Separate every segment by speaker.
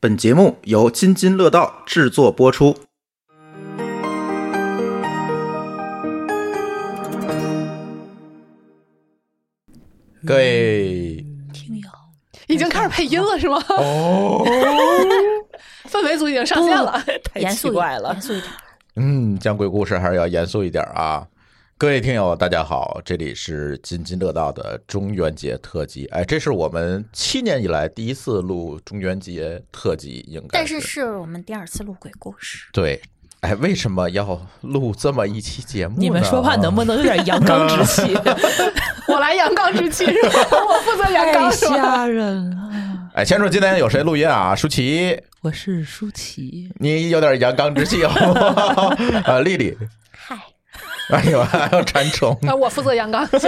Speaker 1: 本节目由津津乐道制作播出。
Speaker 2: 各位
Speaker 3: 听友，
Speaker 4: 已经开始配音了是吗？
Speaker 2: 哦，
Speaker 4: 氛围组已经上线了，
Speaker 3: 严肃一
Speaker 5: 奇怪
Speaker 3: 点，
Speaker 5: 了
Speaker 3: 严肃一点。
Speaker 2: 嗯，讲鬼故事还是要严肃一点啊。各位听友，大家好，这里是津津乐道的中元节特辑。哎，这是我们七年以来第一次录中元节特辑，应该
Speaker 3: 但是是我们第二次录鬼故事，
Speaker 2: 对。哎，为什么要录这么一期节目呢？
Speaker 5: 你们说话能
Speaker 2: 啊
Speaker 5: 不能有点阳刚之 气？
Speaker 4: 我来阳刚之气是 吧？我负责阳
Speaker 3: 哎
Speaker 4: 刚是吧？
Speaker 5: 人了！
Speaker 2: 哎，先说今天有谁录音啊？舒淇，
Speaker 5: 我是舒淇，
Speaker 2: 你有点阳刚之气好不好？ 啊，丽丽，
Speaker 3: 嗨，
Speaker 2: 哎呦，还有馋虫，
Speaker 4: 啊，我负责阳刚，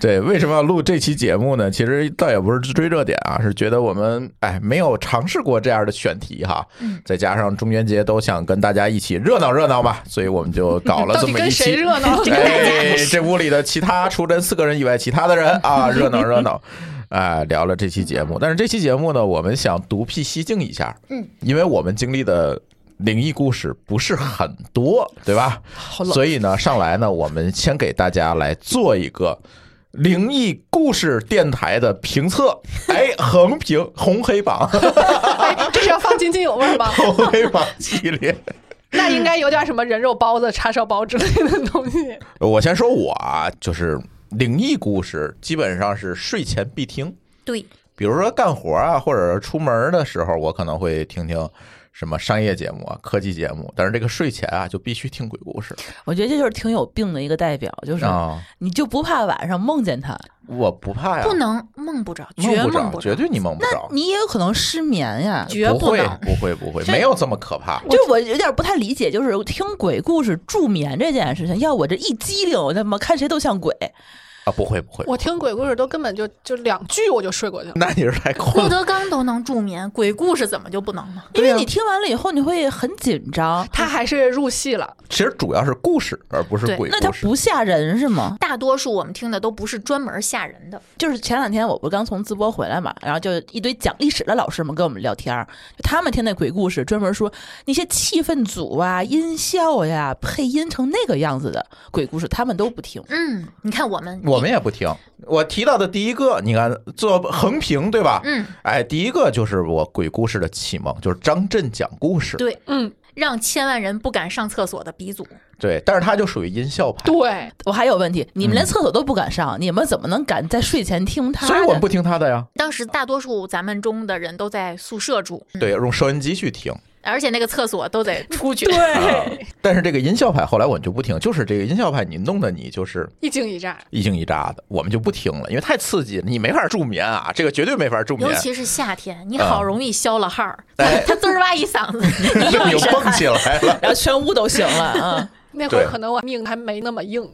Speaker 2: 对，为什么要录这期节目呢？其实倒也不是追热点啊，是觉得我们哎没有尝试过这样的选题哈，
Speaker 4: 嗯
Speaker 2: 再加上中元节都想跟大家一起热闹热闹嘛，所以我们就搞 了
Speaker 4: 到
Speaker 2: 这
Speaker 4: 底
Speaker 2: 么一
Speaker 4: 跟谁
Speaker 2: 期。
Speaker 4: 热闹？
Speaker 2: 哎，这屋里的其他除了四个人以外，其他的人啊，热闹热闹，啊，聊了这期节目。但是这期节目呢，我们想独辟蹊径一下，
Speaker 3: 嗯，
Speaker 2: 因为我们经历的灵异故事不是很多，对吧？
Speaker 5: 好冷。
Speaker 2: 所以呢，上来呢，我们先给大家来做一个灵异故事电台的评测，哎，横评红黑榜，
Speaker 4: 哎这是要放津津有味吗？
Speaker 2: 红黑榜系列。
Speaker 4: 那应该有点什么人肉包子、叉烧包之类的东西。
Speaker 2: 我先说我啊，就是灵异故事，基本上是睡前必听。
Speaker 3: 对，
Speaker 2: 比如说干活啊，或者出门的时候，我可能会听听什么商业节目啊、科技节目，但是这个睡前啊，就必须听鬼故事
Speaker 5: 我觉得这就是挺有病的一个代表，就是
Speaker 2: 啊、
Speaker 5: 你就不怕晚上梦见他，
Speaker 2: 我不怕哎呀，
Speaker 3: 不能梦不着，
Speaker 2: 梦
Speaker 3: 绝
Speaker 2: 不
Speaker 3: 梦
Speaker 2: 着，
Speaker 3: 不
Speaker 2: 绝
Speaker 3: 着，
Speaker 2: 对你梦不着，
Speaker 5: 你也有可能失眠呀。
Speaker 3: 绝
Speaker 2: 不会
Speaker 3: 能。
Speaker 2: 不会不会，
Speaker 3: 这
Speaker 2: 没有这么可怕。
Speaker 5: 就是我有点不太理解，就是听鬼故事助眠这件事情，要我这一激灵，我他妈看谁都像鬼。
Speaker 2: 啊，不会不会，
Speaker 4: 我听鬼故事都根本就就两句我就睡过去了。
Speaker 2: 那你是太
Speaker 3: 郭
Speaker 2: 困了。
Speaker 3: 德纲都能助眠，鬼故事怎么就不能呢？
Speaker 5: 因为你听完了以后，你会很紧张。
Speaker 4: 他还是入戏了，
Speaker 2: 其实主要是故事，而不是
Speaker 3: 对
Speaker 2: 鬼
Speaker 5: 那他
Speaker 2: 故事。
Speaker 5: 不吓人是吗？
Speaker 3: 大多数我们听的都不是专门吓人的，
Speaker 5: 就是前两天我不是刚从淄博回来嘛，然后就一堆讲历史的老师们跟我们聊天儿，就他们听那鬼故事，专门说那些气氛组啊、音效呀、配音成那个样子的鬼故事，他们都不听。
Speaker 3: 嗯，你看我们，
Speaker 2: 我们也不听。我提到的第一个，你看做横评对吧？
Speaker 3: 嗯，
Speaker 2: 哎，第一个就是我鬼故事的启蒙，就是张震讲故事。
Speaker 3: 对，
Speaker 4: 嗯，
Speaker 3: 让千万人不敢上厕所的鼻祖，
Speaker 2: 对，但是他就属于音效派，
Speaker 4: 对，
Speaker 5: 我还有问题，你们连厕所都不敢上，你们怎么能敢在睡前听他
Speaker 2: 嗯所以我们
Speaker 5: 的？
Speaker 2: 不听他的呀。
Speaker 3: 当时大多数咱们中的人都在宿舍住，
Speaker 5: 嗯
Speaker 3: 嗯
Speaker 2: 对，用收音机 去听。
Speaker 3: 而且那个厕所都得出去。
Speaker 2: 啊但是这个音效派后来我们就不听，就是这个音效派，你弄得你就是
Speaker 4: 一惊一乍。
Speaker 2: 一惊一乍的，我们就不听了，因为太刺激，你没法助眠啊，这个绝对没法助眠嗯
Speaker 3: 尤。其是夏天，你好容易消了汗儿，
Speaker 2: 哎
Speaker 3: 他滋儿哇一嗓 子，
Speaker 2: 你
Speaker 3: 你又一
Speaker 2: 就
Speaker 3: 身
Speaker 2: 蹦
Speaker 3: 汗。
Speaker 2: 起来了，
Speaker 5: 然后全屋都醒了啊！
Speaker 4: 那会儿
Speaker 2: 对
Speaker 4: 可能我命还没那么硬，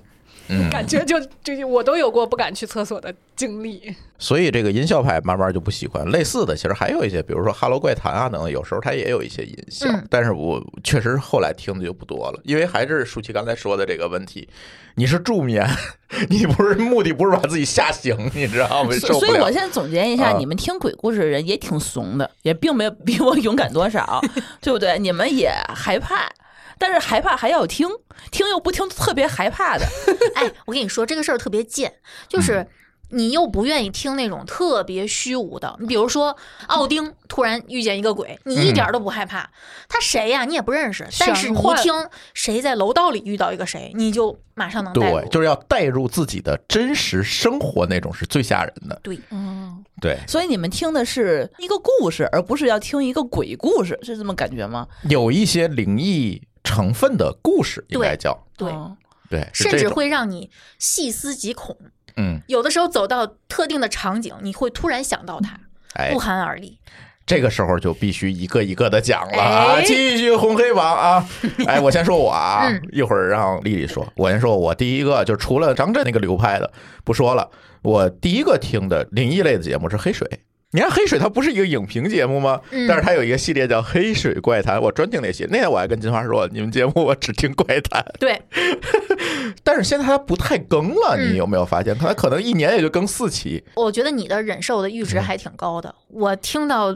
Speaker 2: 嗯，
Speaker 4: 感觉就就我都有过不敢去厕所的经历。
Speaker 2: 所以这个音效派慢慢就不喜欢。类似的，其实还有一些，比如说《哈喽怪谈》啊等等，有时候它也有一些音效，
Speaker 3: 嗯
Speaker 2: 但是我确实后来听的就不多了，因为还是舒淇刚才说的这个问题，你是助眠， 你不是目的不是把自己吓醒，你知道吗？
Speaker 5: 所
Speaker 2: 受
Speaker 5: 所
Speaker 2: 不
Speaker 5: 以，我
Speaker 2: 了。
Speaker 5: 现在总结一下，
Speaker 2: 啊
Speaker 5: 你们听鬼故事的人也挺怂的，也并没有比我勇敢多 少，对不对？你们也害怕，但是害怕还要听，听又不听特别害怕的。
Speaker 3: 哎，我跟你说这个事儿特别贱，
Speaker 2: 嗯
Speaker 3: 就是你又不愿意听那种特别虚无的，你比如说
Speaker 2: 嗯
Speaker 3: 奥丁突然遇见一个鬼，你一点儿都不害怕，他谁呀、你也不认识，但是你
Speaker 4: 玄
Speaker 3: 一
Speaker 4: 幻
Speaker 3: 听谁在楼道里遇到一个谁，你就马上能带入
Speaker 2: 对，。就是要带入自己的真实生活那种是最吓人的。
Speaker 3: 对，
Speaker 5: 嗯，
Speaker 2: 对，
Speaker 5: 所以你们听的是一个故事，而不是要听一个鬼故事，是这么感觉吗？
Speaker 2: 有一些灵异成分的故事应该
Speaker 3: 对
Speaker 2: 叫
Speaker 3: 对
Speaker 5: 嗯
Speaker 2: 对，哦是
Speaker 3: 甚
Speaker 2: 这
Speaker 3: 至
Speaker 2: 种
Speaker 3: 会让你细思极恐。
Speaker 2: 嗯，
Speaker 3: 有的时候走到特定的场景，你会突然想到他，
Speaker 2: 哎
Speaker 3: 不，寒而栗。
Speaker 2: 这个时候就必须一个一个的讲了啊！
Speaker 3: 哎
Speaker 2: 继续红黑榜啊！ 哎，我先说我啊，
Speaker 3: 嗯
Speaker 2: 一会儿让丽丽说。我先说我第一个，就除了张震那个流派的不说了，我第一个听的灵异类的节目是《黑水》。你看《黑水》它不是一个影评节目吗？
Speaker 3: 嗯
Speaker 2: 但是它有一个系列叫《黑水怪谈》，我专听那些。那天我还跟金花说，你们节目我只听怪谈。
Speaker 3: 对，
Speaker 2: 但是现在它不太更了，
Speaker 3: 嗯
Speaker 2: 你有没有发现？它可能一年也就更四期。嗯
Speaker 3: 我觉得你的忍受的阈值还挺高的。我听到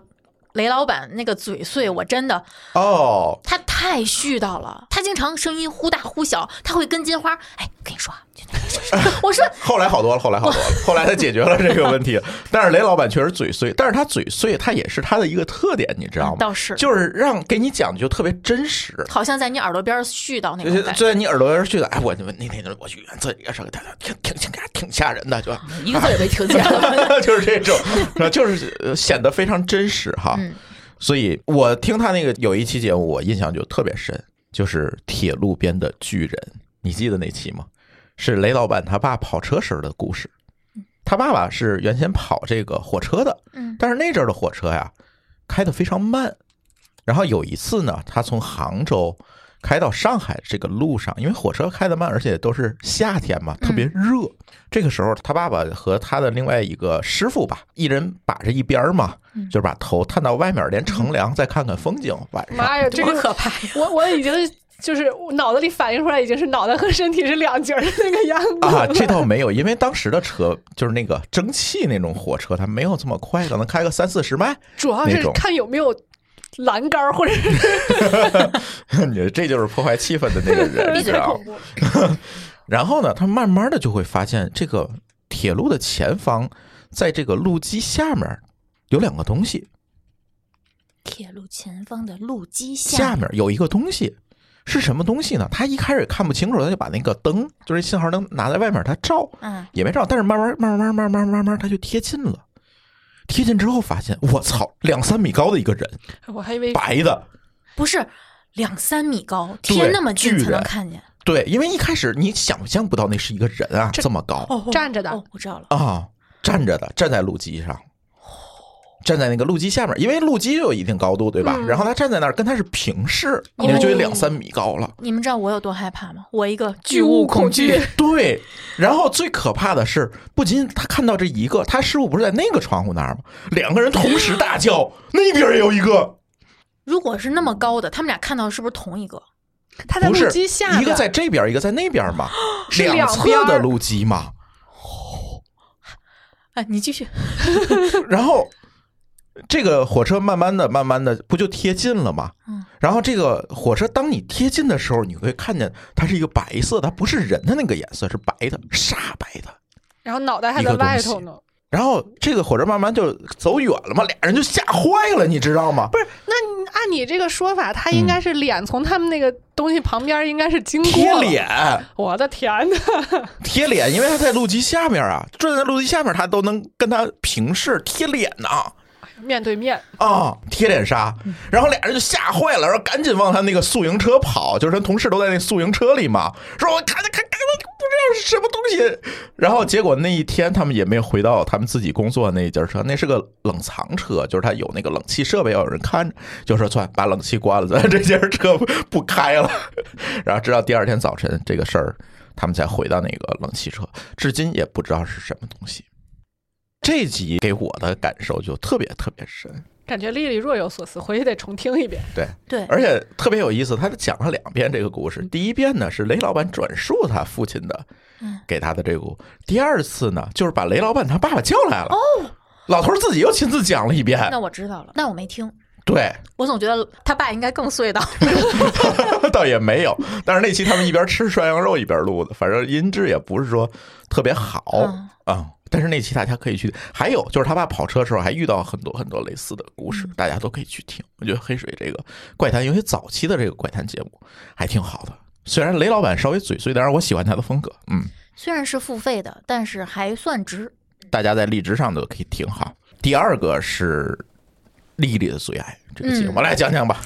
Speaker 3: 雷老板那个嘴碎，我真的
Speaker 2: 哦，
Speaker 3: 他太絮叨了，他经常声音忽大忽小，他会跟金花，哎，我跟你说啊，就那个事儿我说
Speaker 2: 后来好多了，后来好多了，后来他解决了这个问题。但是雷老板确实嘴碎，但是他嘴碎，他也是他的一个特点，你知道吗？
Speaker 3: 倒是，
Speaker 2: 就是让给你讲就特别真实，
Speaker 3: 好像在你耳朵边儿絮叨那
Speaker 2: 就
Speaker 3: 种
Speaker 2: 是
Speaker 3: 感觉。
Speaker 2: 就在你耳朵边去的。哎，我那那天我去医院做这个事儿，挺挺挺挺吓人 的，就
Speaker 5: 一个字儿也 没听见。
Speaker 2: 就是这种，然后就是呃显得非常真实哈。
Speaker 3: 嗯
Speaker 2: 所以我听他那个有一期节目，我印象就特别深，就是铁路边的巨人，你记得那期吗？是雷老板他爸跑车时候的故事。他爸爸是原先跑这个火车的，
Speaker 3: 嗯
Speaker 2: 但是那阵儿的火车呀，开得非常慢。然后有一次呢，他从杭州开到上海这个路上，因为火车开得慢，而且都是夏天嘛，特别热。这个时候，他爸爸和他的另外一个师傅吧，一人把着一边儿嘛，就是把头探到外面，连乘凉，再看看风景。晚 上，
Speaker 4: 妈呀，这
Speaker 3: 多
Speaker 4: 个
Speaker 3: 可怕呀！
Speaker 4: 我我已经就是我脑子里反映出来，已经是脑袋和身体是两截儿的那个样子
Speaker 2: 啊，
Speaker 4: 了
Speaker 2: 这倒没有，因为当时的车就是那个蒸汽那种火车，它没有这么快，可能开个三四十迈。
Speaker 4: 主要
Speaker 2: 那
Speaker 4: 是
Speaker 2: 种
Speaker 4: 看有没有栏杆儿或者是
Speaker 2: 你这就是破坏气氛的那个人，你
Speaker 3: 闭
Speaker 2: 知
Speaker 3: 嘴
Speaker 2: 道吗
Speaker 4: 恐？怖。
Speaker 2: 然后呢，他慢慢的就会发现，这个铁路的前方，在这个路基下面有两个东西，
Speaker 3: 铁路前方的路基
Speaker 2: 下面有一个东西是什么东西呢？他一开始看不清楚，他就把那个灯，就是信号灯拿在外面，他照
Speaker 3: 嗯，
Speaker 2: 也没照，但是慢慢慢慢慢慢慢慢，他就贴近了。贴近之后发现，我操，两三米高的一个人，
Speaker 4: 我还以为
Speaker 2: 白的。
Speaker 3: 不是两三米高，
Speaker 2: 对
Speaker 3: 贴那么近
Speaker 2: 巨
Speaker 3: 才能
Speaker 2: 人
Speaker 3: 看见。
Speaker 2: 对，因为一开始你想象不到那是一个人啊，这么高。
Speaker 3: 哦，
Speaker 4: 站着的
Speaker 3: 哦，我知道了。
Speaker 2: 啊，站着的，站在路基上，站在那个路基下面，因为路基就有一定高度，对吧？
Speaker 4: 嗯
Speaker 2: 然后他站在那儿，跟他是平视，
Speaker 3: 因
Speaker 2: 也
Speaker 3: 为
Speaker 2: 就有两三米高了。
Speaker 3: 你们知道我有多害怕吗？我一个
Speaker 4: 巨物恐惧，
Speaker 2: 对，然后最可怕的是，不仅他看到这一个，他师傅不是在那个窗户那儿吗？两个人同时大叫，那边也有一个，
Speaker 3: 如果是那么高的，他们俩看到的是不是同一个？
Speaker 4: 他在
Speaker 2: 不
Speaker 4: 路
Speaker 2: 是
Speaker 4: 基下
Speaker 2: 一个
Speaker 4: 边
Speaker 2: 在这边，一个在那边嘛，
Speaker 4: 是两
Speaker 2: 侧
Speaker 4: 边
Speaker 2: 的
Speaker 4: 儿
Speaker 2: 路基嘛。
Speaker 3: 哎，你继续。
Speaker 2: 然后这个火车慢慢的、慢慢的，不就贴近了吗？
Speaker 3: 嗯。
Speaker 2: 然后这个火车，当你贴近的时候，你会看见它是一个白色的，它不是人的那个颜色，是白的，煞白的。
Speaker 4: 然后脑袋还
Speaker 2: 一
Speaker 4: 在
Speaker 2: 个东
Speaker 4: 外
Speaker 2: 西
Speaker 4: 头呢。
Speaker 2: 然后这个火车慢慢就走远了嘛，俩人就吓坏了，你知道吗？
Speaker 4: 不是，那你嗯按你这个说法，他
Speaker 2: 嗯
Speaker 4: 应该是脸从他们那个东西旁边应该是经过
Speaker 2: 贴
Speaker 4: 了。
Speaker 2: 脸，
Speaker 4: 我的天呐，
Speaker 2: 贴脸，因为他在路基下面啊，站在路基下面，他都能跟他平视，贴脸呐、
Speaker 4: 面对面，
Speaker 2: 啊，贴脸杀，然后俩人就吓坏了，然后赶紧往他那个宿营车跑，就是他同事都在那宿营车里嘛，说我看看看看，不知道是什么东西。然后结果那一天他们也没有回到他们自己工作的那一节车，那是个冷藏车，就是它有那个冷气设备，要有人看着，就说算把冷气关了，咱这节车不不开了。 然后直到第二天早晨这个事儿，他们才回到那个冷气车，至今也不知道是什么东西。这集给我的感受就特别特别深。
Speaker 4: 感觉丽丽若有所思，回去得重听一遍。
Speaker 2: 对，
Speaker 3: 对，
Speaker 2: 而且特别有意思，他讲了两遍这个故事。第一遍呢是雷老板转述他父亲的
Speaker 3: 嗯，
Speaker 2: 给他的这个故事。第二次呢就是把雷老板他爸爸叫来了，哦，老头儿自己又亲自讲了一遍。
Speaker 3: 那我知道了，但我没听。
Speaker 2: 对，
Speaker 3: 我总觉得他爸应该更隧道。
Speaker 2: 倒也没有。但是那期他们一边吃涮羊肉一边录的，反正音质也不是说特别好
Speaker 3: 嗯
Speaker 2: 啊、嗯但是那期大家可以去，还有就是他爸跑车的时候还遇到很多很多类似的故
Speaker 3: 嗯
Speaker 2: 事，大家都可以去听。我觉得黑水这个怪谈，尤其早期的这个怪谈节目还挺好的。虽然雷老板稍微嘴碎，但是我喜欢他的风格。嗯，
Speaker 3: 虽然是付费的，但是还算值。
Speaker 2: 大家在荔枝上都可以听哈。第二个是丽丽的最爱这个节目，
Speaker 3: 嗯
Speaker 2: 来讲讲吧。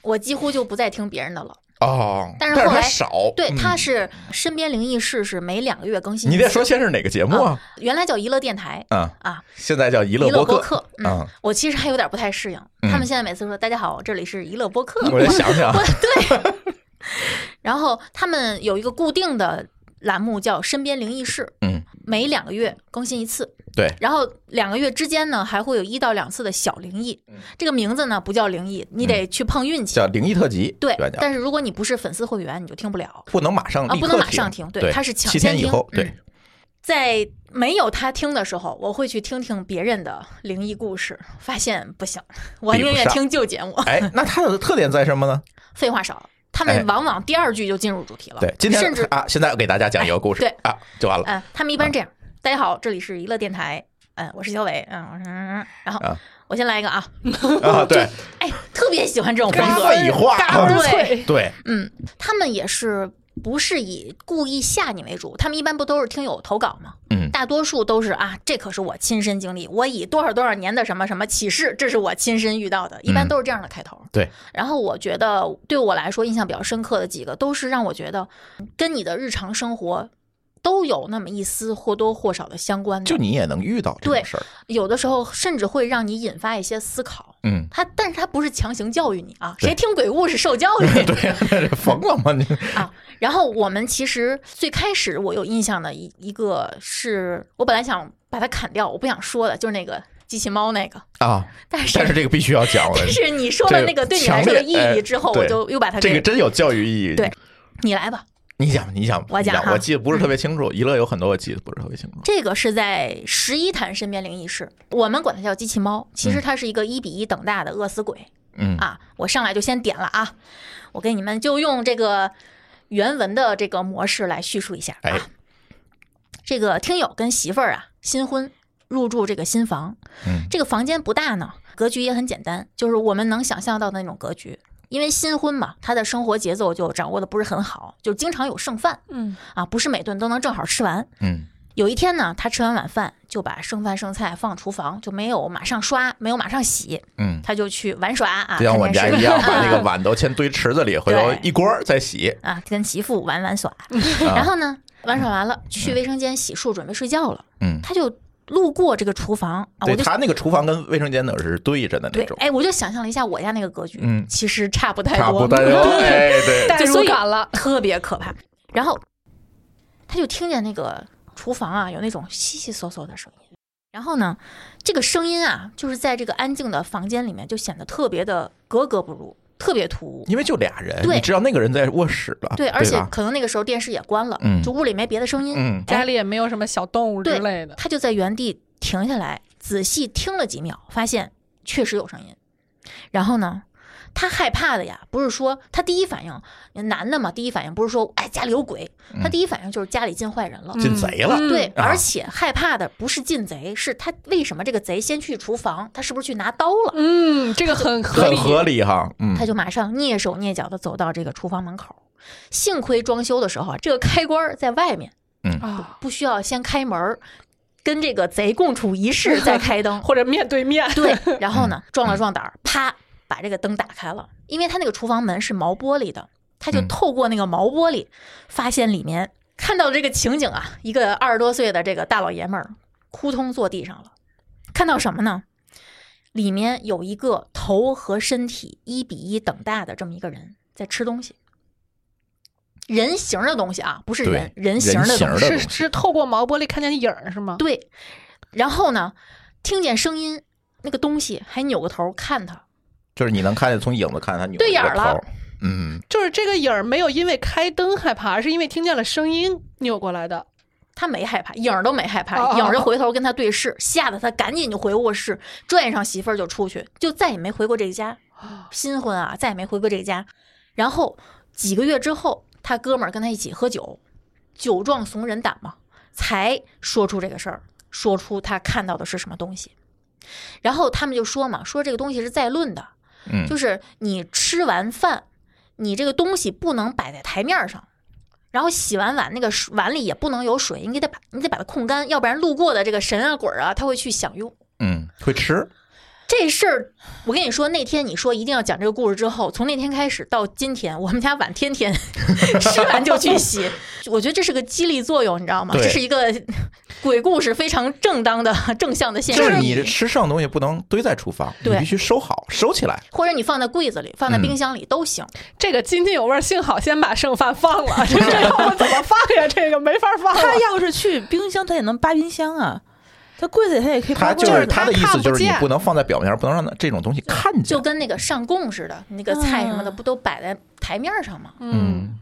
Speaker 3: 我几乎就不再听别人的了。
Speaker 2: 哦，
Speaker 3: 但
Speaker 2: 但
Speaker 3: 是
Speaker 2: 是
Speaker 3: 后
Speaker 2: 他
Speaker 3: 来
Speaker 2: 少，
Speaker 3: 对，
Speaker 2: 嗯
Speaker 3: 他是身边灵异事是每两个月更新一
Speaker 2: 你
Speaker 3: 次。
Speaker 2: 得说先是哪个节目啊？
Speaker 3: 原来叫娱乐电台
Speaker 2: 嗯，
Speaker 3: 啊，
Speaker 2: 现在叫娱
Speaker 3: 娱
Speaker 2: 播
Speaker 3: 乐播客。嗯
Speaker 2: 嗯，
Speaker 3: 我其实还有点不太适应。
Speaker 2: 嗯
Speaker 3: 他们现在每次说“大家好，这里是娱乐播客”，
Speaker 2: 我得想想啊
Speaker 3: 我对。然后他们有一个固定的栏目叫“身边灵异事”，
Speaker 2: 嗯，
Speaker 3: 每两个月更新一次。
Speaker 2: 对，
Speaker 3: 然后两个月之间呢，还会有一到两次的小灵异。这个名字呢不叫灵异，你得去碰运气。
Speaker 2: 嗯叫灵异特辑，
Speaker 3: 对
Speaker 2: 原，叫
Speaker 3: 但是如果你不是粉丝会员，你就听不了。
Speaker 2: 不能马上
Speaker 3: 啊，
Speaker 2: 立刻
Speaker 3: 不能马上听，
Speaker 2: 对，
Speaker 3: 它是抢
Speaker 2: 七天
Speaker 3: 先
Speaker 2: 以
Speaker 3: 听
Speaker 2: 后，。
Speaker 3: 嗯
Speaker 2: 对，
Speaker 3: 在没有他听的时候，我会去听听别人的灵异故事，发现不行，我
Speaker 2: 比不
Speaker 3: 宁愿
Speaker 2: 上
Speaker 3: 听旧节目，
Speaker 2: 哎，那它的特点在什么呢？
Speaker 3: 废话少。他
Speaker 2: 哎
Speaker 3: 们往往第二句就进入主题了，
Speaker 2: 对，今天
Speaker 3: 甚至
Speaker 2: 啊，现在我给大家讲一个故事，
Speaker 3: 对
Speaker 2: 啊，就完了。
Speaker 3: 嗯，他们一
Speaker 2: 啊
Speaker 3: 般这样。大家好，这里是娱乐电台，嗯，我是小伟，嗯，我是，然后
Speaker 2: 啊
Speaker 3: 我先来一个啊，
Speaker 2: 啊，对，
Speaker 3: 哎，特别喜欢这种风
Speaker 2: 跟
Speaker 3: 格，
Speaker 2: 废话，啊
Speaker 4: 嘎嘣
Speaker 3: 对
Speaker 4: 脆，
Speaker 2: 对，
Speaker 3: 嗯，他们也是不是以故意吓你为主，他们一般不都是听友投稿吗？
Speaker 2: 嗯
Speaker 3: 大多数都是啊，这可是我亲身经历，我以多少多少年的什么什么启示，这是我亲身遇到的，一般
Speaker 2: 嗯
Speaker 3: 都是这样的开头。
Speaker 2: 对，
Speaker 3: 然后我觉得对我来说印象比较深刻的几个，都是让我觉得跟你的日常生活都有那么一丝或多或少的相关
Speaker 2: 就
Speaker 3: 的，
Speaker 2: 你也能遇到这种
Speaker 3: 对
Speaker 2: 事儿，
Speaker 3: 有的时候甚至会让你引发一些思考。
Speaker 2: 嗯，
Speaker 3: 他，但是他不是强行教育你啊，
Speaker 2: 对
Speaker 3: 谁听鬼故事受教育？
Speaker 2: 对呀，那 这疯了吗？你
Speaker 3: 然后我们其实最开始我有印象的一一个是我本来想把它砍掉，我不想说的，就是那个机器猫那个，
Speaker 2: 啊，
Speaker 3: 但是
Speaker 2: 但是这个必须要讲，我
Speaker 3: 但 是你说了那个对你来说的意
Speaker 2: 这个强烈哎
Speaker 3: 义之后，我就又把它
Speaker 2: 这
Speaker 3: 给
Speaker 2: 个真有教育意义。
Speaker 3: 对你来吧。
Speaker 2: 你讲，你讲，
Speaker 3: 我
Speaker 2: 你
Speaker 3: 讲
Speaker 2: 讲，
Speaker 3: 哈嗯
Speaker 2: 我记得不是特别清楚，娱乐有很多我记得不是特别清楚。
Speaker 3: 这个是在十一潭身边灵异室，我们管它叫机器猫，其实它是一个一比一等大的饿死鬼
Speaker 2: 嗯
Speaker 3: 啊！我上来就先点了啊，我给你们就用这个原文的这个模式来叙述一下啊。
Speaker 2: 哎
Speaker 3: 这个听友跟媳妇儿啊新婚入住这个新房，
Speaker 2: 嗯
Speaker 3: 这个房间不大呢，格局也很简单，就是我们能想象到的那种格局。因为新婚嘛，他的生活节奏就掌握的不是很好，就经常有剩饭
Speaker 4: 嗯，
Speaker 3: 啊，不是每顿都能正好吃完。
Speaker 2: 嗯
Speaker 3: 有一天呢，他吃完晚饭就把剩饭剩菜放厨房，就没有马上刷，没有马上洗，
Speaker 2: 嗯，
Speaker 3: 他就去玩耍啊，
Speaker 2: 就像我们家
Speaker 3: 看电
Speaker 2: 一
Speaker 3: 视
Speaker 2: 样，把那个碗都先堆池子里，回头一锅儿再洗。
Speaker 3: 啊，跟媳妇玩玩耍。
Speaker 2: 嗯啊
Speaker 3: 然后呢，玩耍完了，去卫生间洗漱，准备睡觉了。
Speaker 2: 嗯，
Speaker 3: 他就路过这个厨房啊，
Speaker 2: 对
Speaker 3: 我就
Speaker 2: 他那个厨房跟卫生间那是对着的那
Speaker 3: 对
Speaker 2: 种，，
Speaker 3: 哎，我就想象了一下我家那个格局，
Speaker 2: 嗯
Speaker 3: 其实差不太
Speaker 2: 差
Speaker 3: 多，
Speaker 2: 不多。 哎，对，
Speaker 4: 代
Speaker 3: 就
Speaker 4: 入
Speaker 3: 所以
Speaker 4: 感了，
Speaker 3: 特别可怕。然后他就听见那个厨房啊有那种悉悉嗦嗦的声音，然后呢，这个声音啊就是在这个安静的房间里面就显得特别的格格不入，特别突兀。
Speaker 2: 因为就俩人，
Speaker 3: 对
Speaker 2: 你知道那个人在卧室了，
Speaker 3: 对，而且
Speaker 2: 吧
Speaker 3: 可能那个时候电视也关了，
Speaker 2: 嗯
Speaker 3: 就屋里没别的声音，
Speaker 2: 嗯
Speaker 4: 家里也没有什么小动物之
Speaker 3: 对
Speaker 4: 类的，
Speaker 3: 他就在原地停下来，仔细听了几秒，发现确实有声音。然后呢，他害怕的呀，不是说他第一反应，男的嘛，第一反应不是说哎家里有鬼，他第一反应就是家里进坏人了。
Speaker 2: 进贼了，
Speaker 4: 嗯
Speaker 3: 对，
Speaker 2: 啊
Speaker 3: 而且害怕的不是进贼，是他为什么这个贼先去厨房？他是不是去拿刀了？
Speaker 4: 嗯，这个很合
Speaker 2: 很
Speaker 4: 理，
Speaker 2: 合理哈。嗯，
Speaker 3: 他就马上蹑手蹑脚的走到这个厨房门口。幸亏装修的时候啊，这个开关儿在外面，
Speaker 4: 啊，
Speaker 3: 不需要先开门儿，跟这个贼共处一室再开灯。
Speaker 4: 或者面对面，
Speaker 3: 对，然后
Speaker 2: 嗯
Speaker 3: 呢，壮了壮胆儿，啪，把这个灯打开了，因为他那个厨房门是毛玻璃的，他就
Speaker 2: 嗯
Speaker 3: 透过那个毛玻璃，发现里面看到这个情景啊，一个二十多岁的这个大老爷们儿，扑通坐地上了，看到什么呢？里面有一个头和身体一比一等大的这么一个人在吃东西，人形儿的东西啊，不是
Speaker 2: 对
Speaker 3: 人，人形儿
Speaker 2: 人
Speaker 3: 的
Speaker 2: 形
Speaker 3: 东
Speaker 2: 儿
Speaker 3: 西
Speaker 4: 是
Speaker 2: 的，东西
Speaker 4: 是透过毛玻璃看见影儿是吗？
Speaker 3: 对，然后呢，听见声音，那个东西还扭个头看他，
Speaker 2: 就是你能看见从影子看他扭
Speaker 3: 对眼儿了
Speaker 2: 了头，嗯，
Speaker 4: 就是这个影儿没有因为开灯害怕，而是因为听见了声音扭过来的。
Speaker 3: 他没害怕，影儿都没害
Speaker 4: 哦哦
Speaker 3: 怕，
Speaker 4: 哦
Speaker 3: 影儿就回头跟他对视，吓得他赶紧就回卧室，拽上媳妇儿就出去，就再也没回过这个家。
Speaker 4: 哦
Speaker 3: 新婚啊，再也没回过这个家。然后几个月之后，他哥们儿跟他一起喝酒，酒壮怂人胆嘛，才说出这个事儿，说出他看到的是什么东西。然后他们就说嘛，说这个东西是再论的，
Speaker 2: 嗯
Speaker 3: 就是你吃完饭，你这个东西不能摆在台面上，然后洗完碗那个水碗里也不能有水，你得把你得把它控干，要不然路过的这个神啊鬼儿啊，他会去享用。
Speaker 2: 嗯，会吃，
Speaker 3: 这事儿，我跟你说，那天你说一定要讲这个故事之后，从那天开始到今天，我们家碗天天 吃完就去洗。我觉得这是个激励作用，你知道吗？
Speaker 2: 对
Speaker 3: 这是一个鬼故事非常正当的正向的现
Speaker 2: 就是
Speaker 3: 实，
Speaker 2: 你吃剩的东西不能堆在厨房，你
Speaker 3: 对
Speaker 2: 必须收好，收起来。
Speaker 3: 或者你放在柜子里、放在冰箱里都行。
Speaker 2: 嗯
Speaker 4: 这个津津有味儿，幸好先把剩饭放 了，这个要不怎么放呀？这个没法放了。
Speaker 5: 他要是去冰箱，他也能扒冰箱啊。他柜子里他也可以
Speaker 2: 他
Speaker 5: 扒柜
Speaker 2: 就
Speaker 5: 子
Speaker 2: 是
Speaker 5: 啊
Speaker 2: 他的意
Speaker 4: 看
Speaker 2: 思，
Speaker 4: 不
Speaker 2: 就是你
Speaker 4: 见
Speaker 2: 不能放在表面上，不能让它这种东西看见
Speaker 3: 就。跟那个上供似的，那个菜什么的
Speaker 5: 嗯
Speaker 3: 不都摆在台面上吗？
Speaker 2: 嗯，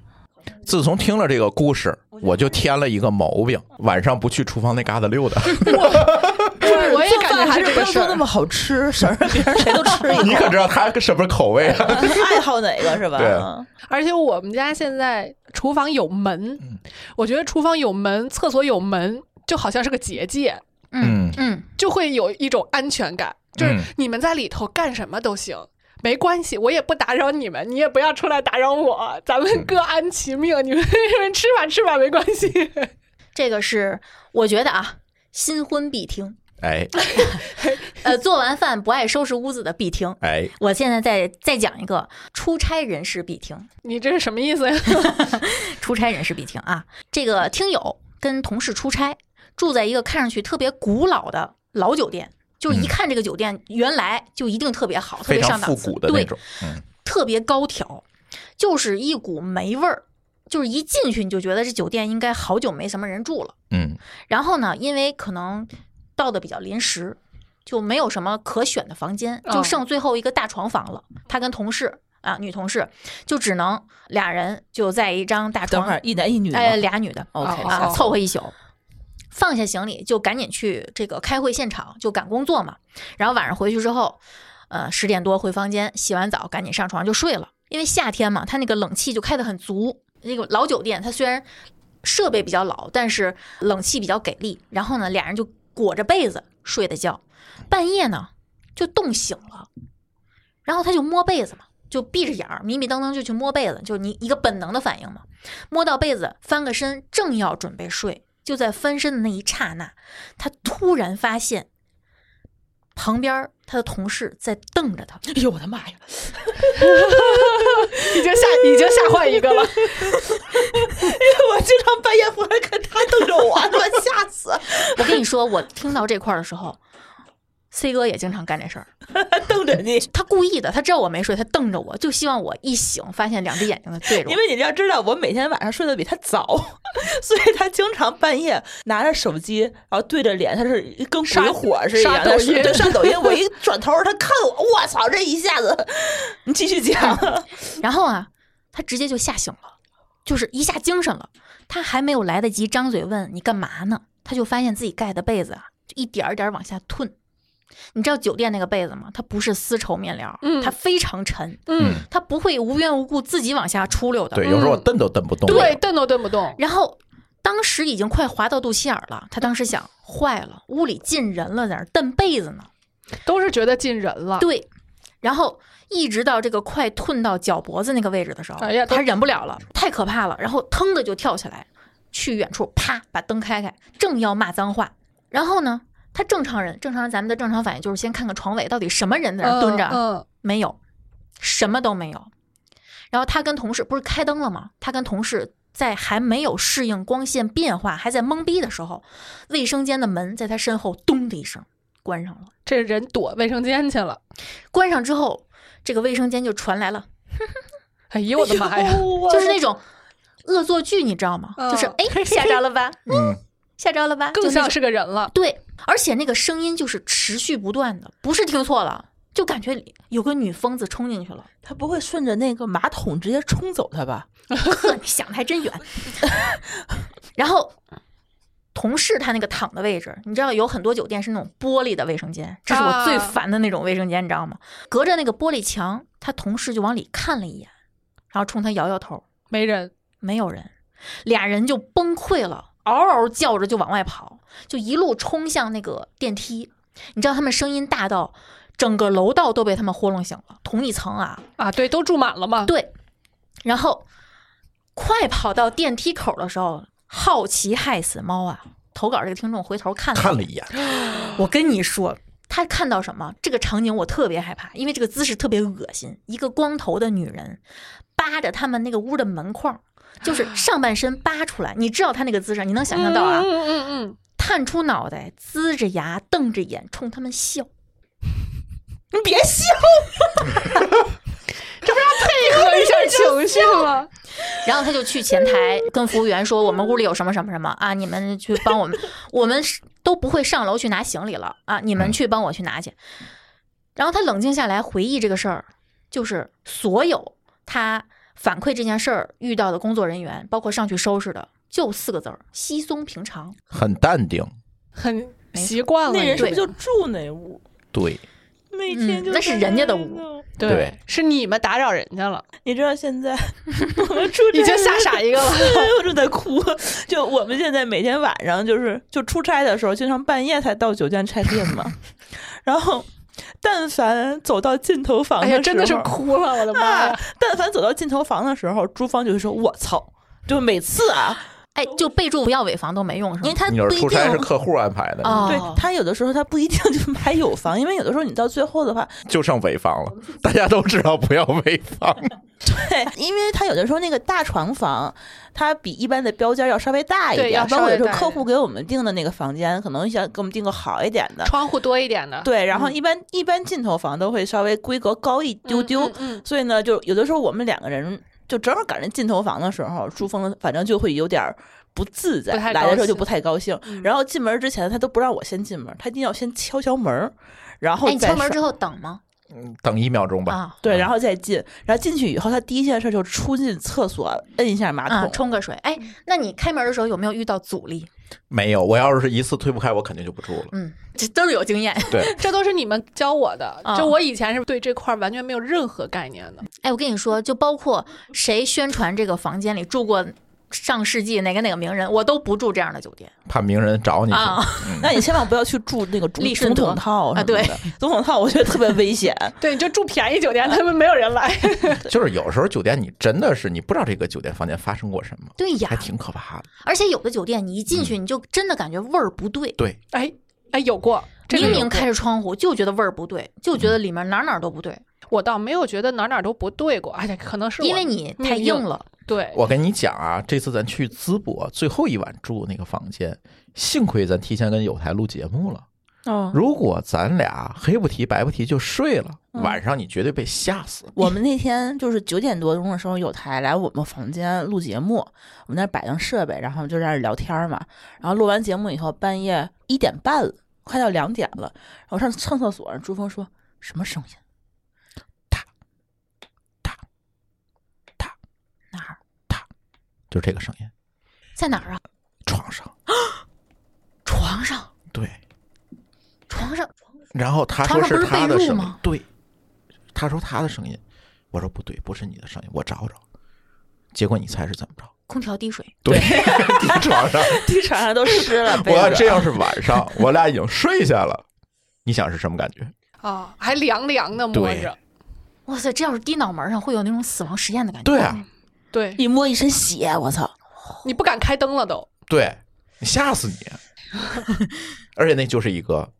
Speaker 2: 自从听了这个故事，我就添了一个毛病，
Speaker 3: 嗯
Speaker 2: 晚上不去厨房那嘎达溜达。
Speaker 4: 哎我我也
Speaker 5: 做
Speaker 4: 感觉
Speaker 5: 饭
Speaker 4: 还是
Speaker 5: 还是
Speaker 4: 这
Speaker 5: 不
Speaker 4: 个
Speaker 5: 要
Speaker 4: 事
Speaker 5: 说那
Speaker 4: 儿。
Speaker 5: 么好吃，省着别 人谁都吃一
Speaker 2: 你
Speaker 5: 口
Speaker 2: 可。知道他什么口味啊？
Speaker 5: 爱好哪个是吧？
Speaker 2: 对
Speaker 5: 嗯
Speaker 4: 而且我们家现在厨房有门
Speaker 2: 嗯，
Speaker 4: 我觉得厨房有门，厕所有门，就好像是个结界，
Speaker 2: 嗯
Speaker 3: 嗯，
Speaker 4: 就会有一种安全感，就是
Speaker 2: 嗯
Speaker 4: 你们在里头干什么都行。没关系，我也不打扰你们，你也不要出来打扰我，咱们各安其命。你们你们吃吧吃吧，没关系。
Speaker 3: 这个是我觉得啊，新婚必听。
Speaker 2: 哎
Speaker 3: 呃，做完饭不爱收拾屋子的必听。
Speaker 2: 哎，
Speaker 3: 我现在再再讲一个出差人士必听，
Speaker 4: 你这是什么意思呀？
Speaker 3: 出差人士必听啊！这个听友跟同事出差，住在一个看上去特别古老的老酒店，就是一
Speaker 2: 嗯
Speaker 3: 看这个酒店原来就一定特别好，特
Speaker 2: 非
Speaker 3: 别
Speaker 2: 常
Speaker 3: 上档
Speaker 2: 复
Speaker 3: 次，
Speaker 2: 古的那
Speaker 3: 对，
Speaker 2: 种。嗯
Speaker 3: 特别高挑，就是一股霉味儿，就是一进去你就觉得这酒店应该好久没什么人住了。
Speaker 2: 嗯
Speaker 3: 然后呢，因为可能到的比较临时，就没有什么可选的房间，
Speaker 4: 哦
Speaker 3: 就剩最后一个大床房了。她跟同事啊，女同事就只能俩人就在一张大
Speaker 5: 等
Speaker 3: 床
Speaker 5: 会，儿一男一女吗。
Speaker 3: 哎，俩女的
Speaker 5: OK，
Speaker 4: 哦
Speaker 3: 啊，凑合一宿。放下行李就赶紧去这个开会现场，就赶工作嘛。然后晚上回去之后，呃，十点多回房间，洗完澡赶紧上床就睡了。因为夏天嘛，它那个冷气就开得很足。那个老酒店它虽然设备比较老，但是冷气比较给力。然后呢，俩人就裹着被子睡的觉，半夜呢就冻醒了，然后他就摸被子嘛，就闭着眼儿迷迷瞪瞪就去摸被子，就你一个本能的反应嘛。摸到被子，翻个身，正要准备睡，就在翻身的那一刹那，他突然发现旁边儿他的同事在瞪着他，
Speaker 5: 哎呦我的妈呀！
Speaker 4: 已 经吓已经吓坏一个 了。
Speaker 5: 我经常半夜回来看他瞪着我，他妈吓死！
Speaker 3: 我跟你说，我听到这块儿的时候，C 哥也经常干这事儿，
Speaker 5: 瞪着你，
Speaker 3: 他故意的，他知道我没睡，他瞪着我，就希望我一醒发现两只眼睛在对着我
Speaker 5: 因。为你要知道，我每天晚上睡得比他早， 所以他经常半夜拿着手机，然后对着脸，他是跟鬼火似的一样
Speaker 4: 刷抖
Speaker 5: 在睡
Speaker 4: 音
Speaker 5: 对，刷抖 音。我一转头，他看我，我操！这一下子，你继续讲。
Speaker 3: 然后啊，他直接就吓醒了，就是一下精神了。他还没有来得及张嘴问你干嘛呢，他就发现自己盖的被子啊，就一点儿一点儿往下褪。你知道酒店那个被子吗？它不是丝绸面料，
Speaker 4: 嗯
Speaker 3: 它非常沉，
Speaker 4: 嗯，
Speaker 3: 它不会无缘无故自己往下出溜的。
Speaker 2: 对，有时候我蹬都蹬不动。
Speaker 4: 对，，蹬都蹬不动。
Speaker 3: 然后当时已经快滑到肚脐眼儿了，他当时想，坏了，屋里进人了，在那儿蹬被子呢。
Speaker 4: 都是觉得进人了。
Speaker 3: 对，然后一直到这个快吞到脚脖子那个位置的时候，
Speaker 4: 哎呀都
Speaker 3: 他忍不了了，太可怕了，然后腾的就跳起来，去远处啪把灯开开，正要骂脏话，然后呢，他正常人，正常人咱们的正常反应就是先看看床尾到底什么人在那儿蹲着，
Speaker 4: 嗯，
Speaker 3: 没有，什么都没有。然后他跟同事不是开灯了吗？他跟同事在还没有适应光线变化，还在懵逼的时候，卫生间的门在他身后咚的一声关上了。
Speaker 4: 这人躲卫生间去了。
Speaker 3: 关上之后，这个卫生间就传来了，
Speaker 4: 哎呦我的妈 呀！
Speaker 3: 就是那种恶作剧，你知道吗？
Speaker 4: 嗯
Speaker 3: 就是哎，吓着了吧，
Speaker 2: 嗯，
Speaker 3: 吓着了吧，
Speaker 4: 更
Speaker 3: 就那
Speaker 4: 像
Speaker 3: 种
Speaker 4: 是个人了。
Speaker 3: 对，而且那个声音就是持续不断的，不是听错了，就感觉里有个女疯子冲进去了。
Speaker 5: 他不会顺着那个马桶直接冲走他吧？
Speaker 3: 呵，你想的还真远。 然后。同事他那个躺的位置，你知道有很多酒店是那种玻璃的卫生间，这是我最
Speaker 4: 啊
Speaker 3: 烦的那种卫生间，你知道吗？隔着那个玻璃墙，他同事就往里看了一眼，然后冲他摇摇头，
Speaker 4: 没人，
Speaker 3: 没有人，俩人就崩溃了，嗷嗷叫着就往外跑，就一路冲向那个电梯。你知道他们声音大到整个楼道都被他们豁弄醒了，同一层啊。
Speaker 4: 啊，对，都住满了嘛。
Speaker 3: 对，然后快跑到电梯口的时候，好奇害死猫啊！投稿这个听众回头看
Speaker 2: 看了一眼，
Speaker 3: 我跟你说，他看到什么？这个场景我特别害怕，因为这个姿势特别恶心。一个光头的女人扒着他们那个屋的门框，就是上半身扒出来。你知道他那个姿势，你能想象到啊
Speaker 4: 嗯？嗯嗯
Speaker 3: 探出脑袋，龇着牙，瞪着眼，冲他们笑。
Speaker 5: 你别笑，
Speaker 4: 嗯，配合一下 情绪了。
Speaker 3: 然后他就去前台跟服务员说：“我们屋里有什么什么什么啊，你们去帮我们， 我们是都不会上楼去拿行李了啊，你
Speaker 5: 嗯
Speaker 3: 们去帮我去拿去。”然后他冷静下来回忆这个事儿，就是所有他反馈这件事儿遇到的工作人员，包括上去收拾的，就四个字儿：稀松平常。
Speaker 2: 很淡定。
Speaker 4: 很习惯了
Speaker 5: 那
Speaker 4: 已经。
Speaker 5: 人是不是就住那屋？
Speaker 2: 对，
Speaker 5: 那天
Speaker 3: 嗯
Speaker 5: 就
Speaker 3: 那是
Speaker 5: 在
Speaker 3: 人家的
Speaker 5: 儿
Speaker 3: 屋
Speaker 5: 弄
Speaker 4: 对
Speaker 2: 对
Speaker 4: 是你们打扰人家了，
Speaker 5: 你知道现在 我们出
Speaker 4: 已
Speaker 5: 差
Speaker 4: 经吓傻一个了。
Speaker 5: 我 正在哭。就我们现在每天晚上就是就出差的时候，经常半夜才到酒店拆店嘛。 然后，但凡走到尽头房
Speaker 4: 哎
Speaker 5: 的时
Speaker 4: 呀，
Speaker 5: 候，
Speaker 4: 真的是哭了，我的妈
Speaker 5: 啊
Speaker 4: 呀！！
Speaker 5: 但凡走到尽头房的时候，朱芳就会说：“我操！”就每次啊，
Speaker 3: 哎，就备注不要尾房都没用，是
Speaker 5: 因为
Speaker 3: 吗？
Speaker 5: 他
Speaker 2: 你要
Speaker 5: 不
Speaker 2: 是
Speaker 5: 一
Speaker 2: 出差是
Speaker 5: 定。
Speaker 2: 客户安排的，
Speaker 3: 哦，
Speaker 4: 嗯
Speaker 5: 对他有的时候他不一定就买有房，因为有的时候你到最后的话，
Speaker 2: 就剩潍坊了。大家都知道不要潍坊，
Speaker 5: 对，因为他有的时候那个大床房，它比一般的标间要稍微大一
Speaker 4: 对
Speaker 5: 点
Speaker 4: 要，
Speaker 5: 包
Speaker 4: 稍
Speaker 5: 括
Speaker 4: 微
Speaker 5: 有时候
Speaker 4: 大一
Speaker 5: 客
Speaker 4: 点
Speaker 5: 户给我们订的那个房间，可能想给我们订个好一点的，
Speaker 4: 窗户多一点的，
Speaker 5: 对，然后
Speaker 4: 嗯
Speaker 5: 一般、一般进头房都会稍微规格高一丢丢，
Speaker 4: 嗯嗯嗯
Speaker 5: 所以呢，就有的时候我们两个人就正好赶上进头房的时候，朱峰反正就会有点儿不自在，
Speaker 4: 不太
Speaker 5: 来的时候就
Speaker 4: 高兴
Speaker 5: 不太高兴。
Speaker 4: 嗯
Speaker 5: 然后进门之前他都不让我先进门，他一定要先敲敲门儿，然后
Speaker 3: 哎，你
Speaker 5: 再
Speaker 3: 敲门
Speaker 5: 上
Speaker 3: 之后等吗？
Speaker 2: 等一秒钟吧。
Speaker 3: 嗯啊
Speaker 5: 对，然后再进，然后进去以后，他第一件事就冲进厕所摁一下马
Speaker 3: 啊，
Speaker 5: 桶，嗯
Speaker 3: 冲个水。哎，那你开门的时候有没有遇到阻力？
Speaker 2: 没有，我要是一次推不开，我肯定就不住了。
Speaker 3: 嗯，这都是有经验。
Speaker 4: 嗯这都是你们教我的
Speaker 3: 啊。
Speaker 4: 就我以前是对这块儿完全没有任何概念的。
Speaker 3: 哎，我跟你说，就包括谁宣传这个房间里住过上世纪哪个哪个名人，我都不住这样的酒店
Speaker 2: 怕名人找你去，
Speaker 3: 啊。
Speaker 5: 那你千万不要去住那个总
Speaker 3: 利
Speaker 5: 总
Speaker 3: 顺德
Speaker 5: 统套
Speaker 3: 啊
Speaker 5: 什么
Speaker 3: 对
Speaker 5: 的总统套我觉得特别危险。
Speaker 4: 对，你就住便宜酒店，他们没有人来。
Speaker 2: 就是有时候酒店你真的是你不知道这个酒店房间发生过什么，
Speaker 3: 对呀
Speaker 2: 还，挺嗯可怕的。
Speaker 3: 而且有的酒店你一进去，你就真的感觉味儿不对。
Speaker 2: 对，
Speaker 4: 哎哎，有过，这个
Speaker 3: 明
Speaker 4: 有
Speaker 3: 明
Speaker 4: 过
Speaker 3: 开着窗户，就觉得味儿不对，就觉
Speaker 2: 嗯
Speaker 3: 得里面哪儿哪儿都不对，
Speaker 4: 我倒没有觉得哪儿哪儿都不对过。哎呀，可能是我
Speaker 3: 因为你太
Speaker 4: 命
Speaker 3: 硬了。
Speaker 4: 对
Speaker 2: 我跟你讲啊，这次咱去淄博最后一晚住那个房间，幸亏咱提前跟有台录节目了。
Speaker 3: 嗯
Speaker 5: 哦，
Speaker 2: 如果咱俩黑不提白不提就睡了，
Speaker 3: 嗯
Speaker 2: 晚上你绝对被吓死。
Speaker 5: 我们那天就是九点多钟的时候，有台来我们房间录节目，我们那儿摆上设备，然后就在那儿聊天儿嘛。然后录完节目以后，半夜一点半了，快到两点了，然后上上厕所，朱峰说什么声音？
Speaker 3: 哪儿
Speaker 2: 就这个声音，
Speaker 3: 在哪儿啊？
Speaker 2: 床上
Speaker 3: 床上，
Speaker 2: 对，
Speaker 3: 床上，
Speaker 2: 然后他
Speaker 3: 床
Speaker 2: 说
Speaker 3: 上不是
Speaker 2: 他
Speaker 3: 被
Speaker 2: 的
Speaker 3: 褥
Speaker 2: 声音
Speaker 3: 吗，
Speaker 2: 对，他说他的声音，我说不对，不是你的声音，我找找，结果你猜是怎么着？
Speaker 3: 空调滴水。
Speaker 2: 对，地 床上。
Speaker 5: 地床上都湿 了，
Speaker 2: 我
Speaker 5: 被
Speaker 2: 要
Speaker 5: 子
Speaker 2: 这
Speaker 3: 啊
Speaker 2: 要是晚上，我俩已经睡下了，你想是什么感觉？
Speaker 4: 啊，还凉凉的摸
Speaker 2: 对
Speaker 4: 着。
Speaker 3: 哇塞，这要是滴脑门上，会有那种死亡实验的感觉。
Speaker 2: 对啊，
Speaker 4: 对
Speaker 5: 一摸一身血，我操！
Speaker 4: 你不敢开灯了都。
Speaker 2: 对，你吓 死你！而且那就是一个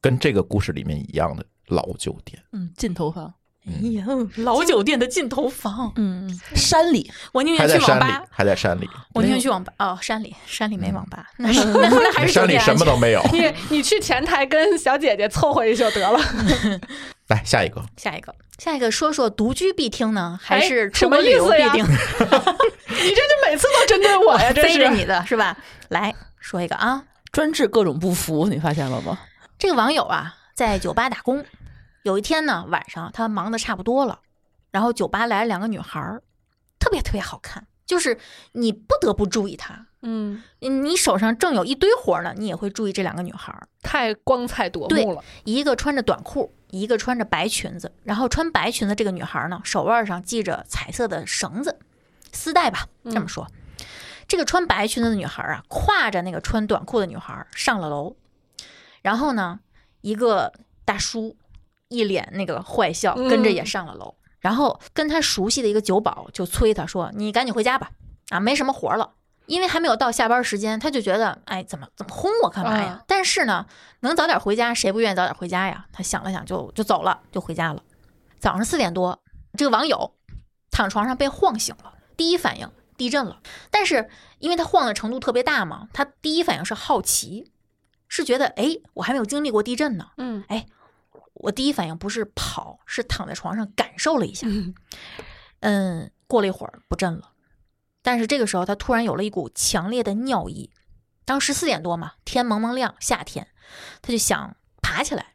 Speaker 2: 跟这个故事里面一样的老酒店，
Speaker 5: 嗯，进头房，
Speaker 3: 哎呀，老酒店的尽头房，
Speaker 5: 嗯，山里
Speaker 3: 我宁
Speaker 2: 还
Speaker 3: 愿
Speaker 2: 在
Speaker 3: 去网
Speaker 2: 山里嗯
Speaker 3: 吧，，
Speaker 2: 还在山里，
Speaker 3: 我宁愿去网吧。哦，山里，山里没网吧，那是那那还是酒
Speaker 2: 山里
Speaker 3: 店
Speaker 2: 什
Speaker 3: 安
Speaker 2: 么
Speaker 3: 全。
Speaker 2: 都没有。
Speaker 4: 你你去前台跟小姐姐凑合一宿得了。
Speaker 2: 来下一个，
Speaker 3: 下一个，下一个说说独居必听呢，还
Speaker 4: 哎
Speaker 3: 是
Speaker 4: 什
Speaker 3: 出
Speaker 4: 么
Speaker 3: 门旅
Speaker 4: 意
Speaker 3: 游
Speaker 4: 思
Speaker 3: 必
Speaker 4: 呀
Speaker 3: 听？
Speaker 4: 你这就每次都针对 我呀，这
Speaker 3: 逮
Speaker 4: 是
Speaker 3: 着。你的是吧？来说一个啊，
Speaker 5: 专治各种不服，你发现了吗？
Speaker 3: 这个网友啊，在酒吧打工，有一天呢晚上他忙的差不多了，然后酒吧来了两个女孩儿，特别特别好看，就是你不得不注意她。
Speaker 4: 嗯，
Speaker 3: 你手上正有一堆活儿呢，你也会注意这两个女孩儿，
Speaker 4: 太光彩夺
Speaker 3: 对
Speaker 4: 目了。
Speaker 3: 一个穿着短裤，一个穿着白裙子。然后穿白裙子这个女孩儿呢，手腕上系着彩色的绳子，丝带吧，这么说。这个穿白裙子的女孩儿啊，挎着那个穿短裤的女孩儿上了楼，然后呢，一个大叔一脸那个坏笑，
Speaker 4: 嗯
Speaker 3: 跟着也上了楼。然后跟他熟悉的一个酒保就催他说：“你赶紧回家吧，啊，没什么活儿了。”因为还没有到下班时间，他就觉得，哎，怎么怎么轰我干嘛呀？
Speaker 4: 嗯
Speaker 3: 但是呢，能早点回家，谁不愿意早点回家呀？他想了想就，就走了，就回家了。早上四点多，这个网友躺床上被晃醒了，第一反应地震了。但是因为他晃的程度特别大嘛，他第一反应是好奇，是觉得哎，我还没有经历过地震呢。
Speaker 4: 嗯，
Speaker 3: 我第一反应不是跑，是躺在床上感受了一下。嗯，过了一会儿不震了，但是这个时候他突然有了一股强烈的尿意。当时四点多嘛，天蒙蒙亮，夏天，他就想爬起来，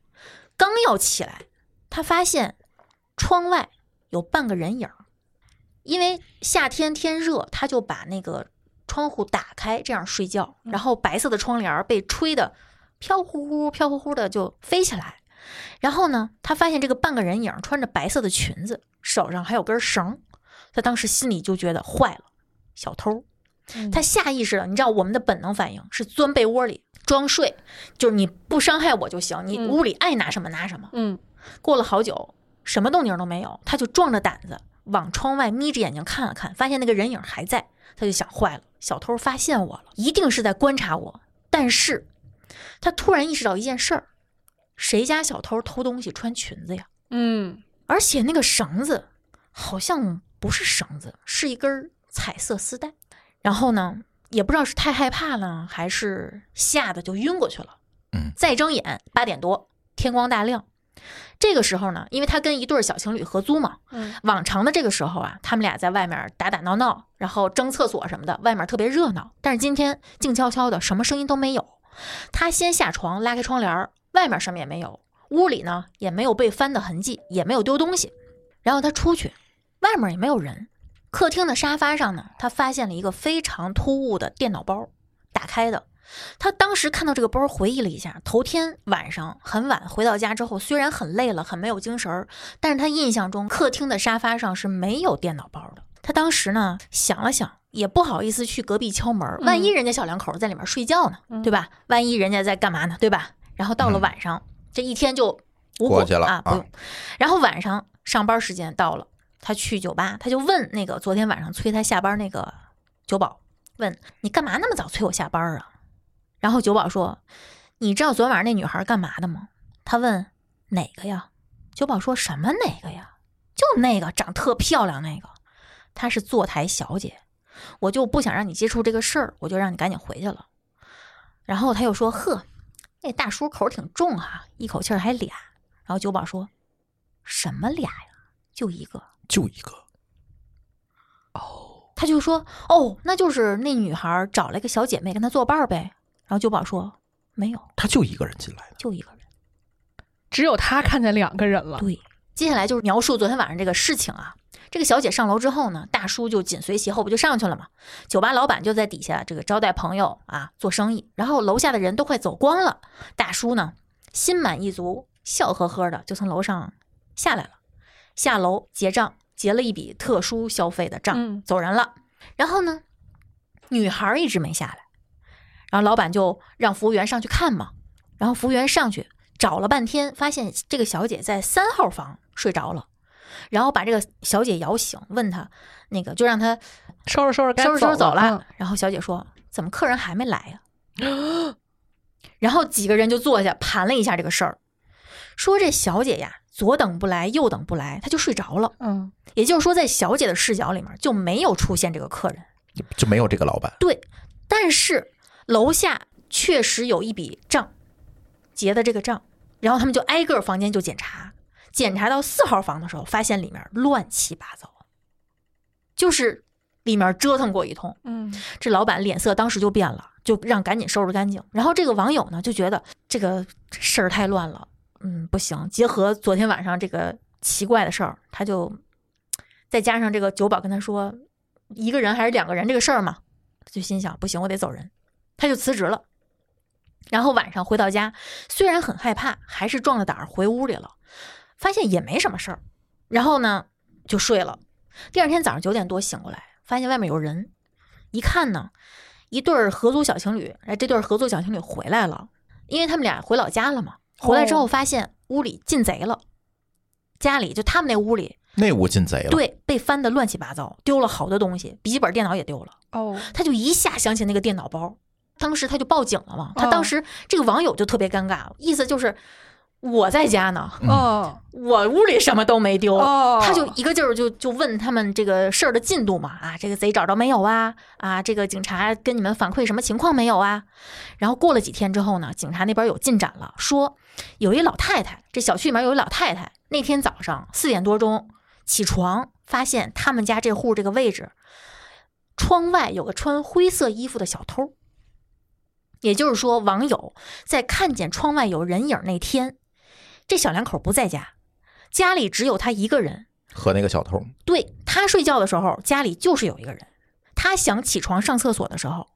Speaker 3: 刚要起来，他发现窗外有半个人影儿，因为夏天天热，他就把那个窗户打开，这样睡觉，然后白色的窗帘儿被吹得飘忽忽、飘忽忽的就飞起来。然后呢，他发现这个半个人影儿穿着白色的裙子，手上还有根绳，他当时心里就觉得坏了，小偷。
Speaker 4: 嗯
Speaker 3: 他下意识的，你知道我们的本能反应是钻被窝里装睡，就是你不伤害我就行，你
Speaker 4: 嗯
Speaker 3: 屋里爱拿什么拿什么。
Speaker 4: 嗯
Speaker 3: 过了好久，什么动静都没有，他就壮着胆子往窗外眯着眼睛看了看，发现那个人影还在，他就想坏了，小偷发现我了，一定是在观察我。但是，他突然意识到一件事儿：谁家小偷偷东西穿裙子呀？
Speaker 4: 嗯
Speaker 3: 而且那个绳子好像不是绳子，是一根儿彩色丝带。然后呢，也不知道是太害怕了，还是吓得就晕过去了。
Speaker 2: 嗯，
Speaker 3: 再睁眼八点多，天光大亮。这个时候呢，因为他跟一对儿小情侣合租嘛，
Speaker 4: 嗯
Speaker 3: 往常的这个时候啊，他们俩在外面打打闹闹，然后争厕所什么的，外面特别热闹。但是今天静悄悄的，什么声音都没有。他先下床，拉开窗帘儿，外面什么也没有，屋里呢也没有被翻的痕迹，也没有丢东西。然后他出去，外面也没有人。客厅的沙发上呢，他发现了一个非常突兀的电脑包，打开的。他当时看到这个包，回忆了一下，头天晚上很晚回到家之后，虽然很累了，很没有精神儿，但是他印象中客厅的沙发上是没有电脑包的。他当时呢想了想，也不好意思去隔壁敲门儿，万一人家小两口在里面睡觉呢，对吧？万一人家在干嘛呢，对吧？然后到了晚上，这一天就无
Speaker 2: 过
Speaker 3: 果
Speaker 2: 去了
Speaker 3: 啊，
Speaker 2: 啊
Speaker 3: 不用。然后晚上上班时间到了，他去酒吧，他就问那个昨天晚上催他下班那个酒保，问你干嘛那么早催我下班啊？然后酒保说：“你知道昨晚上那女孩干嘛的吗？”他问：“哪个呀？”酒保说什么哪个呀？就那个长特漂亮那个，她是坐台小姐，我就不想让你接触这个事儿，我就让你赶紧回去了。然后他又说：“呵，那大叔口儿挺重哈、一口气儿还俩。”然后酒保说：“什么俩呀？就一个。”
Speaker 2: 就一个，
Speaker 3: 他就说：“哦，那就是那女孩儿找了一个小姐妹跟她作伴儿呗。”然后酒保说：“没有，
Speaker 2: 他就一个人进来的。
Speaker 3: 就一个人。
Speaker 4: 只有他看见两个人”了。
Speaker 3: 对，接下来就是描述昨天晚上这个事情啊。这个小姐上楼之后呢，大叔就紧随其后，不就上去了吗？酒吧老板就在底下这个招待朋友啊，做生意。然后楼下的人都快走光了，大叔呢心满意足，笑呵呵的就从楼上下来了，下楼结账，结了一笔特殊消费的账，
Speaker 4: 嗯
Speaker 3: 走人了。然后呢，女孩儿一直没下来，然后老板就让服务员上去看嘛。然后服务员上去找了半天，发现这个小姐在三号房睡着了，然后把这个小姐摇醒，问她那个就让她
Speaker 4: 收拾收拾，该
Speaker 3: 收拾收拾走
Speaker 4: 走
Speaker 3: 了。。嗯然后小姐说：“怎么客人还没来 呀、然后几个人就坐下盘了一下这个事儿，说这小姐呀，左等不来，右等不来，她就睡着了。
Speaker 4: 嗯
Speaker 3: 也就是说，在小姐的视角里面就没有出现这个客人。
Speaker 2: 就没有这个老板，
Speaker 3: 对，但是楼下确实有一笔账，结的这个账，然后他们就挨个房间就检查，检查到四号房的时候，发现里面乱七八糟，就是里面折腾过一通。
Speaker 4: 嗯
Speaker 3: 这老板脸色当时就变了，就让赶紧收拾干净。然后这个网友呢就觉得这个事儿太乱了，嗯，不行。结合昨天晚上这个奇怪的事儿，他就再加上这个酒保跟他说一个人还是两个人这个事儿嘛，他就心想不行，我得走人，他就辞职了。然后晚上回到家，虽然很害怕，还是壮着胆儿回屋里了，发现也没什么事儿。然后呢，就睡了。第二天早上九点多醒过来，发现外面有人，一看呢，一对儿合租小情侣，哎，这对儿合租小情侣回来了，因为他们俩回老家了嘛。回来之后发现屋里进贼了，家里就他们那屋里，
Speaker 2: 那屋进贼了。，
Speaker 3: 对，被翻得乱七八糟，丢了好多东西，笔记本电脑也丢了。
Speaker 4: 哦，
Speaker 3: 他就一下想起那个电脑包，当时他就报警了嘛。他当时这个网友就特别尴尬，意思就是我在家呢，
Speaker 4: 哦
Speaker 3: 我屋里什么都没丢，
Speaker 4: 哦，
Speaker 3: 他就一个劲儿就就问他们这个事儿的进度嘛，啊，这个贼找着没有啊？啊，这个警察跟你们反馈什么情况没有啊？然后过了几天之后呢，警察那边有进展了，说有一老太太，这小区里面有一老太太，那天早上四点多钟起床，发现他们家这户这个位置窗外有个穿灰色衣服的小偷。也就是说，网友在看见窗外有人影那天，这小两口不在家，家里只有他一个人，
Speaker 2: 和那个小偷，
Speaker 3: 对他睡觉的时候，家里就是有一个人；他想起床上厕所的时候，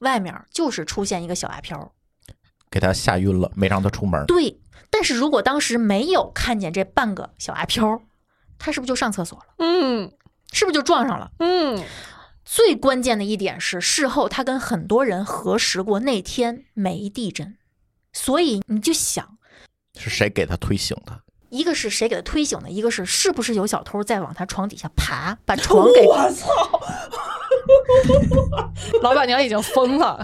Speaker 3: 外面就是出现一个小阿飘。
Speaker 2: 给他吓晕了，没让他出门。
Speaker 3: 对，但是如果当时没有看见这半个小阿飘，他是不是就上厕所了？
Speaker 4: 嗯
Speaker 3: 是不是就撞上了？
Speaker 4: 嗯，
Speaker 3: 最关键的一点是，事后他跟很多人核实过那天没地震，所以你就想，
Speaker 2: 是谁给他推醒的？
Speaker 3: 一个是谁给他推醒的，一个是是不是有小偷在往他床底下爬，把床给
Speaker 4: 老板娘已经疯了，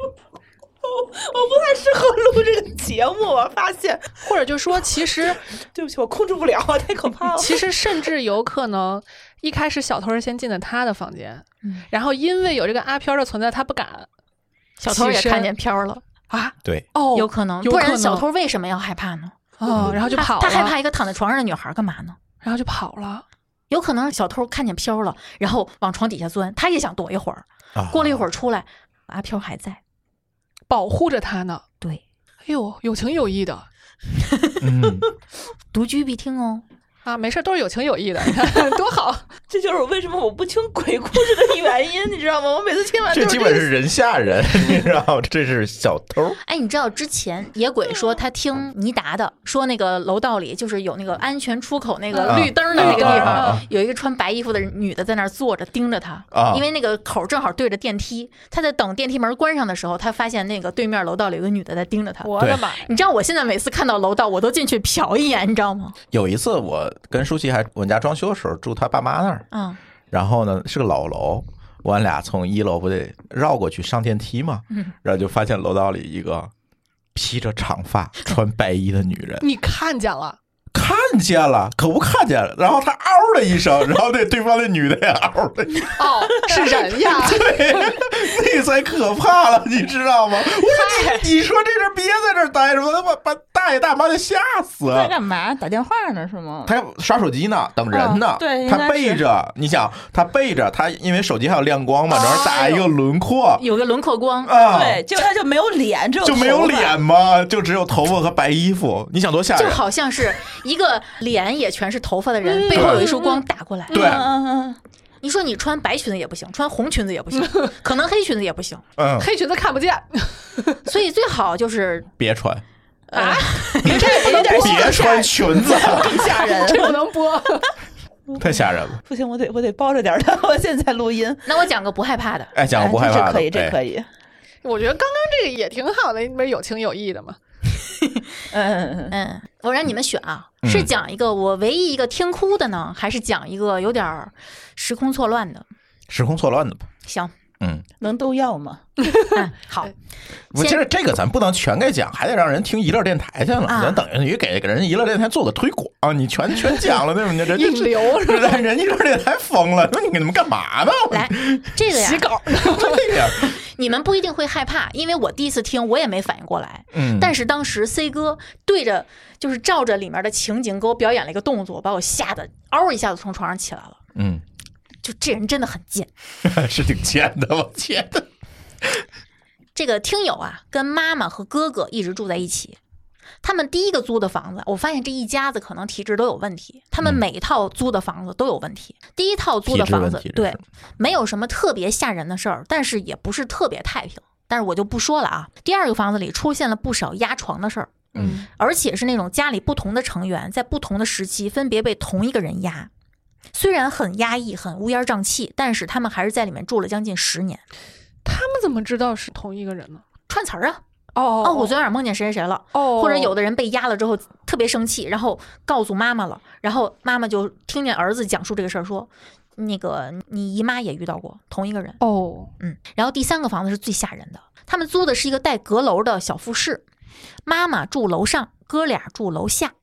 Speaker 5: 我不太适合录这个节目，我发现，
Speaker 4: 或者就说 其实
Speaker 5: 对不起，我控制不了，太可怕
Speaker 4: 其实甚至有可能，一开始小偷是先进的他的房间，
Speaker 3: 嗯
Speaker 4: 然后因为有这个阿飘的存在，他不敢
Speaker 3: 小偷也
Speaker 4: 起身
Speaker 3: 看见飘了，
Speaker 4: 啊。
Speaker 2: 对，
Speaker 4: 哦，
Speaker 3: 有可能，
Speaker 4: 有
Speaker 3: 不
Speaker 4: 可
Speaker 3: 然
Speaker 4: 能
Speaker 3: 小偷为什么要害怕呢？
Speaker 4: 哦，然后就
Speaker 3: 嗯他
Speaker 4: 跑了，
Speaker 3: 他害怕，一个躺在床上的女孩干嘛呢？
Speaker 4: 然后就跑了。
Speaker 3: 有可能小偷看见飘了，然后往床底下钻，他也想躲一会儿。
Speaker 2: 啊
Speaker 3: 过了一会儿出来，阿飘还在。
Speaker 4: 保护着他呢。
Speaker 3: 对，
Speaker 4: 哎呦，有情有义的
Speaker 2: 嗯，
Speaker 3: 独居必听哦。
Speaker 4: 啊，没事儿，都是有情有义的， 你看多好。
Speaker 5: 这就是我为什么我不听鬼故事的原因， 你知道吗？我每次听完
Speaker 2: 这
Speaker 5: 都
Speaker 2: 基
Speaker 5: 是
Speaker 2: 啊本是人吓人， 你知道吗？这是小偷，
Speaker 3: 哎，你知道之前野鬼说他听尼达的说那个楼道里就是有那个安全出口那个
Speaker 4: 嗯
Speaker 2: 啊
Speaker 3: 绿灯的那个地
Speaker 2: 啊啊
Speaker 3: 方
Speaker 2: 啊，
Speaker 3: 有一个穿白衣服的女的在那儿坐着盯着他
Speaker 2: 啊，
Speaker 3: 因为那个口正好对着电梯，他在等电梯门关上的时候，他发现那个对面楼道里有个女的在盯着他。
Speaker 4: 我
Speaker 2: 对
Speaker 4: 的妈呀！
Speaker 3: 你知道我现在每次看到楼道，我都进去瞟一眼，你知道吗？
Speaker 2: 有一次我跟舒淇还我们家装修的时候住他爸妈那儿，
Speaker 3: 嗯，
Speaker 2: 然后呢是个老楼，我俩从一楼不得绕过去上电梯嘛，
Speaker 5: 嗯
Speaker 2: 然后就发现楼道里一个披着长发、 穿白衣的女人，
Speaker 4: 你看见了，
Speaker 2: 看见了，可不看见了，然后她嗷了一声，然后那对方那女的也 嗷了一声，
Speaker 4: 哦， 是人 呀，
Speaker 2: 对，那才可怕了，你知道 吗？我说你你说这人别在这儿待着，我他妈把大爷大妈就吓死
Speaker 5: 在
Speaker 2: 了。
Speaker 5: 干嘛？打电话呢是吗？
Speaker 2: 他刷手机呢，等人呢。
Speaker 5: 哦对应该
Speaker 2: 他背着，你想，他背着他，因为手机还有亮光
Speaker 5: 哎
Speaker 2: 嘛，然后打一个轮廓
Speaker 3: 有个轮廓光，
Speaker 2: 啊，
Speaker 5: 对，就他就没有脸，只有
Speaker 2: 就没有
Speaker 5: 头发
Speaker 2: 脸吗？就只有头发和白衣服，你想多吓
Speaker 3: 就
Speaker 2: 人？
Speaker 3: 好像是一个脸也全是头发的人，背后有一束光打过来。
Speaker 2: 对，
Speaker 5: 嗯嗯嗯，
Speaker 3: 你说你穿白裙子也不行，穿红裙子也不行，可能黑裙子也不行，
Speaker 2: 嗯，
Speaker 4: 黑裙子看不 见，
Speaker 3: 所以最好就是
Speaker 2: 别穿，
Speaker 3: 啊，
Speaker 4: 你这也不能
Speaker 2: 别穿裙子，
Speaker 5: 真嗯吓人！
Speaker 4: 这不能 播。
Speaker 2: 太吓人了。
Speaker 5: 不行，我得我得包着点儿他。 我现在录音，
Speaker 3: 那我讲个不害怕的，
Speaker 2: 哎，讲
Speaker 5: 哎
Speaker 2: 个不害怕
Speaker 5: 这
Speaker 2: 的，
Speaker 5: 可以，这可
Speaker 2: 以。
Speaker 5: 以。
Speaker 4: 我觉得刚刚这个也挺好的，不是有情有义的 嘛。
Speaker 5: 嗯嗯嗯嗯，
Speaker 3: 嗯，我让你们选啊，
Speaker 2: 嗯
Speaker 3: 是讲一个我唯一一个听哭的呢，还是讲一个有点儿时空错乱的？
Speaker 2: 时空错乱的吧？
Speaker 3: 行，
Speaker 2: 嗯，
Speaker 5: 能都要吗？
Speaker 3: 嗯，好，
Speaker 2: 不，其实这个咱不能全给讲，还得让人听娱乐电台去了。
Speaker 3: 啊
Speaker 2: 咱等于给给人娱乐电台做个推广，你全全讲了，对吧？你人家
Speaker 4: 引流是
Speaker 2: 人人娱乐电台疯了，说你给你们干嘛呢？
Speaker 3: 来这个呀
Speaker 4: 洗，稿，
Speaker 2: 对呀，
Speaker 3: 你们不一定会害怕，因为我第一次听我也没反应过来，
Speaker 2: 嗯，
Speaker 3: 但是当时 C 哥对着就是照着里面的情景给我表演了一个动作，把我吓得嗷一下子从床上起来了。
Speaker 2: 嗯，
Speaker 3: 就这人真的很贱。
Speaker 2: 是挺贱的，我天呐。
Speaker 3: 这个听友啊，跟妈妈和哥哥一直住在一起。他们第一个租的房子，我发现这一家子可能体质都有问题。他们
Speaker 2: 嗯
Speaker 3: 每一套租的房子都有问题。第一套租的
Speaker 2: 体质
Speaker 3: 房
Speaker 2: 问
Speaker 3: 子
Speaker 2: 题，这
Speaker 3: 对
Speaker 2: 是，
Speaker 3: 没有什么特别吓人的事儿，但是也不是特别太平。但是我就不说了啊。第二个房子里出现了不少压床的事儿，
Speaker 2: 嗯，
Speaker 3: 而且是那种家里不同的成员在不同的时期分别被同一个人压。虽然很压抑、很乌烟瘴气，但是他们还是在里面住了将近十年。
Speaker 4: 他们怎么知道是同一个人呢？
Speaker 3: 串词儿啊！
Speaker 4: 哦
Speaker 3: 哦，我昨天晚上梦见谁谁谁了。
Speaker 4: 哦，
Speaker 3: 或者有
Speaker 4: 的
Speaker 3: 的人被压了之后特别生气，然后告诉妈妈了，然后妈妈就听见儿子讲述这个事儿，说那个你姨妈也遇到过同一个人，
Speaker 4: 哦，
Speaker 3: 嗯。然后第三个房子是最吓人的，他们租的是一个带阁楼的小复式，妈妈住楼上，哥俩住楼下。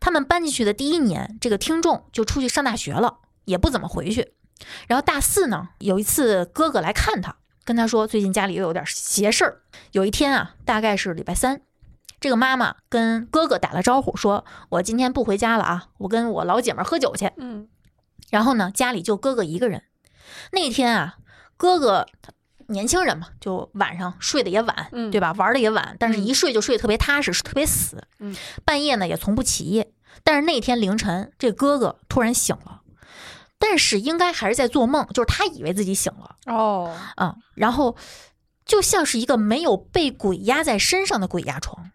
Speaker 3: 他们搬进去的第一年，这个听众就出去上大学了，也不怎么回去。然后大四呢，有一次哥哥来看他，跟他说最近家里又有点邪事儿。有一天啊，大概是礼拜三，这个妈妈跟哥哥打了招呼，说：“我今天不回家了啊，我跟我老姐们儿喝酒去。
Speaker 4: 嗯，”
Speaker 3: 然后呢，家里就哥哥一个人。那天啊，哥哥他年轻人嘛，就晚上睡得也晚，
Speaker 4: 嗯
Speaker 3: 对吧？玩的也晚，但是
Speaker 4: 嗯
Speaker 3: 一睡就睡得特别踏实，特别死。
Speaker 4: 嗯
Speaker 3: 半夜呢也从不起夜。但是那天凌晨，这哥哥突然醒了，但是应该还是在做梦，就是他以为自己醒了
Speaker 4: 哦，
Speaker 3: 啊、然后就像是一个没有被鬼压在身上的鬼压床，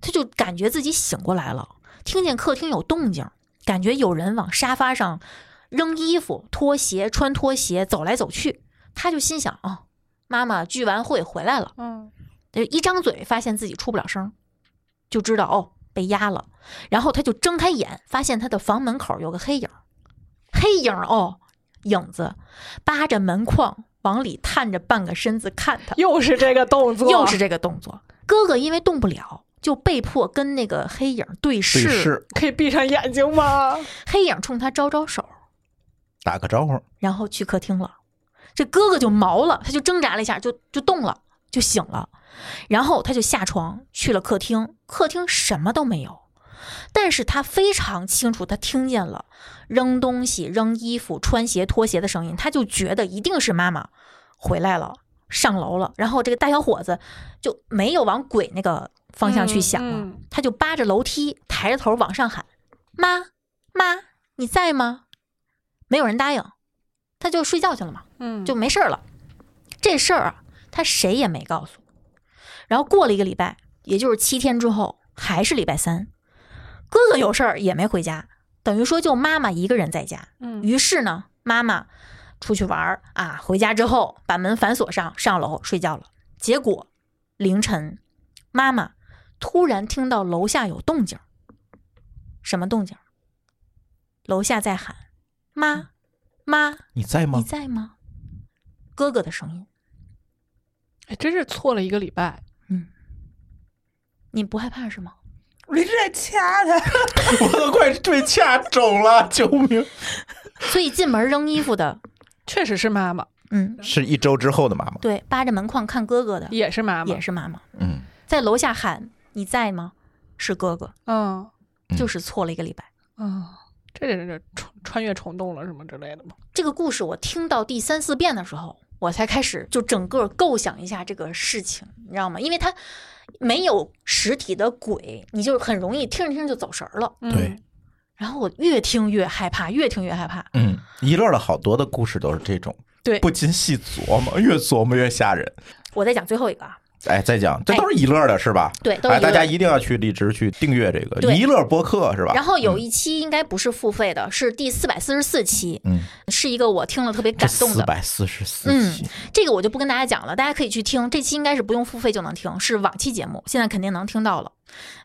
Speaker 3: 他就感觉自己醒过来了，听见客厅有动静，感觉有人往沙发上扔衣服、拖鞋、穿拖鞋走来走去，他就心想哦，妈妈聚完会回来了。
Speaker 4: 嗯，
Speaker 3: 呃，一张嘴发现自己出不了声儿，就知道哦被压了。然后他就睁开眼，发现他的房门口有个黑影儿，黑影儿哦，影子扒着门框往里探着半个身子看他，
Speaker 4: 又是这个动作，
Speaker 3: 又是这个动作。哥哥因为动不了，就被迫跟那个黑影儿对视，
Speaker 2: 对视，
Speaker 4: 可以闭上眼睛吗？
Speaker 3: 黑影儿冲他招招手，
Speaker 2: 打个招呼，
Speaker 3: 然后去客厅了。这哥哥就毛了，他就挣扎了一下，就就动了，就醒了。然后他就下床去了客厅，客厅什么都没有，但是他非常清楚，他听见了扔东西、扔衣服、穿鞋、脱鞋的声音，他就觉得一定是妈妈回来了，上楼了。然后这个大小伙子就没有往鬼那个方向去想啊了，
Speaker 4: 嗯嗯
Speaker 3: 他就扒着楼梯，抬着头往上喊：“妈，妈，你在吗？”没有人答应，他就睡觉去了嘛。
Speaker 4: 嗯
Speaker 3: 就没事儿了。这事儿啊，他谁也没告诉。然后过了一个礼拜，也就是七天之后，还是礼拜三，哥哥有事儿也没回家，等于说就妈妈一个人在家。
Speaker 4: 嗯
Speaker 3: 于是呢，妈妈出去玩儿啊，回家之后把门反锁上，上楼睡觉了。结果凌晨，妈妈突然听到楼下有动静儿，什么动静儿？楼下在喊：“妈，妈！”
Speaker 1: 你在
Speaker 3: 你
Speaker 1: 吗？
Speaker 3: 在吗？哥哥的声音，
Speaker 4: 哎真是错了一个礼拜，
Speaker 3: 你不害怕是吗？
Speaker 5: 我一直在掐他，
Speaker 2: 我都快被掐肿了，救命！
Speaker 3: 所以进门扔衣服 的，
Speaker 4: 确实是妈妈，
Speaker 3: 嗯，
Speaker 2: 是一周之后的妈妈，
Speaker 3: 对，扒着门框看哥哥的
Speaker 4: 也是妈妈
Speaker 3: 也，是妈妈，
Speaker 2: 嗯，
Speaker 3: 在楼下喊你在吗？是哥哥，
Speaker 4: 嗯
Speaker 2: 嗯
Speaker 3: 就是错了一个礼拜。
Speaker 4: 嗯，这人这穿穿越虫洞了什么之类的吗？
Speaker 3: 这个故事我听到第三四遍的时候，我才开始就整个构想一下这个事情，你知道吗？因为他没有实体的鬼，你就很容易听着听着就走神儿
Speaker 4: 嗯
Speaker 3: 了。
Speaker 2: 对，
Speaker 3: 然后我越听越害怕，越听越害怕。
Speaker 2: 嗯，一乐的好多的故事都是这种，
Speaker 3: 对
Speaker 2: 不禁细琢磨，越琢磨越吓人。
Speaker 3: 我再讲最后一个啊，
Speaker 2: 哎，再讲，这都是一乐的是吧？
Speaker 3: 对，都是
Speaker 2: 哎，
Speaker 3: 一个
Speaker 2: 大家一定要去荔枝去订阅这个
Speaker 3: 对
Speaker 2: 一乐播客是吧？
Speaker 3: 然后有
Speaker 2: 嗯
Speaker 3: 一期应该不是付费的，是第四百四十四期，
Speaker 2: 嗯，
Speaker 3: 是一个我听了特别感动
Speaker 2: 四
Speaker 3: 的。
Speaker 2: 百四十四
Speaker 3: 嗯
Speaker 2: 期，
Speaker 3: 这个我就不跟大家讲了，大家可以去听。这期应该是不用付费就能听，是往期节目，现在肯定能听到了，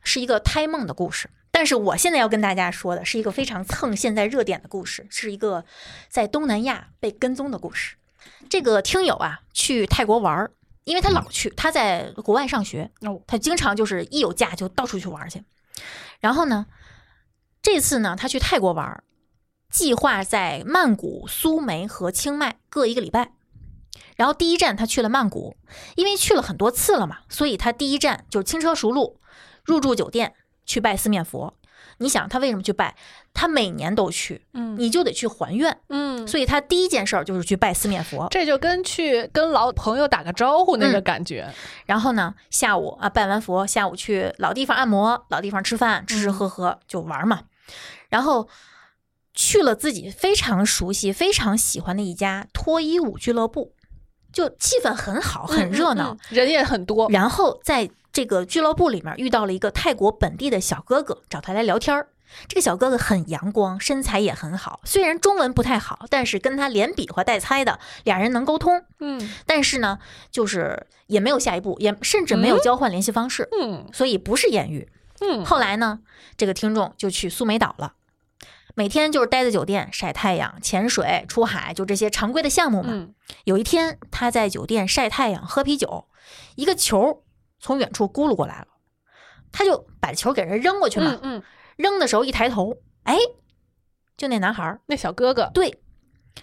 Speaker 3: 是一个胎梦的故事。但是我现在要跟大家说的是一个非常蹭现在热点的故事，是一个在东南亚被跟踪的故事。这个听友啊，去泰国玩儿，因为他老去，他在国外上学，
Speaker 4: 哦
Speaker 3: 他经常就是一有假就到处去玩儿去。然后呢，这次呢，他去泰国玩儿，计划在曼谷、苏梅和清迈各一个礼拜。然后第一站他去了曼谷，因为去了很多次了嘛，所以他第一站就是轻车熟路，入住酒店去拜四面佛。你想他为什么去拜？他每年都去，
Speaker 4: 嗯
Speaker 3: 你就得去还愿。
Speaker 4: 嗯，
Speaker 3: 所以他第一件事儿就是去拜四面佛。
Speaker 4: 这就跟去跟老朋友打个招呼那个
Speaker 3: 嗯
Speaker 4: 感觉，
Speaker 3: 然后呢，下午啊拜完佛，下午去老地方按摩，老地方吃饭，吃
Speaker 4: 嗯
Speaker 3: 吃喝喝就玩嘛。然后去了自己非常熟悉、非常喜欢的一家脱衣舞俱乐部，就气氛很好，很热闹。
Speaker 4: 嗯，嗯人也很多，
Speaker 3: 然后在这个俱乐部里面遇到了一个泰国本地的小哥哥，找他来聊天儿。这个小哥哥很阳光，身材也很好，虽然中文不太好，但是跟他连比划带猜的，俩人能沟通。
Speaker 4: 嗯
Speaker 3: 但是呢，就是也没有下一步，也甚至没有交换联系方式，
Speaker 4: 嗯
Speaker 3: 所以不是艳遇。
Speaker 4: 嗯，
Speaker 3: 后来呢，这个听众就去苏梅岛了，每天就是待在酒店晒太阳、潜水、出海，就这些常规的项目嘛。
Speaker 4: 嗯
Speaker 3: 有一天，他在酒店晒太阳、喝啤酒，一个球从远处咕噜过来了，他就把球给人扔过去嘛。
Speaker 4: 嗯嗯，
Speaker 3: 扔的时候一抬头，哎，就那男孩儿，
Speaker 4: 那小哥哥
Speaker 3: 对，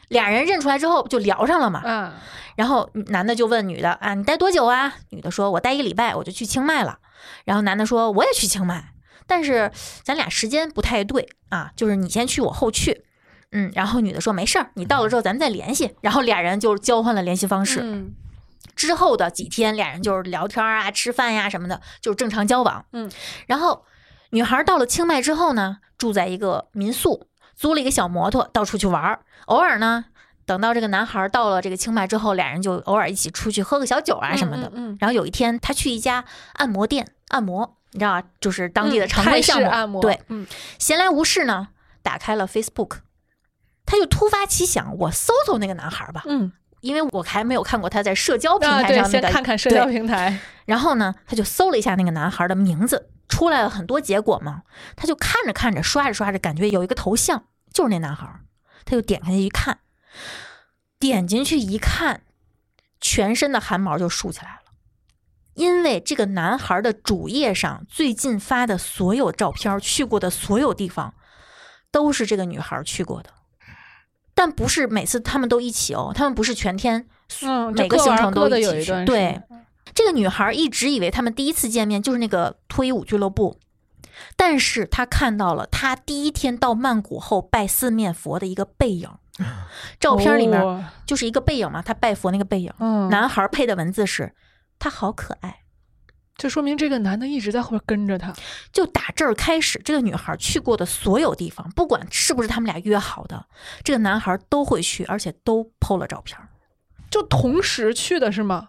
Speaker 3: 俩人认出来之后就聊上了嘛。
Speaker 4: 啊，
Speaker 3: 然后男的就问女的啊，你待多久啊？女的说，我待一礼拜，我就去清迈了。然后男的说，我也去清迈，但是咱俩时间不太对啊，就是你先去，我后去。嗯，然后女的说没事儿，你到了之后咱们再联系。然后俩人就交换了联系方式。
Speaker 4: 嗯
Speaker 3: 之后的几天，俩人就是聊天啊、吃饭呀、什么的，就是正常交往。
Speaker 4: 嗯，
Speaker 3: 然后女孩到了清迈之后呢，住在一个民宿，租了一个小摩托到处去玩儿。偶尔呢，等到这个男孩到了这个清迈之后，俩人就偶尔一起出去喝个小酒啊什么的。
Speaker 4: 嗯嗯嗯
Speaker 3: 然后有一天，他去一家按摩店按摩，你知道吧？就是当地的常规
Speaker 4: 泰式
Speaker 3: 项目、
Speaker 4: 嗯按摩，
Speaker 3: 对，
Speaker 4: 嗯，
Speaker 3: 闲来无事呢，打开了 Facebook，他就突发奇想，我搜搜那个男孩吧，
Speaker 4: 嗯，
Speaker 3: 因为我还没有看过他在社交平
Speaker 4: 啊，
Speaker 3: 台
Speaker 4: 对，
Speaker 3: 上那
Speaker 4: 先
Speaker 3: 个。
Speaker 4: 看看社
Speaker 3: 对
Speaker 4: 交平台，
Speaker 3: 然后呢，他就搜了一下那个男孩的名字，出来了很多结果嘛。他就看着看着，刷着刷着，感觉有一个头像就是那男孩儿，他就点开去一看，点进去一看，全身的汗毛就竖起来了。因为这个男孩的主页上最近发的所有照片，去过的所有地方，都是这个女孩去过的，但不是每次他们都一起哦，他们不是全天，
Speaker 4: 嗯就
Speaker 3: 每个
Speaker 4: 各
Speaker 3: 行
Speaker 4: 玩
Speaker 3: 程
Speaker 4: 各
Speaker 3: 都
Speaker 4: 的
Speaker 3: 一
Speaker 4: 有
Speaker 3: 起
Speaker 4: 一
Speaker 3: 去
Speaker 4: 段时
Speaker 3: 对
Speaker 4: 间，
Speaker 3: 这个女孩一直以为他们第一次见面就是那个脱衣舞俱乐部，但是她看到了她第一天到曼谷后拜四面佛的一个背影，照片里面
Speaker 4: 哦
Speaker 3: 就是一个背影嘛，她拜佛那个背影，
Speaker 4: 嗯，
Speaker 3: 男孩配的文字是“他好可爱
Speaker 4: 就说明这个男的一直在后边跟着他，”。
Speaker 3: 就打这儿开始，这个女孩去过的所有地方，不管是不是他们俩约好的，这个男孩都会去，而且都 PO 了照片。
Speaker 4: 就同时去的是吗？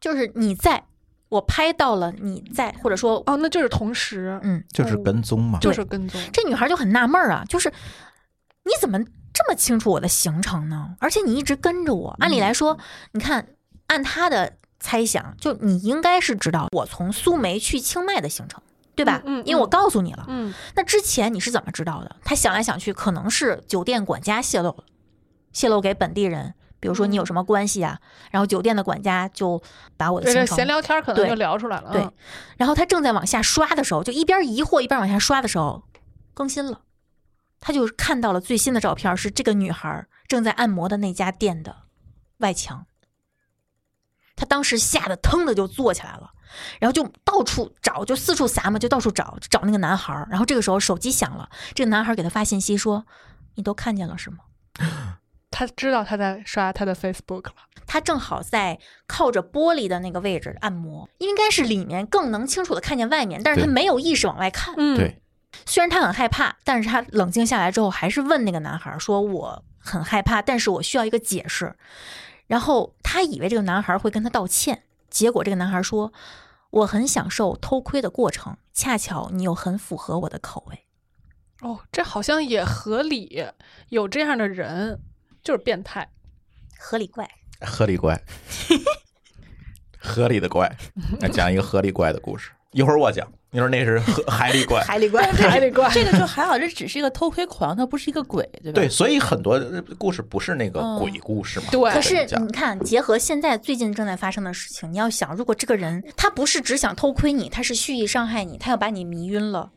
Speaker 3: 就是你在，我拍到了你在，或者说，
Speaker 4: 哦，那就是同时，
Speaker 3: 嗯，
Speaker 1: 就是跟踪嘛。
Speaker 4: 就是跟踪，
Speaker 3: 这女孩就很纳闷儿啊，就是你怎么这么清楚我的行程呢？而且你一直跟着我，按
Speaker 4: 嗯
Speaker 3: 理来说，你看，按她的猜想，就你应该是知道我从苏梅去清迈的行程，对吧？
Speaker 4: 嗯嗯嗯
Speaker 3: 因为我告诉你了。
Speaker 4: 嗯，
Speaker 3: 那之前你是怎么知道的？她想来想去，可能是酒店管家泄露了，泄露给本地人。比如说
Speaker 4: 嗯
Speaker 3: 你有什么关系啊，然后酒店的管家就把我的
Speaker 4: 对
Speaker 3: 行
Speaker 4: 这
Speaker 3: 程
Speaker 4: 呃闲聊天可能
Speaker 3: 对
Speaker 4: 就聊出来了，
Speaker 3: 对
Speaker 4: 嗯，
Speaker 3: 然后他正在往下刷的时候，就一边疑惑一边往下刷的时候，更新了，他就看到了最新的照片，是这个女孩正在按摩的那家店的外墙。他当时吓得腾的就坐起来了，然后就到处找，就四处撒嘛，就到处找找那个男孩儿。然后这个时候手机响了，这个男孩儿给他发信息说：“你都看见了是吗？”
Speaker 4: 他知道他在刷他的 Facebook 了，
Speaker 3: 他正好在靠着玻璃的那个位置按摩，应该是里面更能清楚的看见外面，但是他
Speaker 1: 对
Speaker 3: 没有意识往外看。
Speaker 4: 嗯，
Speaker 1: 对，
Speaker 3: 虽然他很害怕，但是他冷静下来之后，还是问那个男孩说：“我很害怕，但是我需要一个解释。”然后他以为这个男孩会跟他道歉，结果这个男孩说：“我很享受偷窥的过程，恰巧你又很符合我的口味。
Speaker 4: 哦，这好像也合理，有这样的人就是变态，”
Speaker 3: 合理怪，
Speaker 2: 合 理怪，合理的怪，那讲一个合理怪的故事。一会儿我讲，一会儿那是合 海里怪，
Speaker 3: 海里怪，
Speaker 4: 还得怪，
Speaker 5: 这个就还好，这只是一个偷窥狂，他不是一个鬼，对吧？
Speaker 2: 对，所以很多呃故事不是那个鬼故事嘛。
Speaker 4: 对
Speaker 3: 嗯可是嗯
Speaker 2: 讲
Speaker 3: 你看，结合现在最近正在发生的事情，你要想，如果这个人他不是只想偷窥你，他是蓄意伤害你，他要把你迷晕了，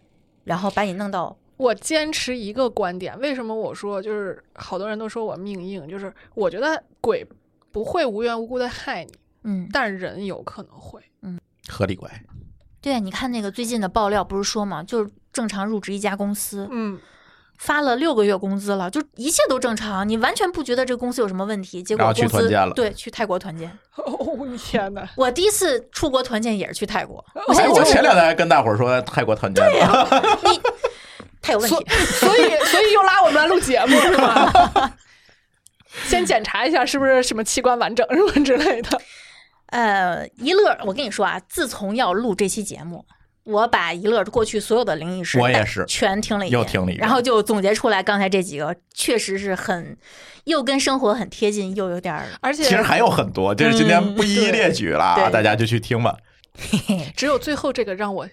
Speaker 3: 然后把你弄到
Speaker 4: 我坚持一个观点，为什么我说就是好多人都说我命硬，就是我觉得鬼不会无缘无故的害你，
Speaker 3: 嗯，
Speaker 4: 但人有可能会。
Speaker 2: 合理怪，
Speaker 3: 对啊，你看那个最近的爆料不是说嘛，就是正常入职一家公司，
Speaker 4: 嗯，
Speaker 3: 发了六个月工资了，就一切都正常，啊你完全不觉得这个公司有什么问题。结
Speaker 2: 然
Speaker 3: 果
Speaker 2: 后去
Speaker 3: 公司
Speaker 2: 团建了
Speaker 3: 对，去泰国团建。
Speaker 4: 哦，你天哪！
Speaker 3: 我第一次出国团建也是去泰 国，我现
Speaker 2: 哎，
Speaker 3: 在
Speaker 2: 我
Speaker 3: 就
Speaker 2: 前
Speaker 3: 是
Speaker 2: 两天还跟大伙儿说泰国团建了，
Speaker 3: 你太有问
Speaker 4: 所
Speaker 3: 题。
Speaker 4: 所以所以又拉我们来录节目是吗？ 先检查一下是不是什么器官完整什么之类的。
Speaker 3: 呃，一乐，我跟你说啊，自从要录这期节目。我把一乐过去所有的灵异事，
Speaker 2: 我也是
Speaker 3: 全听了一
Speaker 2: 又
Speaker 3: 遍，
Speaker 2: 听了一遍
Speaker 3: 然后就总结出来刚才这几个，确实是很，又跟生活很贴近，又有点儿
Speaker 4: 而且
Speaker 2: 其实还有很多，就是今天不一一列举了啊，
Speaker 3: 嗯对
Speaker 2: 大家就去听吧。
Speaker 4: 只有最后这个让我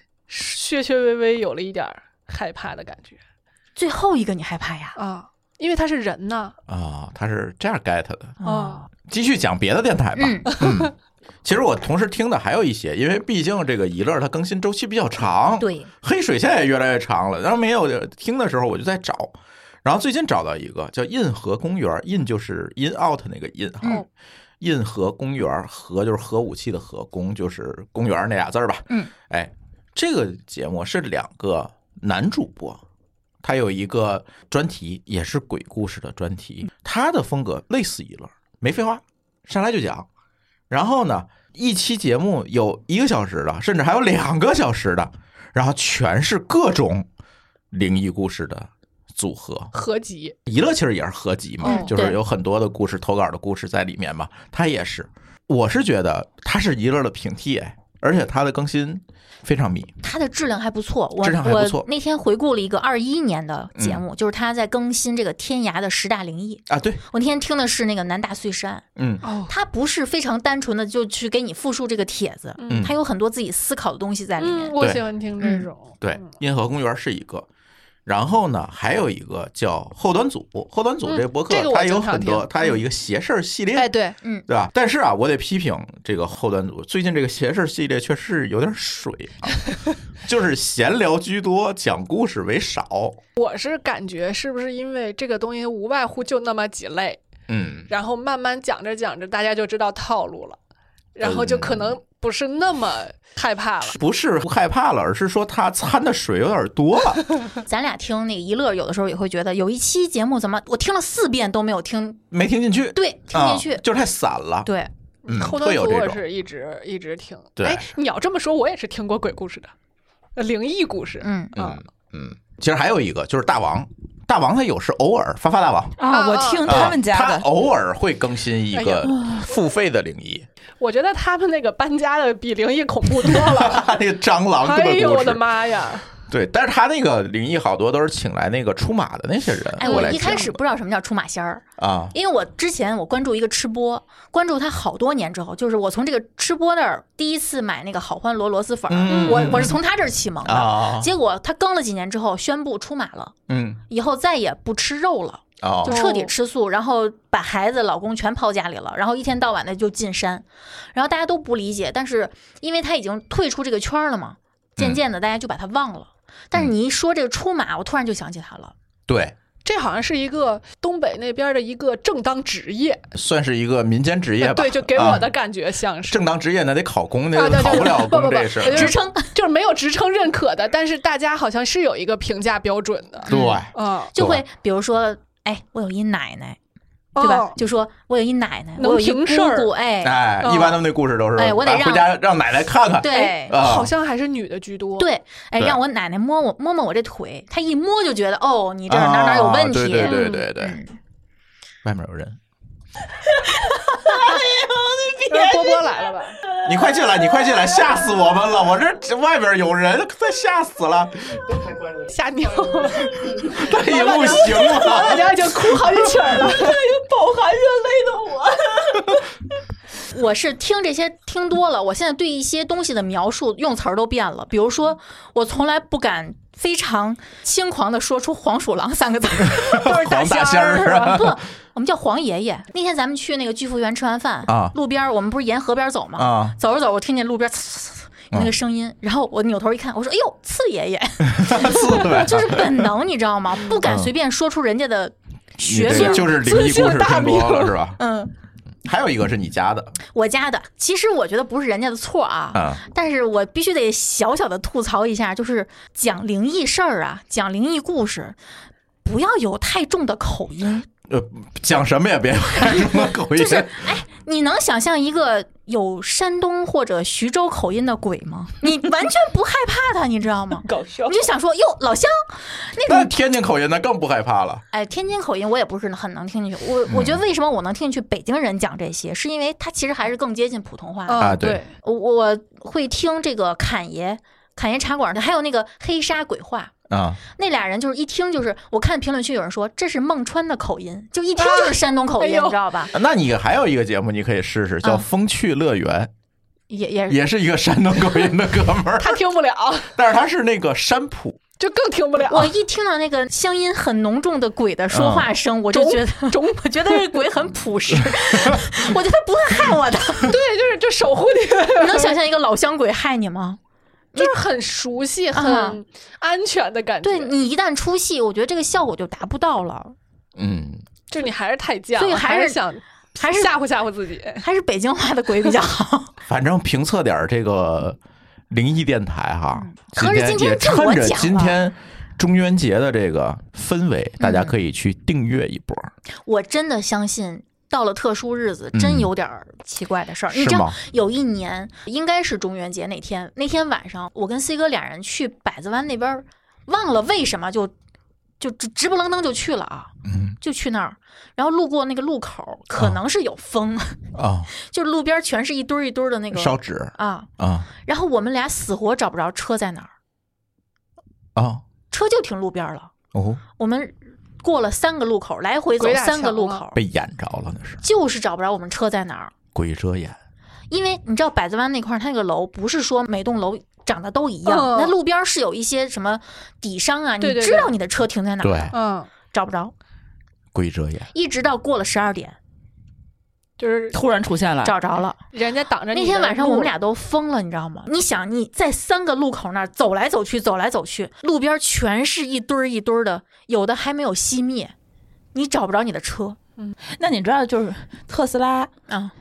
Speaker 4: 略略微微有了一点儿害怕的感觉
Speaker 3: 最后一个你害怕呀？
Speaker 4: 啊，因为他是人呐
Speaker 2: 啊，他是这样 get 的。
Speaker 4: 啊，
Speaker 2: 继续讲别的电台吧。
Speaker 3: 嗯
Speaker 2: 嗯，其实我同时听的还有一些，因为毕竟这个一乐它更新周期比较长，
Speaker 3: 对，
Speaker 2: 黑水线也越来越长了。然后没有听的时候，我就在找，然后最近找到一个叫印河公园，印就是 in out 那个印哈
Speaker 3: 嗯，
Speaker 2: 印河公园，河就是核武器的核，公就是公园那俩字儿吧。
Speaker 3: 嗯，
Speaker 2: 哎，这个节目是两个男主播。他有一个专题，也是鬼故事的专题，他的风格类似一乐，没废话，上来就讲。然后呢，一期节目有一个小时的，甚至还有两个小时的，然后全是各种灵异故事的组合。
Speaker 4: 合集，
Speaker 2: 娱乐其实也是合集嘛，
Speaker 3: 嗯
Speaker 2: 就是
Speaker 3: 对
Speaker 2: 有很多的故事投稿的故事在里面嘛。它也是，我是觉得它是娱乐的平替，哎，而且它的更新非常密。
Speaker 3: 它的质量还不错。我
Speaker 2: 质量还不错嗯
Speaker 3: 我那天回顾了一个二一年的节目，就是他在更新这个《天涯的十大灵异》。
Speaker 2: 啊，对，
Speaker 3: 我那天听的是那个南大碎尸案，
Speaker 2: 嗯
Speaker 4: 哦，
Speaker 3: 他不是非常单纯的就去给你复述这个帖子，
Speaker 2: 嗯
Speaker 3: 他，有很多自己思考的东西在里面。
Speaker 4: 嗯，我
Speaker 2: 对
Speaker 4: 喜欢听这种，嗯
Speaker 2: 对，银河公园是一个。然后呢，还有一个叫后端组，后端组
Speaker 4: 嗯
Speaker 2: 这个博客、
Speaker 4: 这个我
Speaker 2: 它有
Speaker 4: 经常
Speaker 2: 很多，
Speaker 4: 听嗯
Speaker 2: 它有一个邪事儿系列，
Speaker 4: 哎，对，
Speaker 2: 对吧？但是啊，我得批评这个后端组，最近这个闲事儿系列确实有点水 啊，就是闲聊居多，讲故事为少。
Speaker 4: 我是感觉是不是因为这个东西无外乎就那么几类，
Speaker 2: 嗯，
Speaker 4: 然后慢慢讲着讲着，大家就知道套路了，然后就可能不是那么害怕了。
Speaker 2: 不是不害怕了，而是说他掺的水有点多了，
Speaker 3: 咱俩听那个一乐，有的时候也会觉得有一期节目怎么我听了四遍都没有听
Speaker 2: 没听进去，
Speaker 3: 对，听进去。
Speaker 2: 啊就是太散了。
Speaker 3: 对，
Speaker 2: 嗯，
Speaker 4: 后端
Speaker 2: 会有
Speaker 4: 组
Speaker 2: 这
Speaker 4: 我
Speaker 2: 种。
Speaker 4: 是一直一直听，
Speaker 2: 对
Speaker 4: 哎，你要这么说，我也是听过鬼故事的，呃灵异故事，
Speaker 3: 嗯，
Speaker 4: 啊
Speaker 2: 嗯嗯，其实还有一个就是大王，大王他有时偶尔发发大王。
Speaker 5: 啊，我
Speaker 3: 嗯
Speaker 4: 啊
Speaker 5: 听
Speaker 2: 啊
Speaker 5: 他们家的
Speaker 2: 他偶尔会更新一个
Speaker 3: 哎
Speaker 2: 付费的灵异，
Speaker 4: 我觉得他们那个搬家的比灵异恐怖多了。
Speaker 2: 他那个蟑螂的
Speaker 4: 哎呦
Speaker 2: 故
Speaker 4: 我的
Speaker 2: 事，
Speaker 4: 妈呀！
Speaker 2: 对，但是他那个灵异好多都是请来那个出马的那些人
Speaker 3: 哎，
Speaker 2: 过
Speaker 3: 我
Speaker 2: 来
Speaker 3: 一开
Speaker 2: 讲
Speaker 3: 始
Speaker 2: 的
Speaker 3: 不知道什么叫出马仙儿，
Speaker 2: 啊，
Speaker 3: 因为我之前我关注一个吃播，关注他好多年之后，就是我从这个吃播那儿第一次买那个好欢螺螺蛳粉儿，
Speaker 2: 嗯
Speaker 3: 我我是从他这儿启蒙的。
Speaker 2: 啊，
Speaker 3: 结果他更了几年之后宣布出马了，
Speaker 2: 嗯
Speaker 3: 以后再也不吃肉了，
Speaker 2: 哦
Speaker 3: 就，彻底吃素，然后把孩子、老公全抛家里了，然后一天到晚的就进山，然后大家都不理解，但是因为他已经退出这个圈儿了嘛，
Speaker 2: 嗯
Speaker 3: 渐渐的大家就把他忘了。但是你一说这个出马，我突然就想起他 了。
Speaker 2: 对，
Speaker 4: 这好像是一个东北那边的一个正当职业，呃
Speaker 2: 算是一个民间职业吧，
Speaker 4: 对，就给我的
Speaker 2: 啊
Speaker 4: 感觉像是。
Speaker 2: 正当职业那得考公，那
Speaker 4: 啊对
Speaker 2: 个
Speaker 4: 对
Speaker 2: 考不了
Speaker 4: 不不
Speaker 2: 公
Speaker 4: 不
Speaker 2: 这是，
Speaker 4: 就是
Speaker 3: 职 称
Speaker 4: 就是没有职称认可的，但是大家好像是有一个评价标准的，
Speaker 2: 对，
Speaker 4: 嗯，
Speaker 3: 就
Speaker 2: 对
Speaker 3: 会比如说，哎，我有一奶奶，对吧？
Speaker 4: 哦
Speaker 3: 就说我有一奶奶，
Speaker 4: 能
Speaker 3: 我有一
Speaker 4: 平
Speaker 3: 姑
Speaker 4: 事儿
Speaker 3: 姑，哎，
Speaker 2: 哎，
Speaker 4: 嗯
Speaker 2: 一般他们那故事都是，
Speaker 3: 哎我得
Speaker 2: 啊
Speaker 3: 让
Speaker 2: 回家让奶奶看看，
Speaker 3: 对。
Speaker 2: 啊
Speaker 4: 哎好像还是女的居多。，
Speaker 3: 对，哎，
Speaker 2: 对
Speaker 3: 让我奶奶摸我摸摸我这腿，她一摸就觉得哦，你这儿哪儿哪儿有问题。
Speaker 2: 啊对对对对对，
Speaker 3: 嗯
Speaker 2: 外面有人，
Speaker 4: 呃波波来了吧？
Speaker 2: 你快进来，你快进来，吓死我们了！我这这外边有人，快吓死了，
Speaker 4: 吓尿了，
Speaker 2: 这也不行
Speaker 4: 大
Speaker 2: 啊！
Speaker 4: 家已经哭好几曲儿 了。
Speaker 3: 我是听这些听多了，我现在对一些东西的描述用词儿都变了。比如说，我从来不敢非常轻狂的说出“黄鼠狼”三个字儿，
Speaker 4: 都是
Speaker 2: 黄大
Speaker 4: 仙
Speaker 2: 仙
Speaker 4: 儿
Speaker 2: 儿
Speaker 4: 是 吧？
Speaker 3: 不，我们叫黄爷爷。那天咱们去那个巨富园吃完饭
Speaker 2: 啊
Speaker 3: 路边儿我们不是沿河边儿走吗？
Speaker 2: 啊，
Speaker 3: 走着走着，我听见路边呲呲呲
Speaker 2: 嗯
Speaker 3: 有那个声音，然后我扭头一看，我说：“哎呦，刺爷 爷！”
Speaker 2: 啊刺猬，
Speaker 3: 就是本能，你知道吗？不敢随便说出人家的学
Speaker 2: 你
Speaker 3: 术。
Speaker 2: 这个就是灵异故事听多了是吧？
Speaker 3: 嗯，
Speaker 2: 还有一个是你家的
Speaker 3: 我家的，其实我觉得不是人家的错啊，
Speaker 2: 啊，
Speaker 3: 但是我必须得小小的吐槽一下，就是讲灵异事儿啊，讲灵异故事。不要有太重的口音，
Speaker 2: 呃，讲什么也别看什么口音
Speaker 3: 就，是哎，你能想象一个有山东或者徐州口音的鬼吗？你完全不害怕他，你知道吗？
Speaker 5: 搞笑
Speaker 3: 你就想说，哟，老乡，那种
Speaker 2: 那天津口音那更不害怕了。
Speaker 3: 哎，天津口音我也不是很能听进去。我我觉得为什么我能听进去北京人讲这些，是因为他其实还是更接近普通话的。
Speaker 2: 啊
Speaker 4: 啊
Speaker 2: 对
Speaker 4: 对，
Speaker 3: 我我会听这个侃爷、侃爷茶馆的，还有那个黑沙鬼话。
Speaker 2: 啊，
Speaker 3: 那俩人就是一听就是，我看评论区有人说这是孟川的口音，就一听就是山东口
Speaker 4: 哎
Speaker 3: 音，
Speaker 4: 呦
Speaker 3: 你知道吧？
Speaker 2: 那你还有一个节目你可以试试，叫《
Speaker 3: 嗯
Speaker 2: 风趣乐园
Speaker 3: 也也》，
Speaker 2: 也是一个山东口音的哥 们儿，
Speaker 4: 他听不了，
Speaker 2: 但是他是那个山普，
Speaker 4: 就更听不了。
Speaker 3: 我一听到那个乡音很浓重的鬼的说话声，我就觉得，我觉得这鬼很朴 实，我觉得不会害我的。
Speaker 4: 对，就是就守护你，
Speaker 3: 你能想象一个老乡鬼害你吗？
Speaker 4: 就是很熟悉、很
Speaker 3: 啊
Speaker 4: 安全的感觉。
Speaker 3: 对，你一旦出戏，我觉得这个效果就达不到了。
Speaker 2: 嗯，
Speaker 4: 就你还是太犟了，
Speaker 3: 所以还
Speaker 4: 还
Speaker 3: 是
Speaker 4: 想
Speaker 3: 还是
Speaker 4: 吓唬吓唬自己。
Speaker 3: 还是北京话的鬼比较好。
Speaker 2: 反正评测点儿这个灵异电台哈，
Speaker 3: 嗯合着今天
Speaker 2: 也
Speaker 3: 就
Speaker 2: 趁
Speaker 3: 我
Speaker 2: 着
Speaker 3: 讲
Speaker 2: 今
Speaker 3: 了
Speaker 2: 天中元节的这个氛围，大
Speaker 3: 嗯
Speaker 2: 家可以去订阅一波，
Speaker 3: 我真的相信，到了特殊日子，
Speaker 2: 嗯
Speaker 3: 真有点儿奇怪的事儿。你
Speaker 2: 是
Speaker 3: 知道，
Speaker 2: 吗？
Speaker 3: 有一年应该是中元节那天，那天晚上我跟 C 哥俩人去百子湾那边儿，忘了为什么就。就直直不愣登就去了啊，
Speaker 2: 嗯
Speaker 3: 就去那儿，然后路过那个路口，可能是有风，
Speaker 2: 啊，
Speaker 3: 就是路边全是一堆儿一堆儿的那个
Speaker 2: 烧纸
Speaker 3: 啊，
Speaker 2: 啊
Speaker 3: 然后我们俩死活找不着车在哪儿，
Speaker 2: 啊
Speaker 3: 车就停路边儿了，
Speaker 2: 哦，
Speaker 3: 我们过了三个路口，来回走
Speaker 4: 鬼打
Speaker 3: 三个
Speaker 4: 墙啊
Speaker 3: 路
Speaker 4: 了
Speaker 3: 口，
Speaker 2: 被演着了那是
Speaker 3: 就是找不着我们车在哪儿。
Speaker 2: 鬼遮眼
Speaker 3: 因为你知道百子湾那块儿，它那个楼不是说每栋楼长得都一样，
Speaker 4: 嗯
Speaker 3: 那路边儿是有一些什么底商啊，
Speaker 4: 对对
Speaker 3: 你知
Speaker 4: 对
Speaker 3: 道你的车停在哪儿，啊
Speaker 2: 对
Speaker 4: 嗯，
Speaker 3: 找不着，
Speaker 2: 鬼遮眼，
Speaker 3: 一直到过了十二点
Speaker 4: 就是
Speaker 5: 突然出 现了，
Speaker 3: 找着了。
Speaker 4: 人家挡着你
Speaker 3: 那
Speaker 4: 的
Speaker 3: 天晚上我们
Speaker 4: 路
Speaker 3: 俩都疯了，你知道吗？你想你在三个路口那儿走来走去，走来走去，路边全是一堆儿一堆儿的，有的还没有熄灭，你找不着你的车
Speaker 5: 那你知道就是特斯拉
Speaker 3: 啊！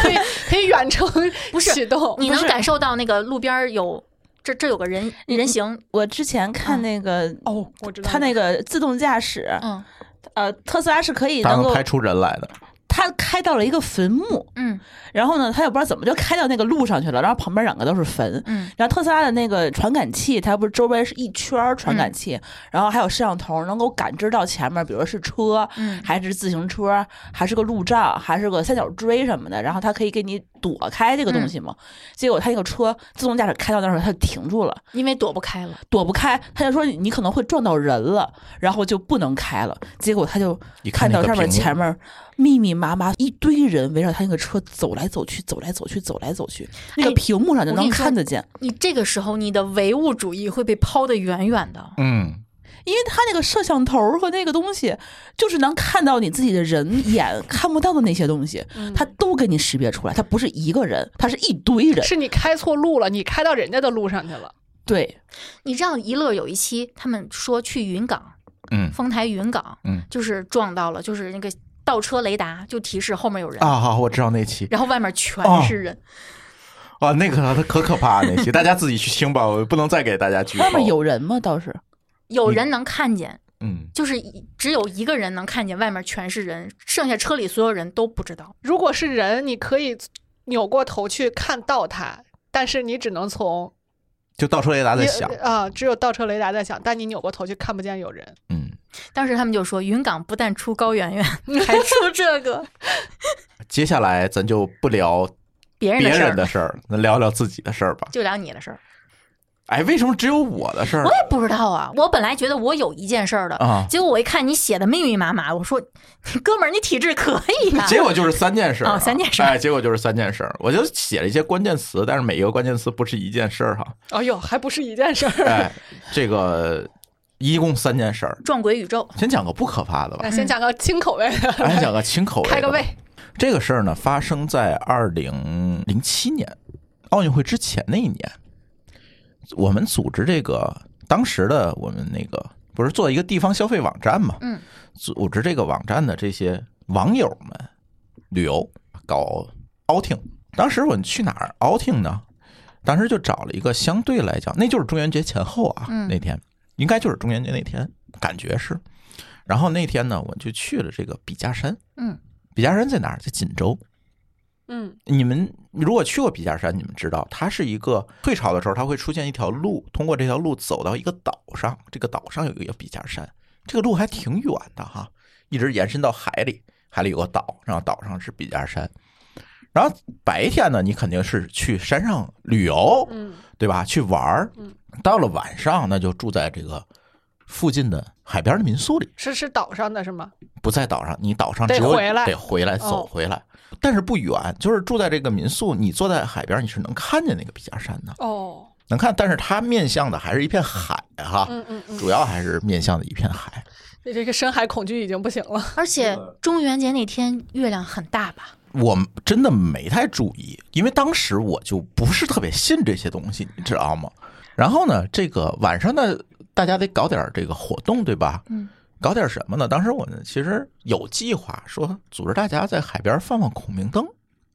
Speaker 4: 可以可以远程
Speaker 3: 不是
Speaker 4: 启动，
Speaker 3: 你
Speaker 5: 不
Speaker 3: 能
Speaker 5: 是
Speaker 3: 感受到那个路边儿有这这有个人人形，
Speaker 5: 我之前看
Speaker 3: 嗯
Speaker 5: 那个，
Speaker 4: 哦，我知道
Speaker 5: 它那个自动驾驶，
Speaker 3: 嗯
Speaker 5: 呃，特斯拉是可以
Speaker 2: 他
Speaker 5: 能
Speaker 2: 能
Speaker 5: 够
Speaker 2: 拍，出人来的，
Speaker 5: 它开到了一个坟墓，
Speaker 3: 嗯
Speaker 5: 然后呢，它也不知道怎么就开到那个路上去了，然后旁边两个都是坟。
Speaker 3: 嗯
Speaker 5: 然后特斯拉的那个传感器，它不是周围是一圈儿
Speaker 4: 嗯
Speaker 5: 传感器，然后还有摄像头，能够感知到前面，比如说是车，
Speaker 3: 嗯
Speaker 5: 还是自行车，还是个路障，还是个三角锥什么的，然后它可以给你躲开这个
Speaker 4: 嗯
Speaker 5: 东西嘛。结果它那个车自动驾驶开到那儿，它就停住了，
Speaker 3: 因为躲不开了，
Speaker 5: 躲不开，他就说你你可能会撞到人了，然后就不能开了。结果他就
Speaker 2: 一看
Speaker 5: 看到
Speaker 2: 那个
Speaker 5: 上面
Speaker 2: 屏幕
Speaker 5: 前面密密麻麻一堆人围着他那个车走来走去，走来走去，走来走去，那个屏幕上就
Speaker 3: 我跟
Speaker 5: 能
Speaker 3: 你说
Speaker 5: 看得见，
Speaker 3: 你这个时候你的唯物主义会被抛得远远的。
Speaker 2: 嗯
Speaker 5: 因为他那个摄像头和那个东西，就是能看到你自己的人眼看不到的那些东西，
Speaker 4: 嗯
Speaker 5: 他都给你识别出来，他不是一个人，他是一堆人，
Speaker 4: 是你开错路了，你开到人家的路上去了。
Speaker 5: 对，
Speaker 3: 你知道一乐有一期他们说去云港，
Speaker 2: 嗯
Speaker 3: 丰台云港，
Speaker 2: 嗯
Speaker 3: 就是撞到了，就是那个倒车雷达就提示后面有人，
Speaker 2: 啊哦好，我知道那期
Speaker 3: 然后外面全是人，
Speaker 2: 啊那个他可可怕了 那期，大家自己去听吧，我不能再给大家剧透
Speaker 5: 外。面有人吗？倒是
Speaker 3: 有人能看见，
Speaker 2: 嗯
Speaker 3: 就是一只有一个人能看见，外面全是人，剩下车里所有人都不知道。
Speaker 4: 如果是人，你可以扭过头去看到他，但是你只能从
Speaker 2: 就倒车雷达在
Speaker 4: 你
Speaker 2: 响，
Speaker 3: 呃
Speaker 4: 啊、只有倒车雷达在响，但你扭过头去看不见有人。
Speaker 2: 嗯，
Speaker 3: 当时他们就说，云港不但出高圆 圆，还出这个
Speaker 2: 接下来咱就不聊
Speaker 3: 别人
Speaker 2: 别
Speaker 3: 的事儿
Speaker 2: 人的，事儿，咱聊聊自己的事儿嗯吧。
Speaker 3: 就聊你的事儿。
Speaker 2: 哎，为什么只有我的事儿
Speaker 3: 我也不知道啊，我本来觉得我有一件事儿的，
Speaker 2: 啊？
Speaker 3: 结果我一看你写的密密麻麻，我说哥们儿，你体质可以啊。
Speaker 2: 结果就是三件事儿啊
Speaker 3: 哦三件事儿
Speaker 2: 哎，结果就是三件事儿。我就写了一些关键词，但是每一个关键词不是一件事儿哈。
Speaker 4: 哎呦，还不是一件事儿。
Speaker 2: 哎，这个一共三件事儿，
Speaker 3: 撞鬼宇宙，
Speaker 2: 先讲个不可怕的吧
Speaker 4: 那，先讲个轻口味的，
Speaker 2: 哎，讲个轻 口味。
Speaker 4: 开个胃。。
Speaker 2: 这个事儿呢，发生在二零零七年奥运会之前那一年，我们组织这个当时的我们那个不是做一个地方消费网站嘛，
Speaker 3: 嗯，
Speaker 2: 组织这个网站的这些网友们旅游搞 outing，当时我们去哪儿 outing 呢？当时就找了一个相对来讲，那就是中元节前后啊，
Speaker 3: 嗯
Speaker 2: 那天应该就是中元节那天，感觉是。然后那天呢，我就去了这个笔架山，
Speaker 3: 嗯，
Speaker 2: 笔架山在哪儿？在锦州。
Speaker 4: 嗯，
Speaker 2: 你们如果去过笔架山，你们知道它是一个退潮的时候，它会出现一条路，通过这条路走到一个岛上，这个岛上有一个笔架山，这个路还挺远的哈，一直延伸到海里，海里有个岛，然后岛上是笔架山。然后白天呢，你肯定是去山上旅游，
Speaker 4: 嗯，
Speaker 2: 对吧？去玩儿。到了晚上，那就住在这个附近的海边的民宿里。
Speaker 4: 是是岛上的是吗？
Speaker 2: 不在岛上，你岛上
Speaker 4: 得
Speaker 2: 只有
Speaker 4: 回来
Speaker 2: 得回来走
Speaker 4: 哦
Speaker 2: 回来，但是不远，就是住在这个民宿，你坐在海边，你是能看见那个笔架山的，
Speaker 4: 哦，
Speaker 2: 能看，但是它面向的还是一片海哈，
Speaker 4: 嗯嗯嗯，
Speaker 2: 主要还是面向的一片海。
Speaker 4: 你这个深海恐惧已经不行了。
Speaker 3: 而且
Speaker 2: 嗯
Speaker 3: 中元节那天月亮很大吧？
Speaker 2: 我真的没太注意，因为当时我就不是特别信这些东西，你知道吗？然后呢，这个晚上呢，大家得搞点这个活动，对吧？
Speaker 3: 嗯，
Speaker 2: 搞点什么呢？当时我们其实有计划说组织大家在海边放放孔明灯。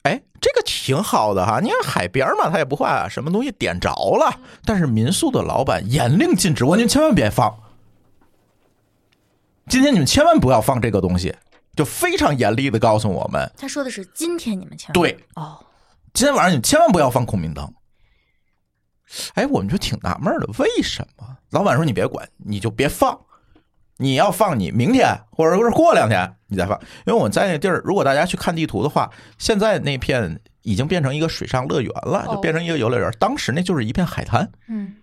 Speaker 2: 哎，这个挺好的哈，你看海边嘛，它也不怕什么东西点着了。但是民宿的老板严令禁止，我您千万别放。今天你们千万不要放这个东西，就非常严厉的告诉我们，
Speaker 3: 他说的是今天你们千万
Speaker 2: 对，
Speaker 3: 哦，
Speaker 2: 今天晚上你千万不要放孔明灯。哎，我们就挺纳闷儿的，为什么？老板说你别管，你就别放。你要放你明天或者是过两天你再放，因为我在那地儿，如果大家去看地图的话，现在那片已经变成一个水上乐园了，
Speaker 4: 哦
Speaker 2: 就变成一个游乐园。当时那就是一片海滩，
Speaker 3: 嗯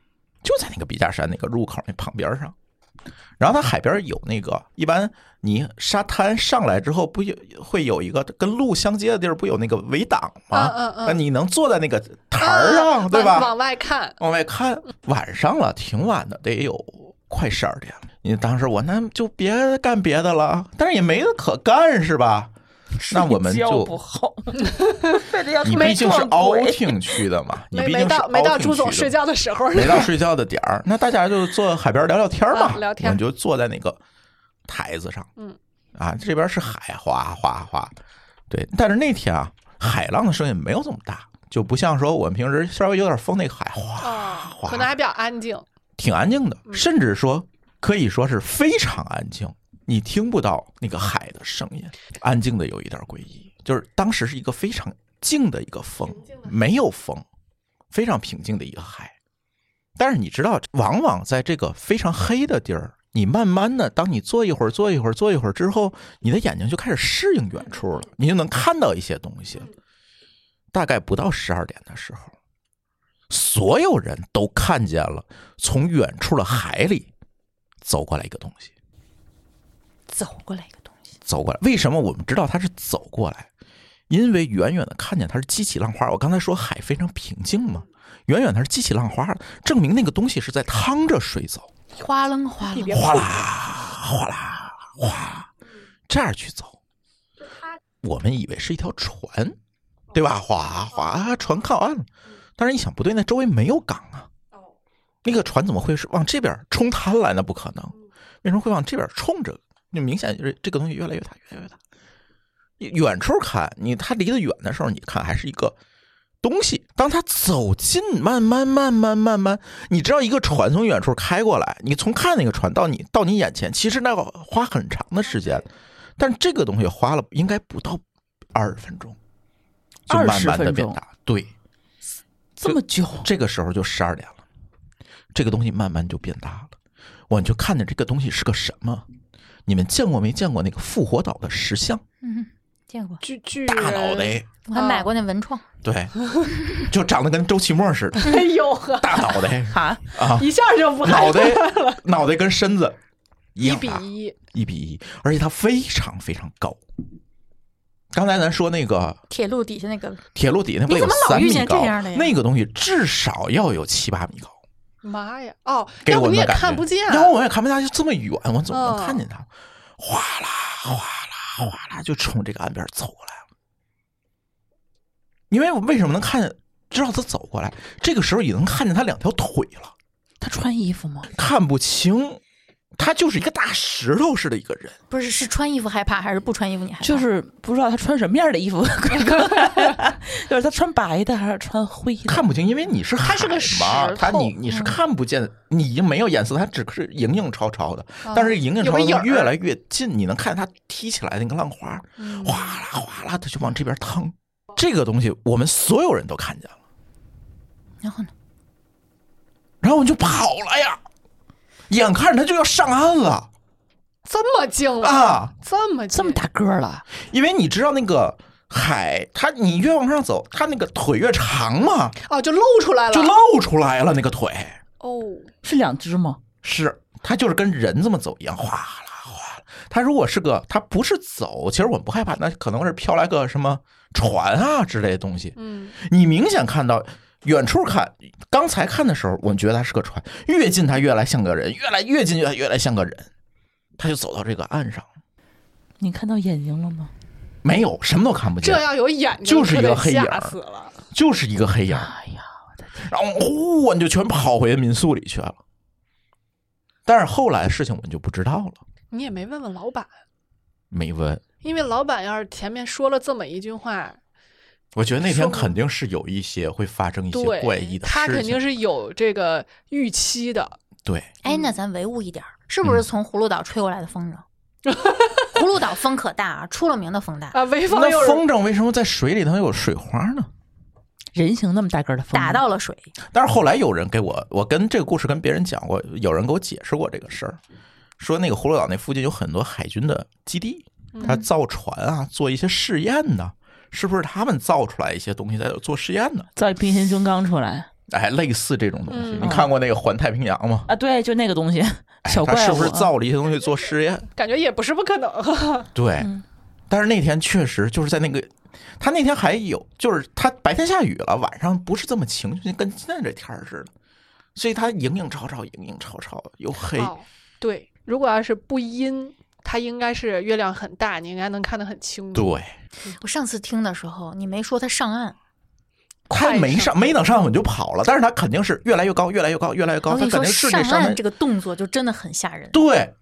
Speaker 2: 就在那个笔架山那个入口那旁边上。然后它海边有那个，一般你沙滩上来之后，不有会有一个跟路相接的地儿，不有那个围挡吗？
Speaker 4: 嗯嗯
Speaker 2: 那
Speaker 4: 嗯
Speaker 2: 你能坐在那个台儿上，对吧？
Speaker 4: 往往外看，
Speaker 2: 往外看，晚上了，挺晚的，得有快十二点了。你当时我那就别干别的了，但是也没得可干，是吧？那我们
Speaker 5: 睡觉
Speaker 2: 就
Speaker 5: 不 好， 非得要
Speaker 2: 你
Speaker 5: 出来
Speaker 2: 毕竟是
Speaker 5: 撞鬼
Speaker 2: outing 去的嘛，你
Speaker 4: 没
Speaker 2: 毕
Speaker 4: 没
Speaker 2: 竟是
Speaker 4: 到没到
Speaker 2: outing
Speaker 4: 朱总
Speaker 2: 去的
Speaker 4: 睡觉的时候呢
Speaker 2: 没。到睡觉的点儿，那大家就坐海边聊聊天儿嘛，
Speaker 4: 嗯聊天
Speaker 2: 我们就坐在那个台子上，
Speaker 4: 嗯，
Speaker 2: 啊，这边是海，哗哗哗，对，但是那天啊，海浪的声音没有这么大，就不像说我们平时稍微有点风，那个海哗
Speaker 4: 啊，
Speaker 2: 哗
Speaker 4: 可能还比较安静。
Speaker 2: 挺安静的，
Speaker 4: 嗯
Speaker 2: 甚至说可以说是非常安静，你听不到那个海的声音，安静的有一点诡异，就是当时是一个非常静的一个风
Speaker 4: 平静的，海
Speaker 2: 没有风，非常平静的一个海。但是你知道，往往在这个非常黑的地儿，你慢慢的，当你坐一会儿、坐一会儿、坐一会儿之后，你的眼睛就开始适应远处了，你就能看到一些东西了。
Speaker 4: 嗯
Speaker 2: 大概不到十二点的时候，所有人都看见了从远处的海里走过来一个东西，
Speaker 3: 走过来一个东西，
Speaker 2: 走过来。为什么我们知道它是走过来？因为远远的看见它是激起浪花。我刚才说海非常平静嘛，远远它是激起浪花，证明那个东西是在淌着水走。
Speaker 3: 哗楞哗楞，
Speaker 2: 哗啦哗啦哗，这样去走。我们以为是一条船，对吧？哗哗，船靠岸了。但是一想不对，那周围没有港啊。那个船怎么会是往这边冲滩来呢？不可能，为什么会往这边冲着？就明显就是这个东西越来越大，越来越大。远处看你，它离得远的时候，你看还是一个东西。当它走近，慢慢慢慢慢慢，你知道一个船从远处开过来，你从看那个船到你到你眼前，其实那要花很长的时间，但这个东西花了应该不到二十分钟，就慢慢的
Speaker 5: 20分
Speaker 2: 变
Speaker 5: 钟
Speaker 2: 大。对，
Speaker 5: 这么久，
Speaker 2: 这个时候就十二点了，这个东西慢慢就变大了。我就看见这个东西是个什么？你们见过没见过那个复活岛的石像，
Speaker 3: 嗯，见过，
Speaker 4: 巨巨
Speaker 2: 大脑
Speaker 4: 人，
Speaker 2: 袋，
Speaker 3: 我还买过那文创，
Speaker 2: 对，就长得跟周奇 墨似的，
Speaker 4: 哎呦呵，
Speaker 2: 大脑袋
Speaker 5: 啊，
Speaker 2: 啊，
Speaker 4: 一下就不害
Speaker 2: 脑袋
Speaker 4: 怕
Speaker 2: 脑袋跟身子
Speaker 4: 一
Speaker 2: 样
Speaker 4: 比
Speaker 2: 大
Speaker 4: 一，
Speaker 2: 一比一，而且它非常非常高。刚才咱说那个
Speaker 3: 铁路底下那个，
Speaker 2: 铁路底那不得有
Speaker 3: 你怎么
Speaker 2: 三
Speaker 3: 老遇
Speaker 2: 米
Speaker 3: 见
Speaker 2: 高
Speaker 3: 这样的呀，
Speaker 2: 那个东西至少要有七八米高，
Speaker 4: 妈呀！哦，
Speaker 2: 给
Speaker 4: 要
Speaker 2: 我
Speaker 4: 不
Speaker 2: 们
Speaker 4: 你
Speaker 2: 的
Speaker 4: 也
Speaker 2: 感觉
Speaker 4: 看不见，
Speaker 2: 要不我也看不见，就这么远，我怎么能
Speaker 4: 嗯
Speaker 2: 看见它？哗啦哗啦哗啦，就冲这个岸边走过来了。因为我为什么能看见？知道它走过来，这个时候已能看见它两条腿了，
Speaker 5: 他穿衣服吗？
Speaker 2: 看不清，它就是一个大石头似的一个人。
Speaker 3: 不是是穿衣服害怕还是不穿衣服你害怕？
Speaker 5: 就是不知道他穿什么样的衣服， 就是他穿白的还是穿灰的？
Speaker 2: 看不清，因为你是海
Speaker 4: 它是个石
Speaker 2: 嘛，它
Speaker 4: 头嗯
Speaker 2: 你你是看不见，你已经没有颜色，它只是影影绰绰
Speaker 4: 哦
Speaker 2: 的，但是影影
Speaker 4: 有
Speaker 2: 绰
Speaker 4: 个影
Speaker 2: 绰
Speaker 4: 儿
Speaker 2: 越来越近，你能看见它踢起来那个浪花，
Speaker 4: 嗯
Speaker 2: 哗啦哗啦的就往这边淌。这个东西我们所有人都看见了，
Speaker 3: 然后呢？
Speaker 2: 然后我们就跑了呀，眼看着它就要上岸了
Speaker 4: 这么近了，
Speaker 2: 啊！
Speaker 4: 这么近
Speaker 5: 这么大个儿了，
Speaker 2: 因为你知道那个海，它你越往上走，它那个腿越长嘛，
Speaker 4: 哦，就露出来了，
Speaker 2: 就露出来了那个腿。
Speaker 4: 哦，
Speaker 5: 是两只吗？
Speaker 2: 是，它就是跟人这么走一样，哗啦哗啦。它如果是个，它不是走，其实我们不害怕，那可能是飘来个什么船啊之类的东西。
Speaker 4: 嗯，
Speaker 2: 你明显看到远处看，刚才看的时候，我们觉得它是个船，越近它越来像个人，越来越近越来越来像个人，它就走到这个岸上，
Speaker 5: 你看到眼睛了吗？
Speaker 2: 没有什么都看不见
Speaker 4: 这，要有眼睛，
Speaker 2: 就是一
Speaker 4: 可
Speaker 2: 个
Speaker 4: 得
Speaker 2: 黑影
Speaker 4: 吓
Speaker 2: 儿
Speaker 4: 死了。
Speaker 2: 就是一个黑影儿。
Speaker 5: 哎呀，
Speaker 2: 然后呼，我们就全跑回民宿里去了。但是后来的事情我们就不知道了，
Speaker 4: 你也没问问老板，
Speaker 2: 没问。
Speaker 4: 因为老板要是前面说了这么一句话，
Speaker 2: 我觉得那
Speaker 4: 说
Speaker 2: 天
Speaker 4: 不
Speaker 2: 肯定是有一些会发生一些怪
Speaker 4: 对，
Speaker 2: 异的事情，
Speaker 4: 他肯定是有这个预期的。
Speaker 2: 对，
Speaker 3: 哎，那咱唯物一点儿，是
Speaker 2: 嗯
Speaker 3: 不是从葫芦岛吹过来的风筝？ 葫芦岛风可大啊，出了名的风大，
Speaker 4: 啊，潍坊有
Speaker 2: 那
Speaker 4: 人
Speaker 2: 风筝为什么在水里头有水花呢？
Speaker 5: 人形那么大个儿的风筝，
Speaker 3: 打到了水，
Speaker 2: 但是后来有人给我，我跟这个故事跟别人讲过，有人给我解释过这个事儿，说那个葫芦岛那附近有很多海军的基地，
Speaker 4: 嗯
Speaker 2: 他造船啊，做一些试验呢，是不是他们造出来一些东西在做试验呢？
Speaker 5: 造一变形金刚出来
Speaker 2: 哎，类似这种东西，
Speaker 4: 嗯
Speaker 2: 你看过那个《环太平洋》吗？
Speaker 5: 啊？对，就那个东西，
Speaker 2: 哎
Speaker 5: 小
Speaker 2: 他
Speaker 5: 怪
Speaker 2: 是
Speaker 5: 物
Speaker 2: 不是
Speaker 5: 啊
Speaker 2: 造了一些东西做试验？
Speaker 4: 感觉也不是不可能。
Speaker 2: 对，
Speaker 3: 嗯
Speaker 2: 但是那天确实就是在那个，他那天还有，就是他白天下雨了，晚上不是这么晴，就跟现在这天儿似的，所以他影影绰绰，影影绰绰 又黑。
Speaker 4: 哦，对，如果要是不阴，它应该是月亮很大，你应该能看得很清楚。
Speaker 2: 对，
Speaker 3: 我上次听的时候，你没说他上岸，
Speaker 2: 他
Speaker 4: 快
Speaker 2: 没
Speaker 4: 上
Speaker 2: 上，没等上稳就跑了，但是他肯定是越来越高，越来越高，越来越
Speaker 3: 我
Speaker 2: 高，
Speaker 3: 跟
Speaker 2: 他
Speaker 3: 你
Speaker 2: 肯
Speaker 3: 说
Speaker 2: 定是得
Speaker 3: 上
Speaker 2: 上来
Speaker 3: 岸这。个动作就真的很吓人。
Speaker 2: 对，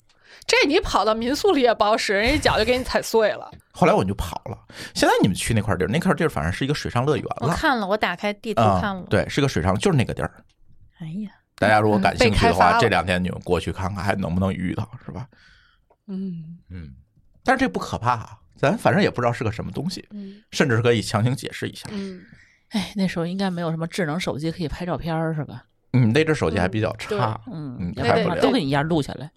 Speaker 4: 这你跑到民宿里也不好使，人家一脚就给你踩碎了。
Speaker 2: 后来我就跑了。现在你们去那块地儿，那块地儿反正是一个水上乐园
Speaker 3: 我
Speaker 2: 了
Speaker 3: 看了，我打开地图看
Speaker 2: 啊、
Speaker 3: 了，嗯
Speaker 2: 对，是个水上，就是那个地儿。
Speaker 5: 哎呀，
Speaker 2: 大家如果感兴趣的
Speaker 4: 被开发
Speaker 2: 话，
Speaker 4: 了
Speaker 2: 这两天你们过去看看，还能不能遇到，是吧？
Speaker 4: 嗯
Speaker 2: 嗯，但是这不可怕啊，咱反正也不知道是个什么东西，
Speaker 4: 嗯
Speaker 2: 甚至可以强行解释一下。
Speaker 4: 嗯，
Speaker 5: 哎，那时候应该没有什么智能手机可以拍照片儿是吧？
Speaker 2: 嗯，那只手机还比较差。
Speaker 5: 嗯
Speaker 2: 嗯，
Speaker 5: 要
Speaker 4: 拍
Speaker 5: 然
Speaker 4: 不
Speaker 5: 的话
Speaker 4: 了
Speaker 5: 都跟你一样录下来。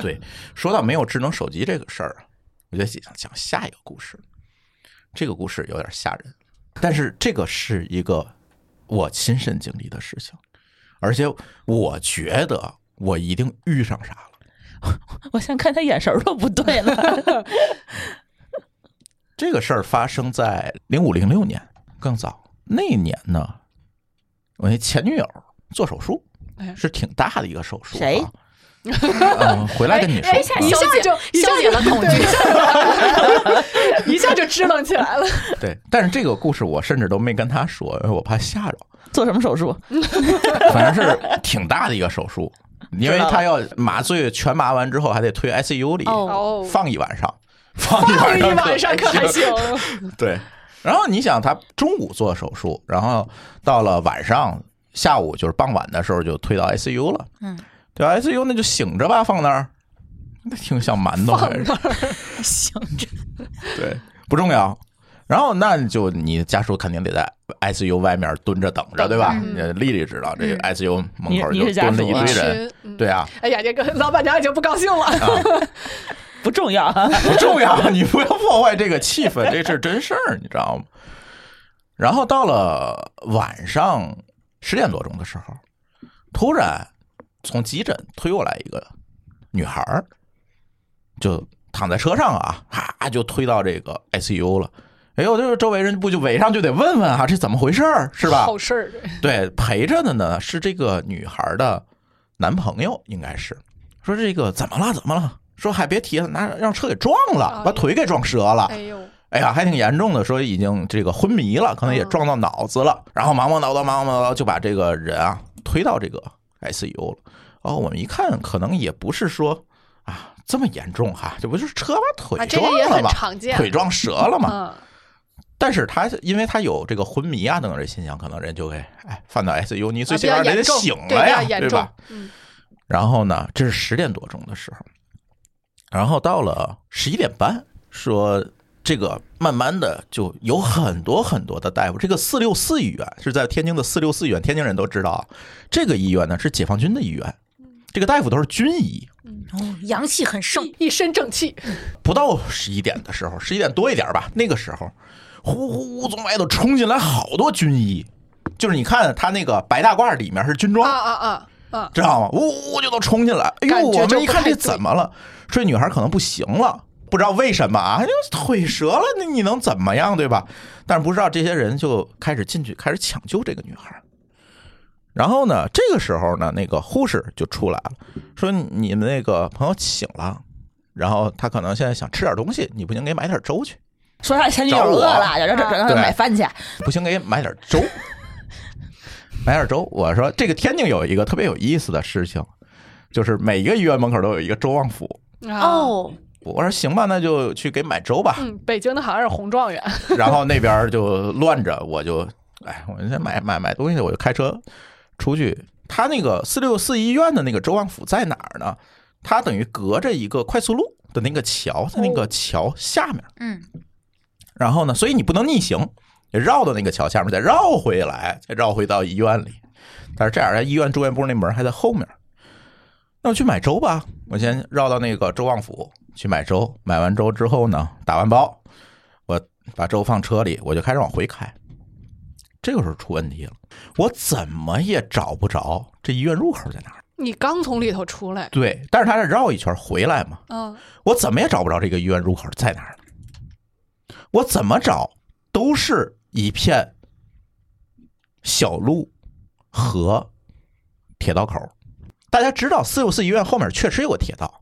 Speaker 2: 对，说到没有智能手机这个事儿啊，我就想讲下一个故事。这个故事有点吓人，但是这个是一个我亲身经历的事情，而且我觉得我一定遇上啥了。
Speaker 5: 我现在看他眼神儿都不对了。
Speaker 2: 这个事儿发生在零五零六年，更早那一年呢，我那前女友做手术
Speaker 4: 哎，
Speaker 2: 是挺大的一个手术、啊。
Speaker 5: 谁？
Speaker 2: 嗯，回来跟你说。
Speaker 3: 哎一下
Speaker 2: 啊
Speaker 3: 一下
Speaker 4: 消解
Speaker 3: 就
Speaker 4: 一下
Speaker 3: 消解了 恐惧。
Speaker 4: 一下就支棱起来 了。
Speaker 2: 嗯对，但是这个故事我甚至都没跟她说，因为我怕吓着。
Speaker 5: 做什么手术？
Speaker 2: 反正是挺大的一个手术，因为他要麻醉全麻完之后，还得推 ICU 里、
Speaker 3: 哦，
Speaker 4: 哦，
Speaker 2: 放一晚上，放一
Speaker 4: 放
Speaker 2: 晚
Speaker 4: 一
Speaker 2: 上，
Speaker 4: 晚上可还行？
Speaker 2: 对。然后你想，他中午做手术，然后到了晚上、下午就是傍晚的时候就推到 ICU 了。
Speaker 3: 嗯，
Speaker 2: 对啊 ICU 那就醒着吧，放那儿，那挺像馒头还是？
Speaker 3: 行，这
Speaker 2: 对，不重要。然后那就你家属肯定得在 ICU 外面蹲着等着，对吧？呃丽丽知道这个 ICU 门口
Speaker 5: 你你
Speaker 2: 就
Speaker 5: 是家
Speaker 2: 蹲了
Speaker 5: 属
Speaker 2: 一
Speaker 5: 啊
Speaker 2: 堆
Speaker 5: 是
Speaker 2: 人，
Speaker 4: 嗯
Speaker 2: 对啊，
Speaker 4: 哎呀，这个老板娘已经不高兴了。
Speaker 2: 啊，
Speaker 5: 不重要啊。
Speaker 2: 不重要， 你不要破坏这个气氛，这是真事儿，你知道吗？然后到了晚上十点多钟的时候，突然从急诊推过来一个女孩儿，就躺在车上啊，哈就推到这个 ICU 了。哎呦，这周围人不就围上就得问问啊，这怎么回事儿是吧？啊
Speaker 4: 好事儿，
Speaker 2: 对，陪着的呢是这个女孩的男朋友，应该是说这个怎么了？怎么了？说嗨，别提了，拿让车给撞了
Speaker 4: 哎，
Speaker 2: 把腿给撞折了
Speaker 4: 哎。呦，
Speaker 2: 哎呀，还挺严重的，说已经这个昏迷了，可能也
Speaker 4: 嗯
Speaker 2: 撞到脑子了。然后忙忙叨叨，忙忙叨叨就把这个人啊推到这个 ICU 了。哦，我们一看，可能也不是说啊这么严重哈、这不就是车把
Speaker 4: 啊，
Speaker 2: 腿
Speaker 4: 这
Speaker 2: 撞
Speaker 4: 个也
Speaker 2: 了
Speaker 4: 很
Speaker 2: 吗？
Speaker 4: 常见。
Speaker 2: 腿撞折了嘛？
Speaker 4: 嗯，
Speaker 2: 但是他因为他有这个昏迷啊等等这现象，可能人就给哎放到 ICU，你最
Speaker 4: 啊
Speaker 2: 起码
Speaker 4: 比较
Speaker 2: 得
Speaker 4: 严重
Speaker 2: 醒
Speaker 4: 对
Speaker 2: 了呀，
Speaker 4: 比较
Speaker 2: 对
Speaker 4: 严
Speaker 2: 吧？
Speaker 4: 嗯
Speaker 2: 然后呢，这是十点多钟的时候，然后到了十一点半，说这个慢慢的就有很多很多的大夫，这个四六四医院是在天津的四六四医院，天津人都知道啊，这个医院呢是解放军的医院，这个大夫都是军医，
Speaker 3: 哦阳气很盛，
Speaker 4: 一身正气，
Speaker 2: 不到十一点的时候，十一点多一点吧，那个时候，呼呼呼从外头冲进来好多军医，就是你看他那个白大褂里面是军装，
Speaker 4: 啊啊啊啊！
Speaker 2: 知道吗？呜呜就都冲进来，哎
Speaker 4: 感
Speaker 2: 呦，
Speaker 4: 觉
Speaker 2: 我
Speaker 4: 就
Speaker 2: 们一看
Speaker 4: 不太
Speaker 2: 这怎么了？说这女孩可能不行了，不知道为什么啊，哎呦腿折了，那你能怎么样对吧？但是不知道这些人就开始进去开始抢救这个女孩。然后呢，这个时候呢，那个护士就出来了，说你们那个朋友醒了，然后他可能现在想吃点东西，你不行给买点粥去，
Speaker 5: 说他前女友
Speaker 2: 找我
Speaker 5: 饿了，
Speaker 3: 啊
Speaker 5: 让让让让他
Speaker 2: 对
Speaker 5: 买饭去。
Speaker 2: 不行给买点粥，买点粥。我说这个天津有一个特别有意思的事情，就是每一个医院门口都有一个粥旺府。
Speaker 4: 啊，
Speaker 3: 哦，
Speaker 2: 我说行吧，那就去给买粥吧。
Speaker 4: 嗯，北京的好像是红状元，
Speaker 2: 然后那边儿就乱着，我就哎，我先买买买东西，我就开车出去。他那个四六四医院的那个周旺府在哪儿呢？它等于隔着一个快速路的那个桥，在那个桥下面。
Speaker 3: 嗯，
Speaker 2: 然后呢，所以你不能逆行，也绕到那个桥下面，再绕回来，再绕回到医院里。但是这样，医院住院部那门还在后面。那我去买粥吧。我先绕到那个周望府去买粥，买完粥之后呢，打完包，我把粥放车里，我就开始往回开。这个时候出问题了，我怎么也找不着这医院入口在哪儿。
Speaker 4: 你刚从里头出来，
Speaker 2: 对，但是他得绕一圈回来嘛，
Speaker 4: 嗯，
Speaker 2: 我怎么也找不着这个医院入口在哪儿。我怎么找都是一片小路和铁道口。大家知道四六四医院后面确实有个铁道，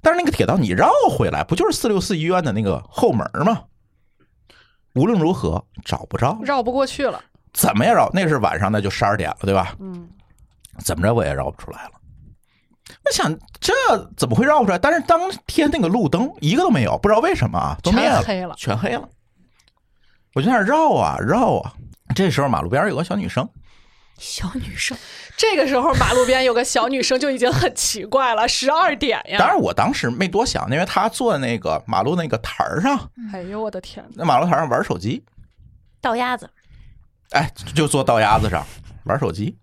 Speaker 2: 但是那个铁道你绕回来，不就是四六四医院的那个后门吗？无论如何找不着，
Speaker 4: 绕不过去了，
Speaker 2: 怎么也绕。那是晚上，那就十二点了，对吧？
Speaker 4: 嗯，
Speaker 2: 怎么着我也绕不出来了。我想这怎么会绕不出来？但是当天那个路灯一个都没有，不知道为什么啊，都灭
Speaker 4: 全
Speaker 2: 了，
Speaker 4: 黑了，
Speaker 2: 全黑了。我就在那儿绕啊绕啊，这时候马路边有个小女生，
Speaker 3: 小女生，
Speaker 4: 这个时候马路边有个小女生就已经很奇怪了，十二点
Speaker 2: 当
Speaker 4: 呀！
Speaker 2: 然我当时没多想，因为她坐那个马路那个台儿上，
Speaker 4: 哎呦我的天
Speaker 2: 那马路台上玩手机，
Speaker 3: 倒鸭子，
Speaker 2: 哎，就坐道鸭子上玩手机。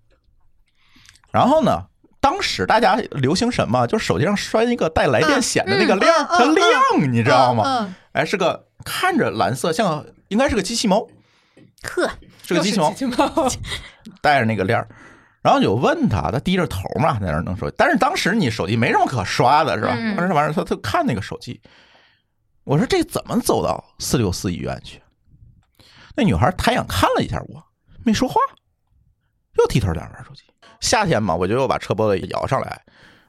Speaker 2: 然后呢，当时大家流行什么？就是手机上拴一个带来电显的那个亮，
Speaker 4: 嗯嗯
Speaker 2: 它
Speaker 4: 嗯
Speaker 2: 亮，你知道吗？
Speaker 4: 嗯，
Speaker 2: 哎，是个看着蓝色，像应该是个机器猫，
Speaker 3: 呵，
Speaker 2: 是个机器猫，
Speaker 4: 猫，
Speaker 2: 带着那个链儿。然后就问他，他低着头嘛，在那儿弄手机。但是当时你手机没什么可刷的，是吧？
Speaker 3: 嗯嗯
Speaker 2: 当时完了，他他看那个手机，我说这怎么走到四六四医院去？那女孩抬眼看了一下我，没说话，又低头在那儿玩手机。夏天嘛，我就又把车玻璃摇上来，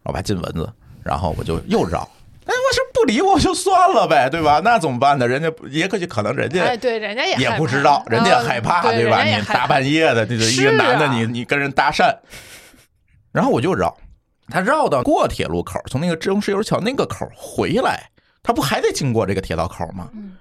Speaker 2: 我怕进蚊子，然后我就又绕。哎，我说不理我就算了呗，对吧？那怎么办呢？人家不也可可能人家
Speaker 4: 哎，对，人家也
Speaker 2: 也
Speaker 4: 害
Speaker 2: 不
Speaker 4: 怕
Speaker 2: 知道，人家也害怕，
Speaker 4: 嗯对
Speaker 2: 吧？
Speaker 4: 人家也
Speaker 2: 你
Speaker 4: 害
Speaker 2: 大
Speaker 4: 怕
Speaker 2: 半夜的，这个一
Speaker 4: 是
Speaker 2: 个
Speaker 4: 啊
Speaker 2: 男的，你你跟人搭讪，然后我就绕，他绕到过铁路口，从那个中石油桥那个口回来，他不还得经过这个铁道口吗？
Speaker 4: 嗯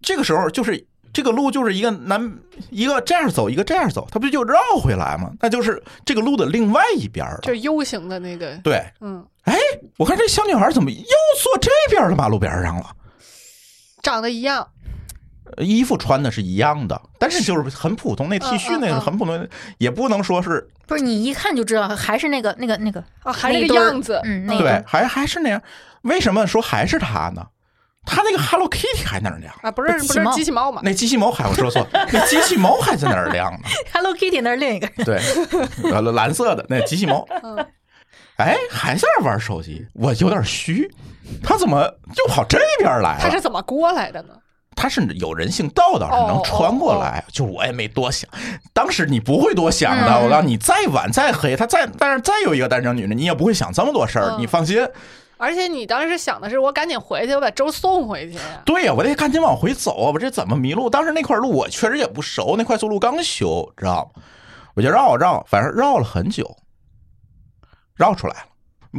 Speaker 2: 这个时候就是这个路就是一个南一个这样走，一个这样走，他不就绕回来吗？那就是这个路的另外一边了。
Speaker 4: 就是 U 型的那个，
Speaker 2: 对，
Speaker 4: 嗯，
Speaker 2: 哎，我看这小女孩怎么又坐这边的马路边上了？
Speaker 4: 长得一样，
Speaker 2: 衣服穿的是一样的，但是就是很普通，那 T 恤
Speaker 4: 嗯
Speaker 2: 那
Speaker 4: 嗯
Speaker 2: 个
Speaker 4: 嗯
Speaker 2: 很普通，也不能说是
Speaker 3: 不是你一看就知道，还是那个那个那个，
Speaker 4: 啊，还是
Speaker 3: 那
Speaker 4: 那
Speaker 3: 一
Speaker 4: 个
Speaker 3: 堆儿
Speaker 4: 样子，
Speaker 3: 嗯，那
Speaker 4: 嗯
Speaker 3: 个
Speaker 2: 对，还还是那样。为什么说还是他呢？他
Speaker 4: 嗯
Speaker 2: 那个 Hello Kitty 还在那儿亮，
Speaker 4: 啊，不是
Speaker 3: 机器
Speaker 4: 不是
Speaker 3: 猫
Speaker 4: 机器猫嘛，
Speaker 2: 那机器猫还我 说错，那机器猫还在那儿亮呢。
Speaker 3: Hello Kitty 那是另一个人，
Speaker 2: 对，呃蓝色的那机器猫，
Speaker 4: 嗯，
Speaker 2: 哎，还在那儿玩手机，我有点虚。他怎么就跑这边来
Speaker 4: 他
Speaker 2: 了？
Speaker 4: 是怎么过来的呢？
Speaker 2: 他是有人行道的，
Speaker 4: 哦
Speaker 2: 能穿过来。就是我也没多想，当时你不会多想的。
Speaker 3: 嗯
Speaker 2: 我告诉你，再晚再黑，他再但是再有一个单身女的，你也不会想这么多事儿。
Speaker 4: 嗯
Speaker 2: 你放心，
Speaker 4: 而且你当时想的是，我赶紧回去，我把粥送回去呀。
Speaker 2: 对呀、我得赶紧往回走啊！我这怎么迷路？当时那块路我确实也不熟，那快速路刚修，知道吗？我就绕啊绕，反正绕了很久，绕出来了。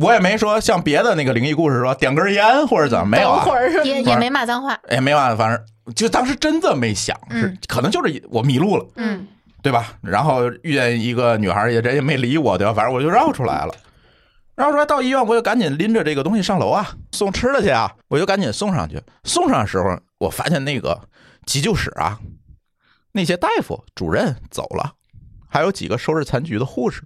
Speaker 2: 我也没说像别的那个灵异故事说点根烟或者怎么没有啊
Speaker 4: 嗯等会，儿是
Speaker 3: 也
Speaker 2: 不
Speaker 3: 也
Speaker 2: 是
Speaker 3: 没骂脏话，
Speaker 2: 也没办法，反正就当时真的没想，是
Speaker 3: 嗯
Speaker 2: 可能就是我迷路了。
Speaker 3: 嗯，
Speaker 2: 对吧？然后遇见一个女孩儿，也人也没理我，对吧？反正我就绕出来了，绕出来到医院，我就赶紧拎着这个东西上楼啊，送吃的去啊，我就赶紧送上去。送上的时候，我发现那个急救室啊，那些大夫、主任走了，还有几个收拾残局的护士。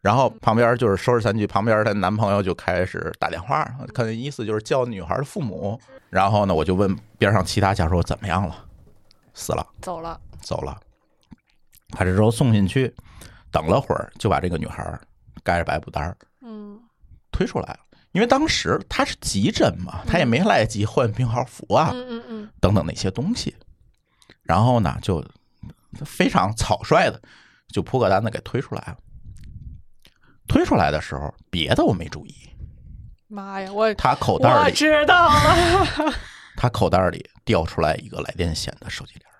Speaker 2: 然后旁边就是收拾残局，旁边她男朋友就开始打电话，看那意思就是叫女孩的父母。然后呢，我就问边上其他家属怎么样了，死了。
Speaker 4: 走了，
Speaker 2: 走了。把这时候送进去，等了会儿就把这个女孩儿盖着白布单儿
Speaker 4: 嗯
Speaker 2: 推出来了。因为当时她是急诊嘛，她也没来得及换病号服啊，
Speaker 4: 嗯嗯嗯，
Speaker 2: 等等那些东西。然后呢，就非常草率的就铺个单子给推出来了。推出来的时候，别的我没注意，
Speaker 4: 妈呀，我
Speaker 2: 她口袋儿
Speaker 4: 我
Speaker 2: 里，
Speaker 4: 知道了，
Speaker 2: 她口袋儿里掉出来一个来电显的手机链儿，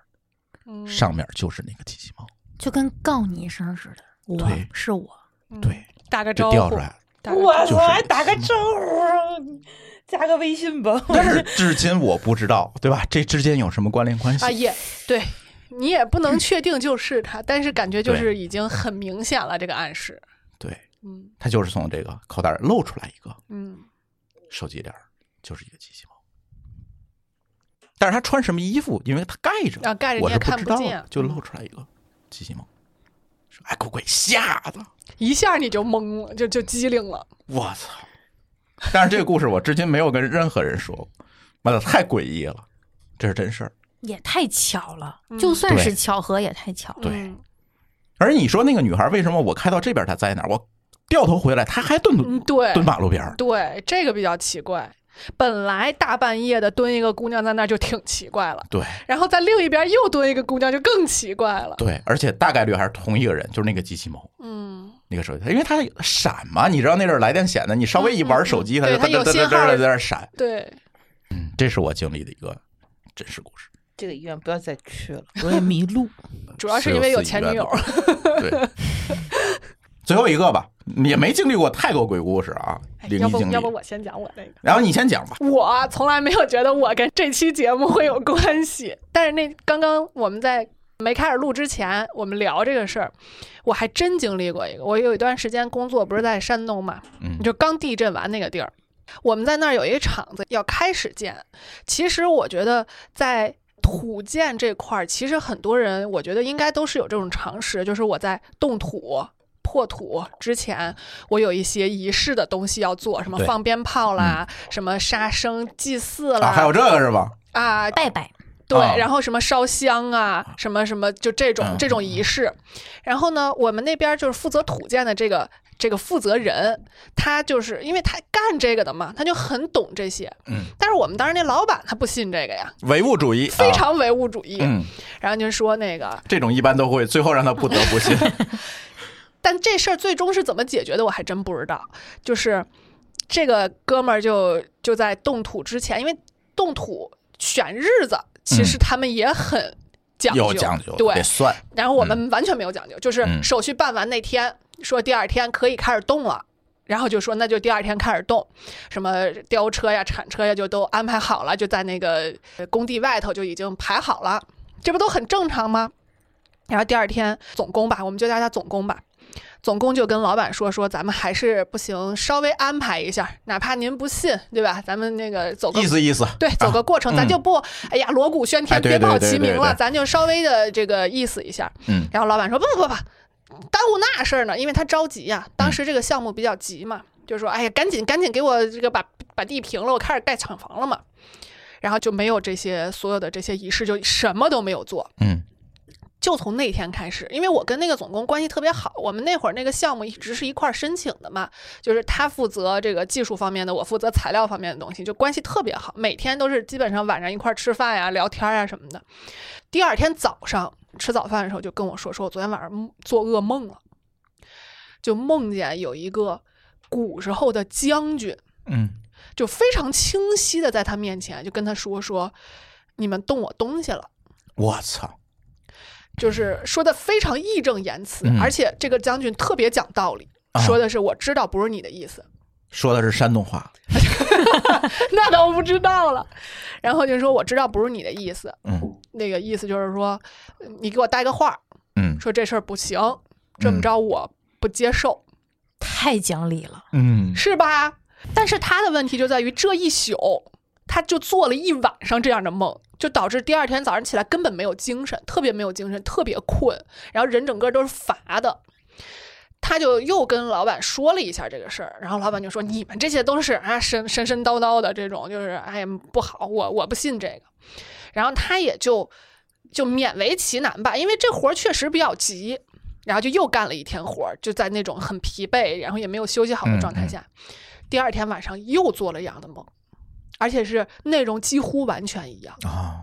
Speaker 4: 嗯
Speaker 2: 上面就是那个机器猫，
Speaker 3: 就跟告你一声似的，我
Speaker 2: 对
Speaker 3: 是我，
Speaker 4: 嗯
Speaker 2: 对，
Speaker 4: 打个招
Speaker 2: 就
Speaker 4: 呼，
Speaker 2: 掉出来了。
Speaker 4: 打个招呼
Speaker 2: 就是还打个
Speaker 5: 招呼，加个微信吧。
Speaker 2: 但是至今我不知道，对吧？这之间有什么关联关系？
Speaker 4: 啊也对。你也不能确定就是他，但是感觉就是已经很明显了这个暗示。
Speaker 2: 对，
Speaker 4: 嗯
Speaker 2: 他就是从这个口袋儿露出来一个
Speaker 4: 嗯，
Speaker 2: 手机链儿，就是一个机器猫。但是他穿什么衣服，因为他盖着，
Speaker 4: 啊盖着
Speaker 2: 我
Speaker 4: 你
Speaker 2: 是
Speaker 4: 也
Speaker 2: 不
Speaker 4: 看
Speaker 2: 知
Speaker 4: 不
Speaker 2: 道
Speaker 4: 见
Speaker 2: 的，就
Speaker 4: 嗯
Speaker 2: 露出来一个机器猫。说哎，给我给吓的，
Speaker 4: 一下你就懵了，就就机灵了。
Speaker 2: 我操！但是这个故事我至今没有跟任何人说过，妈的太诡异了，这是真事儿。
Speaker 3: 也太巧了，
Speaker 4: 嗯
Speaker 3: 就算
Speaker 2: 对
Speaker 3: 是巧合也太巧了。
Speaker 2: 对
Speaker 4: 嗯，
Speaker 2: 而你说那个女孩为什么我开到这边她在哪儿？我掉头回来，她还蹲
Speaker 4: 嗯对
Speaker 2: 蹲马路边儿。
Speaker 4: 对，这个比较奇怪。本来大半夜的蹲一个姑娘在那儿就挺奇怪了，
Speaker 2: 对
Speaker 4: 然后在另一边又蹲一个姑娘就更奇怪了。
Speaker 2: 对，而且大概率还是同一个人，就是那个机器猫，
Speaker 4: 嗯，
Speaker 2: 那个手机，因为它闪嘛，你知道那阵儿来电显的，你稍微一玩手机，它就
Speaker 4: 嗯对它有
Speaker 2: 噔噔噔
Speaker 4: 信
Speaker 2: 噔
Speaker 4: 号
Speaker 2: 在那儿闪。
Speaker 4: 对，
Speaker 2: 嗯，这是我经历的一个真实故事。
Speaker 5: 这个医院不要再去了，容易迷路。
Speaker 4: 主要是因为有前女友。
Speaker 2: 对，最后一个吧，也没经历过太多鬼故事啊，
Speaker 4: 哎
Speaker 2: 灵
Speaker 4: 要
Speaker 2: 异
Speaker 4: 不
Speaker 2: 经历
Speaker 4: 要。不我先讲我那个。
Speaker 2: 然后你先讲吧。
Speaker 4: 我从来没有觉得我跟这期节目会有关系，但是那刚刚我们在没开始录之前，我们聊这个事儿，我还真经历过一个。我有一段时间工作不是在山东嘛，
Speaker 2: 嗯
Speaker 4: 就刚地震完那个地儿，我们在那儿有一个厂子要开始建。其实我觉得在土建这块儿，其实很多人我觉得应该都是有这种常识，就是我在动土。破土之前，我有一些仪式的东西要做，什么
Speaker 2: 对嗯
Speaker 4: 放鞭炮啦，什么杀生、祭祀啦，
Speaker 2: 啊，还有这个是吧？
Speaker 4: 啊
Speaker 3: 拜拜，
Speaker 4: 对，
Speaker 2: 啊
Speaker 4: 然后什么烧香啊，什么什么，就这种
Speaker 2: 嗯
Speaker 4: 这种仪式。然后呢，我们那边就是负责土建的这个这个负责人，他就是因为他干这个的嘛，他就很懂这些。
Speaker 2: 嗯，
Speaker 4: 但是我们当时那老板他不信这个呀，
Speaker 2: 唯物主义，
Speaker 4: 非
Speaker 2: 啊、
Speaker 4: 常唯物主义，
Speaker 2: 嗯，
Speaker 4: 然后就说那个，
Speaker 2: 这种一般都会最后让他不得不信。
Speaker 4: 但这事儿最终是怎么解决的，我还真不知道。就是这个哥们儿就就在动土之前，因为动土选日子，其实他们也很讲究，
Speaker 2: 嗯有讲究，
Speaker 4: 对
Speaker 2: 得，算。
Speaker 4: 然后我们完全没有讲究，就是
Speaker 2: 嗯
Speaker 4: 手续办完那天，说第二天可以开始动了。然后就说那就第二天开始动，什么吊车呀、铲车呀就都安排好了，就在那个呃工地外头就已经排好了，这不都很正常吗？然后第二天总工吧，我们就叫他总工吧，总工就跟老板说说咱们还是不行，稍微安排一下，哪怕您不信，对吧？咱们那个走个
Speaker 2: 意思意思，
Speaker 4: 对，走个过程，咱
Speaker 2: 嗯
Speaker 4: 就不、哎呀锣鼓喧天、
Speaker 2: 哎对
Speaker 4: 鞭炮
Speaker 2: 对对
Speaker 4: 齐鸣
Speaker 2: 对
Speaker 4: 了，
Speaker 2: 对
Speaker 4: 咱就稍微的这个意思一下。
Speaker 2: 嗯
Speaker 4: 然后老板说不不不，耽误那事儿呢，因为他着急呀、当
Speaker 2: 嗯
Speaker 4: 时这个项目比较急嘛，就说哎呀，赶紧赶紧给我这个把把地平了，我开始盖厂房了嘛。然后就没有这些所有的这些仪式，就什么都没有做。
Speaker 2: 嗯
Speaker 4: 就从那天开始，因为我跟那个总工关系特别好，我们那会儿那个项目一直是一块儿申请的嘛，就是他负责这个技术方面的，我负责材料方面的东西，就关系特别好，每天都是基本上晚上一块儿吃饭呀、聊天呀什么的。第二天早上吃早饭的时候就跟我说，说我昨天晚上梦做噩梦了，就梦见有一个古时候的将军，
Speaker 2: 嗯，
Speaker 4: 就非常清晰的在他面前就跟他说说，你们动我东西了。
Speaker 2: 我操，
Speaker 4: 就是说的非常义正言辞，
Speaker 2: 嗯
Speaker 4: 而且这个将军特别讲道理，
Speaker 2: 啊
Speaker 4: 说的是我知道不是你的意思，
Speaker 2: 说的是山东话，
Speaker 4: 那都不知道了。然后就说我知道不是你的意思，
Speaker 2: 嗯
Speaker 4: 那个意思就是说你给我带个话儿，
Speaker 2: 嗯
Speaker 4: 说这事儿不行，这么着我不接受，
Speaker 3: 太讲理了。
Speaker 2: 嗯，
Speaker 4: 是吧？但是他的问题就在于这一宿，他就做了一晚上这样的梦，就导致第二天早上起来根本没有精神，特别没有精神，特别困，然后人整个都是乏的。他就又跟老板说了一下这个事儿，然后老板就说：“你们这些都是啊神神神叨叨的这种，就是哎呀不好，我我不信这个。”然后他也就就勉为其难吧，因为这活儿确实比较急，然后就又干了一天活儿，就在那种很疲惫，然后也没有休息好的状态下，第二天晚上又做了一样的梦，而且是内容几乎完全一样。
Speaker 2: 啊，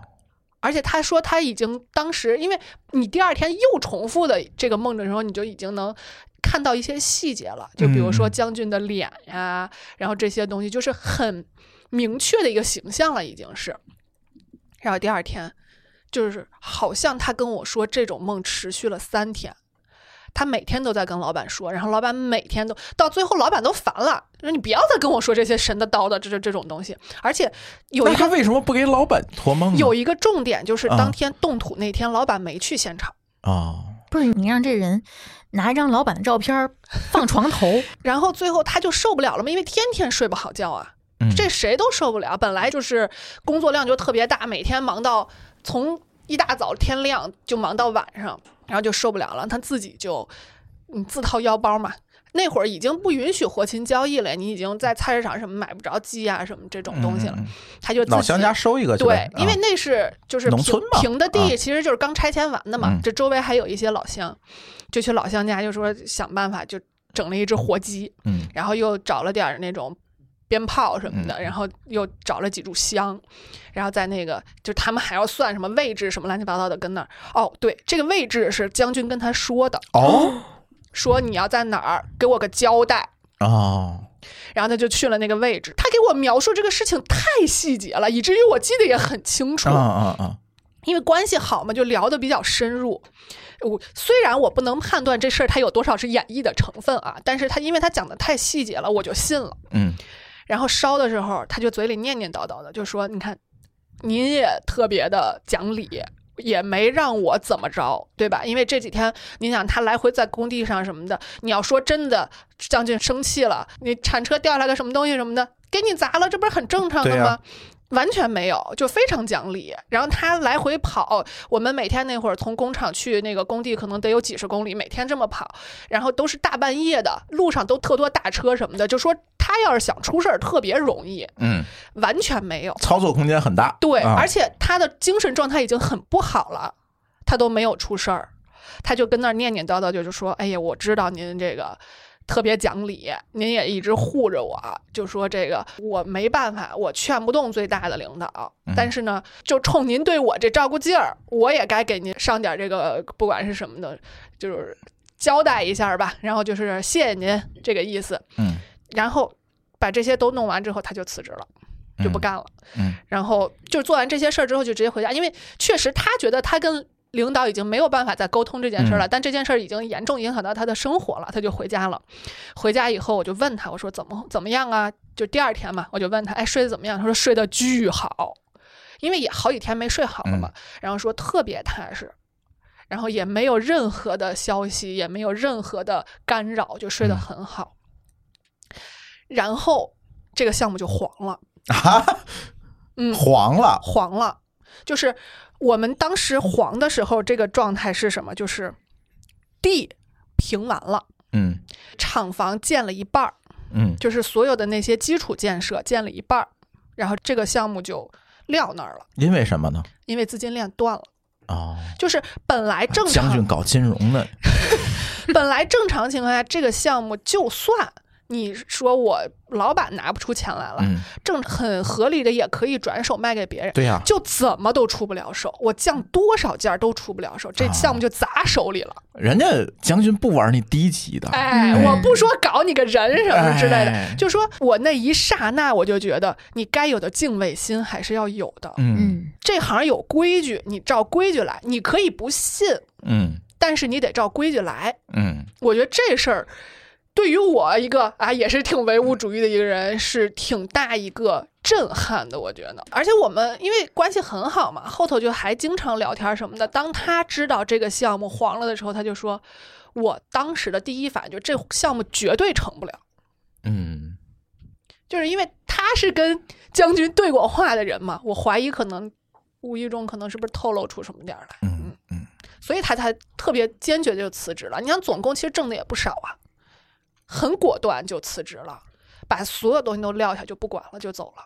Speaker 4: 而且他说他已经当时，因为你第二天又重复的这个梦的时候，你就已经能看到一些细节了，就比如说
Speaker 2: 嗯嗯
Speaker 4: 将军的脸呀、然后这些东西就是很明确的一个形象了，已经是。然后第二天，就是好像他跟我说这种梦持续了三天。他每天都在跟老板说，然后老板每天都到最后，老板都烦了，说你不要再跟我说这些神的叨的这这这种东西。而且有一
Speaker 2: 那
Speaker 4: 个
Speaker 2: 他为什么不给老板托梦呢？
Speaker 4: 有一个重点就是
Speaker 2: 嗯啊
Speaker 4: 当天动土那天，老板没去现场，
Speaker 2: 啊，
Speaker 3: 不是你让这人拿一张老板的照片儿放床头，
Speaker 4: 然后最后他就受不了了嘛，因为天天睡不好觉啊，
Speaker 2: 嗯
Speaker 4: 这谁都受不了。本来就是工作量就特别大，每天忙到从一大早天亮就忙到晚上，然后就受不了了，他自己就嗯自掏腰包嘛。那会儿已经不允许活禽交易了，你已经在菜市场什么买不着鸡啊什么这种东西了，
Speaker 2: 嗯嗯嗯
Speaker 4: 他就自
Speaker 2: 老
Speaker 4: 己
Speaker 2: 乡家收一个去呗
Speaker 4: 对，因为
Speaker 2: 啊
Speaker 4: 那是就是
Speaker 2: 农
Speaker 4: 平
Speaker 2: 村嘛
Speaker 4: 平的
Speaker 2: 啊
Speaker 4: 地，其实就是刚拆迁完的嘛
Speaker 2: 嗯。
Speaker 4: 这周围还有一些老乡，就去老乡家，就说想办法就整了一只活鸡，
Speaker 2: 嗯
Speaker 4: 然后又找了点儿那种鞭炮什么的，然后又找了几炷香，然后在那个就他们还要算什么位置什么乱七八糟的，跟那儿哦，对，这个位置是将军跟他说的，
Speaker 2: 哦
Speaker 4: 说你要在哪儿给我个交代。
Speaker 2: 哦，
Speaker 4: 然后他就去了那个位置，他给我描述这个事情太细节了，以至于我记得也很清楚。
Speaker 2: 啊啊啊，
Speaker 4: 因为关系好嘛，就聊得比较深入。我虽然我不能判断这事儿它有多少是演绎的成分啊，但是他因为他讲的太细节了，我就信了。
Speaker 2: 嗯
Speaker 4: 然后烧的时候，他就嘴里念念叨叨的，就说：“你看，您也特别的讲理，也没让我怎么着，对吧？因为这几天你想他来回在工地上什么的，你要说真的，将军生气了，你铲车掉下来个什么东西什么的，给你砸了，这不是很正常的
Speaker 2: 对
Speaker 4: 吗？
Speaker 2: 呀
Speaker 4: 完全没有，就非常讲理。然后他来回跑，我们每天那会儿从工厂去那个工地，可能得有几十公里，每天这么跑，然后都是大半夜的，路上都特多大车什么的，就说他要是想出事儿特别容易，
Speaker 2: 嗯，
Speaker 4: 完全没有。
Speaker 2: 操作空间很大，
Speaker 4: 对，
Speaker 2: 啊
Speaker 4: 而且他的精神状态已经很不好了，他都没有出事儿，他就跟那儿念念叨叨，就是说：“哎呀，我知道您这个特别讲理，您也一直护着我，就说这个我没办法，我劝不动最大的领导，
Speaker 2: 嗯
Speaker 4: 但是呢，就冲您对我这照顾劲儿，我也该给您上点这个，不管是什么的，就是交代一下吧。然后就是谢谢您这个意思，
Speaker 2: 嗯，
Speaker 4: 然后把这些都弄完之后，他就辞职了。”就不干了。
Speaker 2: 嗯
Speaker 4: 然后就是做完这些事儿之后，就直接回家，因为确实他觉得他跟领导已经没有办法再沟通这件
Speaker 2: 嗯
Speaker 4: 事儿了，但这件事儿已经严重影响到他的生活了，他就回家了。回家以后，我就问他，我说怎么怎么样啊？就第二天嘛，我就问他，哎，睡得怎么样？他说睡得巨好，因为也好几天没睡好了嘛，
Speaker 2: 嗯
Speaker 4: 然后说特别踏实。然后也没有任何的消息，也没有任何的干扰，就
Speaker 2: 嗯
Speaker 4: 睡得很好。然后这个项目就黄了，
Speaker 2: 啊，
Speaker 4: 嗯，
Speaker 2: 黄了，
Speaker 4: 黄了。就是我们当时黄的时候，这个状态是什么？就是地平完了，
Speaker 2: 嗯
Speaker 4: 厂房建了一半儿，
Speaker 2: 嗯
Speaker 4: 就是所有的那些基础建设建了一半儿，然后这个项目就撂那儿了，
Speaker 2: 因为什么呢？
Speaker 4: 因为资金链断了。
Speaker 2: 哦，
Speaker 4: 就是本来正
Speaker 2: 啊将军
Speaker 4: 常，
Speaker 2: 搞金融的，
Speaker 4: 本来正常情况下，这个项目就算你说我老板拿不出钱来了，
Speaker 2: 嗯，
Speaker 4: 正很合理的也可以转手卖给别人。
Speaker 2: 对呀、
Speaker 4: 就怎么都出不了手，我降多少件儿都出不了手，这
Speaker 2: 啊
Speaker 4: 项目就砸手里了。
Speaker 2: 人家将军不玩你低级的，
Speaker 4: 哎，
Speaker 2: 嗯
Speaker 4: 我不说搞你个人什么之类的，
Speaker 2: 哎
Speaker 4: 就说我那一刹那我就觉得，你该有的敬畏心还是要有的。
Speaker 2: 嗯
Speaker 5: 嗯，
Speaker 4: 这行有规矩，你照规矩来，你可以不信，
Speaker 2: 嗯
Speaker 4: 但是你得照规矩来。
Speaker 2: 嗯
Speaker 4: 我觉得这事儿对于我一个啊，也是挺唯物主义的一个人，是挺大一个震撼的。我觉得，而且我们因为关系很好嘛，后头就还经常聊天什么的。当他知道这个项目黄了的时候，他就说：“我当时的第一反应就是这项目绝对成不了，
Speaker 2: 嗯
Speaker 4: 就是因为他是跟将军对过话的人嘛，我怀疑可能。”无意中可能是不是透露出什么点儿来，
Speaker 2: 嗯嗯，
Speaker 4: 所以他才特别坚决地就辞职了。你想，总共其实挣的也不少啊，很果断就辞职了，把所有东西都撂下就不管了，就走了。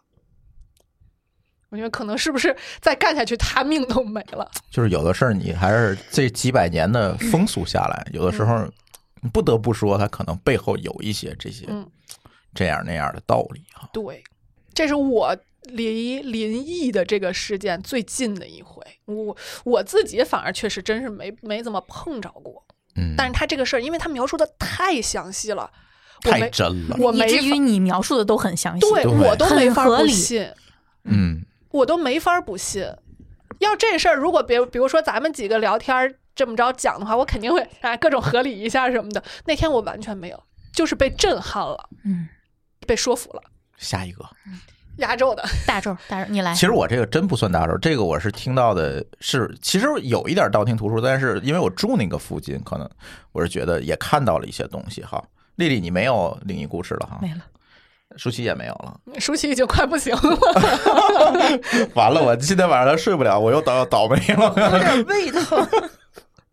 Speaker 4: 我觉得可能是不是再干下去，他命都没了。
Speaker 2: 就是有的事儿你还是这几百年的风俗下来，有的时候你不得不说，他可能背后有一些这些
Speaker 4: 嗯
Speaker 2: 这样那样的道理啊。
Speaker 4: 对，这是我离林毅的这个事件最近的一回。我我自己反而确实真是没没怎么碰着过，
Speaker 2: 嗯，
Speaker 4: 但是他这个事儿，因为他描述的太详细了，我
Speaker 2: 太
Speaker 4: 没
Speaker 2: 真了，
Speaker 4: 我
Speaker 3: 以
Speaker 4: 没
Speaker 3: 至于
Speaker 4: 法
Speaker 3: 你描述的都很详细。
Speaker 4: 对
Speaker 2: 对
Speaker 4: 我都没
Speaker 3: 很
Speaker 4: 法
Speaker 3: 合
Speaker 4: 不
Speaker 3: 理
Speaker 4: 信。
Speaker 2: 嗯
Speaker 4: 我都没法不信。要这事儿，如果别比如说咱们几个聊天儿这么着讲的话，我肯定会啊各种合理一下什么的。那天我完全没有，就是被震撼了，
Speaker 3: 嗯，
Speaker 4: 被说服了，
Speaker 2: 下一个。
Speaker 4: 压轴的。
Speaker 3: 大周，大周，你来
Speaker 4: 哎
Speaker 2: 其。实我这个真不算大手，这个我是听到的是，其实有一点道听途说，但是因为我住那个附近，可能我是觉得也看到了一些东西哈。丽丽，你没有灵异故事了哈？
Speaker 5: 没了。
Speaker 2: 舒淇也没有了，
Speaker 4: 舒淇已经快不行了，
Speaker 2: 完了，我今天晚上睡不了，我又倒倒霉了。
Speaker 5: 有点味道。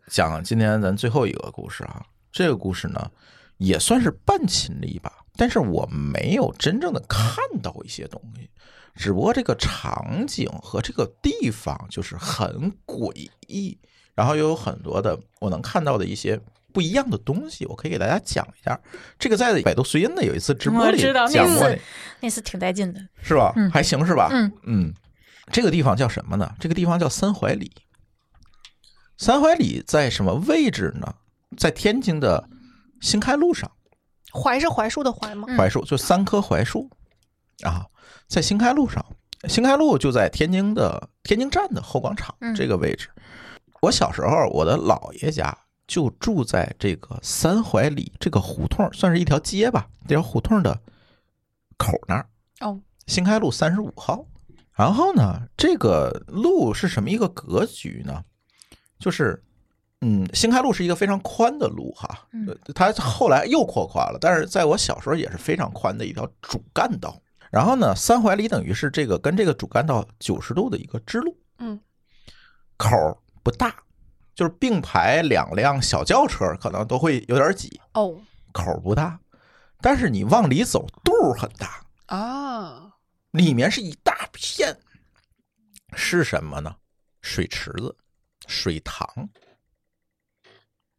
Speaker 2: 讲今天咱最后一个故事啊，这个故事呢也算是半亲历吧，但是我没有真正的看到一些东西，只不过这个场景和这个地方就是很诡异，然后又有很多的我能看到的一些。不一样的东西，我可以给大家讲一下。这个在百度随音的有一次直播
Speaker 3: 我
Speaker 2: 里
Speaker 3: 知道那
Speaker 2: 讲过
Speaker 3: 次那次挺带劲的，
Speaker 2: 是吧？
Speaker 3: 嗯
Speaker 2: 还行是吧？
Speaker 3: 嗯
Speaker 2: 这个地方叫什么呢？这个地方叫三槐里。三槐里在什么位置呢？在天津的新开路上，
Speaker 4: 槐是槐树的槐吗？
Speaker 3: 嗯
Speaker 2: 槐树就三棵槐树啊，在新开路上，新开路就在天津的天津站的后广场
Speaker 3: 嗯
Speaker 2: 这个位置。我小时候，我的姥爷家就住在这个三槐里这个胡同，算是一条街吧，这条胡同的口那儿。
Speaker 4: 哦，
Speaker 2: 新开路三十五号。然后呢，这个路是什么一个格局呢？就是，嗯，新开路是一个非常宽的路哈，
Speaker 3: 嗯
Speaker 2: 呃它后来又扩宽了，但是在我小时候也是非常宽的一条主干道。然后呢，三槐里等于是这个跟这个主干道九十度的一个支路，
Speaker 4: 嗯，
Speaker 2: 口儿不大，就是并排两辆小轿车可能都会有点挤，
Speaker 4: 哦
Speaker 2: 口儿不大，但是你往里走肚儿很大，
Speaker 4: 啊，
Speaker 2: 里面是一大片，是什么呢？水池子、水塘，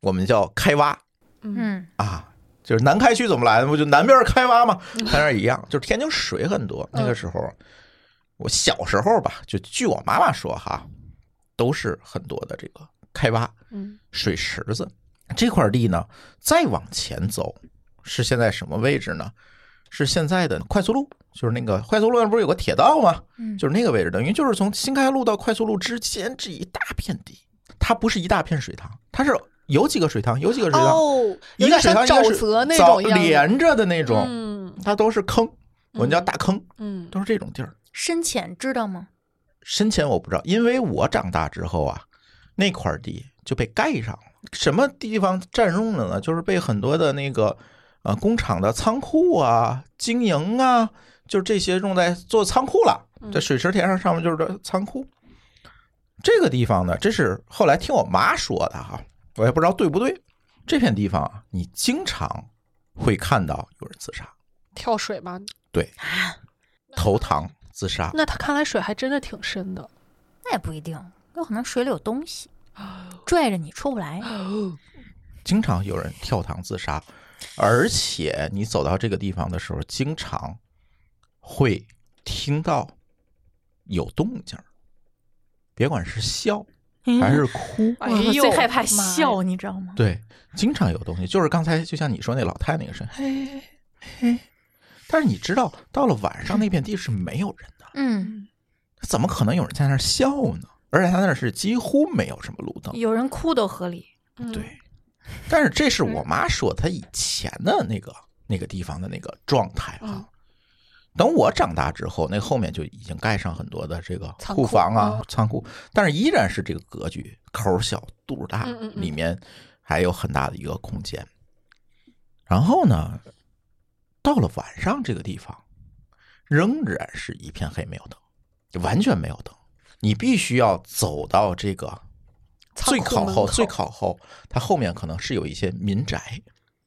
Speaker 2: 我们叫开挖
Speaker 3: 嗯
Speaker 2: 啊，就是南开区怎么来的？不就南边开挖吗？跟那儿一样，就是天津水很多。那个时候，我小时候吧，就据我妈妈说哈，都是很多的这个开挖
Speaker 4: 嗯
Speaker 2: 水池子这块地呢。再往前走是现在什么位置呢？是现在的快速路，就是那个快速路上不是有个铁道吗？
Speaker 3: 嗯，
Speaker 2: 就是那个位置，等于就是从新开路到快速路之间这一大片地，它不是一大片水塘，它是有几个水塘，有几个水塘，
Speaker 4: 哦，
Speaker 2: 一
Speaker 4: 有点
Speaker 2: 个水
Speaker 4: 像
Speaker 2: 塘一
Speaker 4: 沼
Speaker 2: 个水
Speaker 4: 泽那
Speaker 2: 藻
Speaker 4: 种一样的，
Speaker 2: 连着的那种，
Speaker 4: 嗯
Speaker 2: 它都是坑，我们叫大坑，
Speaker 4: 嗯
Speaker 2: 都是这种地儿。
Speaker 3: 深浅知道吗？
Speaker 2: 深浅我不知道，因为我长大之后啊，那块儿地就被盖上了，什么地方占用了呢？就是被很多的那个呃工厂的仓库啊、经营啊，就是这些用在做仓库了。在水池田上上面就是这仓库。这个地方呢，这是后来听我妈说的哈、我也不知道对不对。这片地方啊，你经常会看到有人自杀，
Speaker 4: 跳水吧。
Speaker 2: 投塘自杀。
Speaker 4: 那他看来水还真的挺深的。
Speaker 3: 那也不一定，有可能水里有东西拽着你出不来。
Speaker 2: 经常有人跳塘自杀，而且你走到这个地方的时候，经常会听到有动静儿，别管是笑还是 哭，
Speaker 3: 我
Speaker 4: 哎呦
Speaker 3: 最害怕
Speaker 4: 妈呀
Speaker 3: 笑，你知道吗？
Speaker 2: 对，经常有东西。就是刚才就像你说那老太那个声，嘿嘿嘿。但是你知道，到了晚上那片地是没有人的，
Speaker 3: 嗯，
Speaker 2: 怎么可能有人在那儿笑呢？而且他那儿是几乎没有什么路灯。
Speaker 3: 嗯有人哭都合理。
Speaker 4: 嗯
Speaker 2: 对，但是这是我妈说她以前的那个那个地方的那个状态啊
Speaker 4: 嗯。
Speaker 2: 等我长大之后，那后面就已经盖上很多的这个
Speaker 4: 仓
Speaker 2: 库
Speaker 4: 库
Speaker 2: 房啊、
Speaker 4: 嗯
Speaker 2: 仓库，但是依然是这个格局，口儿小肚儿大
Speaker 4: 嗯嗯，嗯
Speaker 2: 里面还有很大的一个空间。然后呢，到了晚上，这个地方仍然是一片黑，没有灯，完全没有灯。你必须要走到这个
Speaker 4: 仓
Speaker 2: 最
Speaker 4: 库
Speaker 2: 靠
Speaker 4: 门
Speaker 2: 后，最靠后，它后面可能是有一些民宅，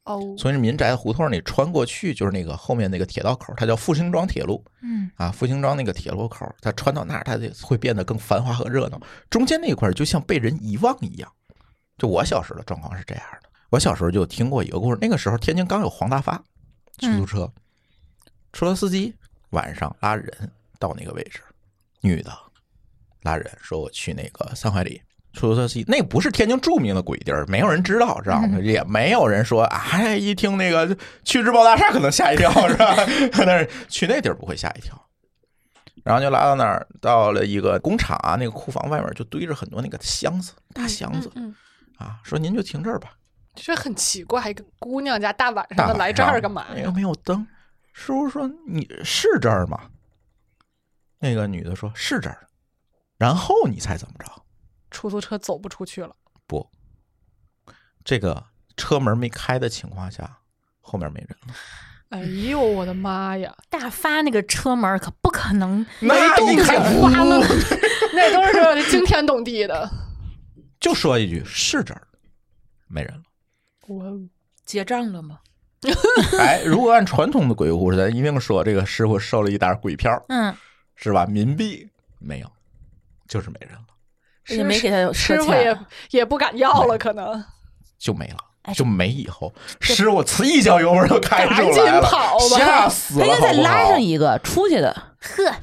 Speaker 4: 哦，
Speaker 2: 从这民宅的胡同里穿过去，就是那个后面那个铁道口，它叫复兴庄铁路
Speaker 3: 嗯，
Speaker 2: 啊，复兴庄那个铁路口，它穿到那儿，它就会变得更繁华和热闹。中间那一块儿就像被人遗忘一样，就我小时候的状况是这样的。我小时候就听过一个故事，那个时候天津刚有黄大发出租车，出租车司机晚上拉人到那个位置，女的拉人说我去那个三槐里出租车司机，那不是天津著名的鬼地儿，没有人知道，知
Speaker 4: 嗯
Speaker 2: 道吗？也没有人说哎，一听那个去日报大厦可能吓一跳 是吧？但是去那地儿不会吓一跳。然后就拉到那儿，到了一个工厂啊，那个库房外面就堆着很多那个箱子，大箱子
Speaker 4: 嗯，嗯嗯
Speaker 2: 啊，说您就停这儿吧。
Speaker 4: 这很奇怪，一个姑娘家大晚上
Speaker 2: 大
Speaker 4: 的
Speaker 2: 晚
Speaker 4: 来这
Speaker 2: 上哎
Speaker 4: 儿干嘛
Speaker 2: 又
Speaker 4: 呀？
Speaker 2: 没有灯。师傅说：“你是这儿吗？”那个女的说：“是这儿。”然后你猜怎么着？
Speaker 4: 出租车走不出去了。
Speaker 2: 不，这个车门没开的情况下，后面没人了。
Speaker 4: 哎呦，我的妈 呀！
Speaker 3: 大发那个车门可不可能
Speaker 2: 那
Speaker 3: 动
Speaker 2: 你
Speaker 3: 静
Speaker 2: 看
Speaker 3: 哗楞，
Speaker 4: 那都是惊天动地的。
Speaker 2: 就说一句：“是这儿。”没人了。
Speaker 4: 哇哦，
Speaker 5: 结账了 吗？
Speaker 2: 哎，如果按传统的鬼故事，咱一定说这个师傅收了一沓鬼票，
Speaker 3: 嗯，
Speaker 2: 是吧？冥币没有，就是没人了，
Speaker 5: 也没给他
Speaker 4: 师
Speaker 5: 撤
Speaker 4: 傅也
Speaker 5: 钱，
Speaker 4: 也不敢要了，可能
Speaker 2: 就没
Speaker 5: 哎
Speaker 2: 了，就没以后。师傅呲一脚油门就开出来
Speaker 4: 赶紧跑
Speaker 2: 了，
Speaker 4: 吧
Speaker 2: 吓
Speaker 5: 他
Speaker 2: 死了，
Speaker 5: 应该再
Speaker 2: 好不好
Speaker 5: 拉上一个出去的。
Speaker 3: 呵，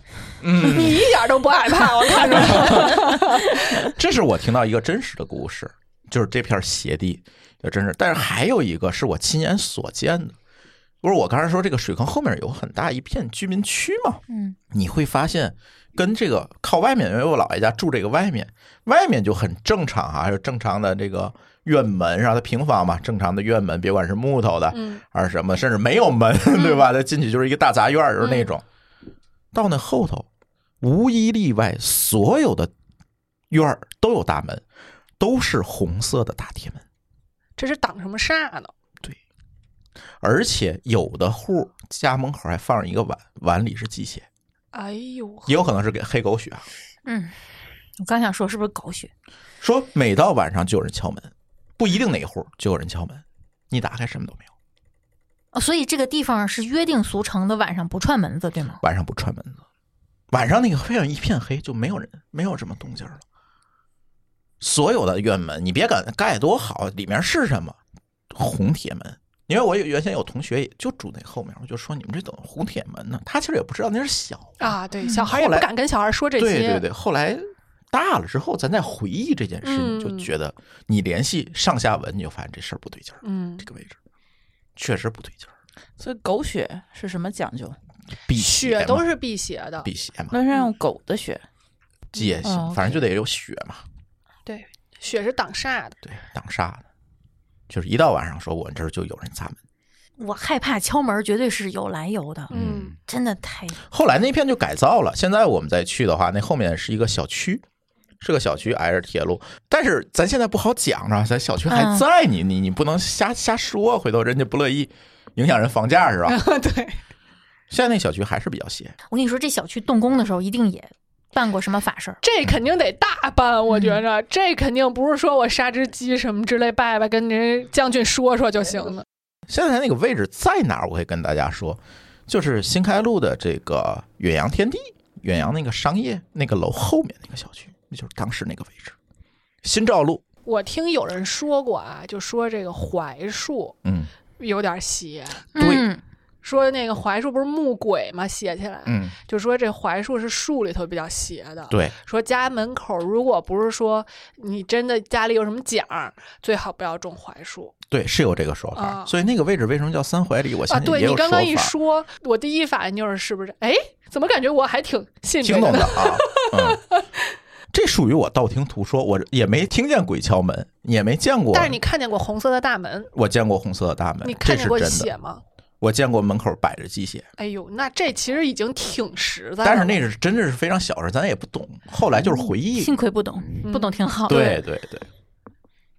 Speaker 2: 嗯，
Speaker 4: 你一点都不害怕，我看着你。
Speaker 2: 这是我听到一个真实的故事，就是这片邪地也真是，但是还有一个是我亲眼所见的。不是我刚才说这个水坑后面有很大一片居民区嘛，
Speaker 3: 嗯，
Speaker 2: 你会发现跟这个靠外面，因为我姥爷家住这个外面，外面就很正常啊，有正常的这个院门，然后它平房嘛，正常的院门，别管是木头的
Speaker 4: 嗯，
Speaker 2: 还是什么，甚至没有门，对吧？它进去就是一个大杂院儿，就是那种。到那后头，无一例外，所有的院儿都有大门，都是红色的大铁门，
Speaker 4: 这是挡什么煞呢？
Speaker 2: 而且有的户家门口还放着一个碗，碗里是鸡血，
Speaker 4: 哎呦，
Speaker 2: 也有可能是给黑狗血啊。
Speaker 3: 嗯，我刚想说是不是狗血？
Speaker 2: 说每到晚上就有人敲门，不一定哪户就有人敲门，你打开什么都没有，
Speaker 3: 哦，所以这个地方是约定俗成的，晚上不串门子，对吗？
Speaker 2: 晚上不串门子，晚上那个非常一片黑，就没有人，没有什么动静了。所有的院门，你别管盖多好，里面是什么，红铁门。因为我有原先有同学也就住那后面，我就说你们这等红铁门呢，他其实也不知道那是小
Speaker 4: 啊，对，小孩也
Speaker 2: 嗯后
Speaker 4: 不
Speaker 2: 来
Speaker 4: 敢跟小孩说这些。
Speaker 2: 对对对，后来大了之后，咱再回忆这件事，
Speaker 4: 嗯
Speaker 2: 你就觉得你联系上下文，你就发现这事儿不对劲儿，
Speaker 4: 嗯
Speaker 2: 这，个位置确实不对劲儿，
Speaker 5: 所以狗血是什么讲究？
Speaker 2: 辟邪
Speaker 4: 血
Speaker 2: 嘛
Speaker 4: 都是嗯哦辟邪的，
Speaker 2: 辟邪嘛，
Speaker 5: 那是用狗的血，
Speaker 2: 鸡也
Speaker 5: 哦
Speaker 2: 行，
Speaker 5: ，OK
Speaker 2: 反正就得有血嘛，
Speaker 4: 对，血是挡煞的。
Speaker 2: 对，挡煞的。就是一到晚上，说我这儿就有人砸门。
Speaker 3: 我害怕敲门，绝对是有来由的，
Speaker 4: 嗯，
Speaker 3: 真的太……
Speaker 2: 后来那片就改造了，现在我们再去的话，那后面是一个小区，是个小区挨着铁路。但是咱现在不好讲啊，咱小区还
Speaker 3: 嗯
Speaker 2: 在，你你你不能瞎瞎说，回头人家不乐意，影响人房价是吧？
Speaker 4: 嗯 对，
Speaker 2: 现在那小区还是比较邪，
Speaker 3: 我跟你说，这小区动工的时候一定也办过什么法事儿。
Speaker 4: 这肯定得大办，我
Speaker 2: 嗯
Speaker 4: 觉着这肯定不是说我杀只鸡什么之类拜拜，跟人将军说说就行了。
Speaker 2: 现在那个位置在哪儿？我会跟大家说，就是新开路的这个远洋天地，远洋那个商业那个楼后面那个小区，那就是当时那个位置。新照路，
Speaker 4: 我听有人说过啊，就说这个槐树
Speaker 2: 嗯
Speaker 4: 有点邪，
Speaker 2: 对
Speaker 3: 嗯，
Speaker 4: 说那个槐树不是木鬼嘛，写起来，
Speaker 2: 嗯，
Speaker 4: 就说这槐树是树里头比较邪的。
Speaker 2: 对，
Speaker 4: 说家门口如果不是说你真的家里有什么奖儿，最好不要种槐树。
Speaker 2: 对，是有这个说法。
Speaker 4: 啊
Speaker 2: 所以那个位置为什么叫三槐里？我
Speaker 4: 啊，
Speaker 2: 相信
Speaker 4: 对
Speaker 2: 也
Speaker 4: 你
Speaker 2: 有说
Speaker 4: 刚
Speaker 2: 法，
Speaker 4: 刚一说，我第一反应就是是不是？哎，怎么感觉我还挺信这
Speaker 2: 听
Speaker 4: 个
Speaker 2: 懂
Speaker 4: 的
Speaker 2: 的啊。嗯，这属于我道听途说，我也没听见鬼敲门，也没见过。
Speaker 4: 但是你看见过红色的大门，
Speaker 2: 我见过红色的大门，
Speaker 4: 你看见过
Speaker 2: 这是真的。
Speaker 4: 血吗？
Speaker 2: 我见过门口摆着鸡血，
Speaker 4: 哎呦，那这其实已经挺实在了。
Speaker 2: 但是那是真的是非常小事，咱也不懂。后来就是回忆，
Speaker 3: 幸亏不懂，不
Speaker 4: 嗯
Speaker 3: 懂挺好的。
Speaker 2: 对对对，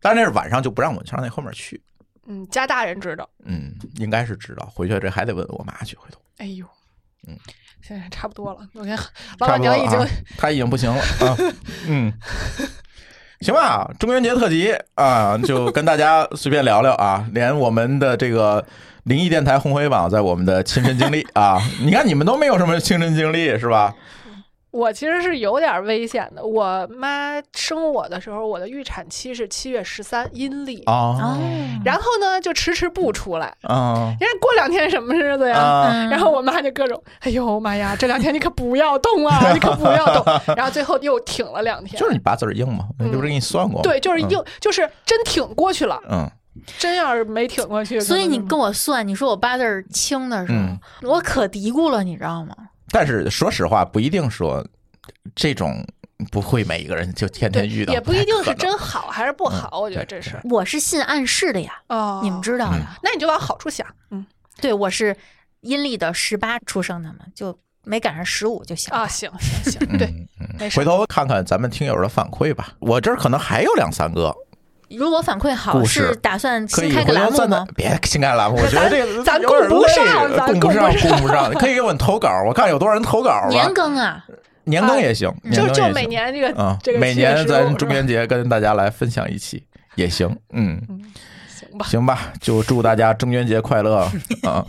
Speaker 2: 但是那是晚上就不让我上那后面去。
Speaker 4: 嗯，家大人知道。
Speaker 2: 嗯，应该是知道，回去这还得问我妈去。回头
Speaker 4: 哎呦，
Speaker 2: 嗯，
Speaker 4: 现在差不多了。我看老板娘
Speaker 2: 差
Speaker 4: 已经
Speaker 2: 不多了啊，她已经不行了啊。嗯，行吧，中元节特辑啊，就跟大家随便聊聊啊， 连我们的这个。灵异电台红黑榜在我们的亲身经历啊， 你看你们都没有什么亲身经历是吧？
Speaker 4: 我其实是有点危险的。我妈生我的时候，我的预产期是七月十三阴历，
Speaker 2: 啊
Speaker 3: 哦，
Speaker 4: 然后呢就迟迟不出来，
Speaker 2: 啊
Speaker 4: 因为过两天什么日子呀？
Speaker 2: 啊！
Speaker 3: 嗯
Speaker 4: 然后我妈就各种，哎呦妈呀，这两天你可不要动啊，你可不要动。然后最后又挺了两天，
Speaker 2: 就是你八字儿硬嘛，那不是给你算过吗？
Speaker 4: 嗯对，就是硬，就是真挺过去了。
Speaker 2: 嗯，
Speaker 4: 真要是没挺过去，
Speaker 3: 嗯所以你
Speaker 4: 够
Speaker 3: 跟我算，你说我八字儿轻的时候，
Speaker 2: 嗯
Speaker 3: 我可嘀咕了，你知道吗？
Speaker 2: 但是说实话，不一定说这种不会每一个人就天天遇到，
Speaker 4: 也不
Speaker 2: 太
Speaker 4: 一定
Speaker 2: 可
Speaker 4: 是
Speaker 2: 能嗯
Speaker 4: 真好还是不好，我觉得
Speaker 2: 对
Speaker 4: 这是
Speaker 3: 我是信暗示的呀，
Speaker 4: 哦，
Speaker 3: 你们知道的。
Speaker 2: 嗯
Speaker 4: 那你就往好处想，嗯
Speaker 3: 对，我是阴历的十八出生的嘛，就没赶上十五就行了。
Speaker 4: 啊，行行行，对，
Speaker 2: 嗯嗯
Speaker 4: 没事
Speaker 2: 回头看看咱们听友的反馈吧。我这儿可能还有两三个，
Speaker 3: 如果反馈好，
Speaker 2: 故事
Speaker 3: 是打算
Speaker 2: 可
Speaker 3: 新
Speaker 2: 以
Speaker 3: 开
Speaker 2: 回
Speaker 3: 个栏
Speaker 2: 头
Speaker 3: 目
Speaker 2: 赞
Speaker 3: 吗
Speaker 2: 的？别新开栏目，我觉 得这个
Speaker 4: 咱
Speaker 2: 有点
Speaker 4: 供不上
Speaker 2: 累呃
Speaker 4: 咱
Speaker 2: 供
Speaker 4: 供不
Speaker 2: 不上，供不上。可以给我们投稿，我看有多少人投稿了。
Speaker 3: 年更啊，
Speaker 2: 年更也行，年
Speaker 4: 就啊嗯
Speaker 2: 更
Speaker 4: 就
Speaker 2: 也
Speaker 4: 每
Speaker 2: 行
Speaker 4: 年这个
Speaker 2: 啊
Speaker 4: 这，个
Speaker 2: 每
Speaker 4: 七月
Speaker 2: 年
Speaker 4: 十五
Speaker 2: 咱
Speaker 4: 是
Speaker 2: 中
Speaker 4: 吧
Speaker 2: 元节跟大家来分享一期，也行，嗯，
Speaker 4: 行吧，
Speaker 2: 行吧，就祝大家中元节快乐 啊！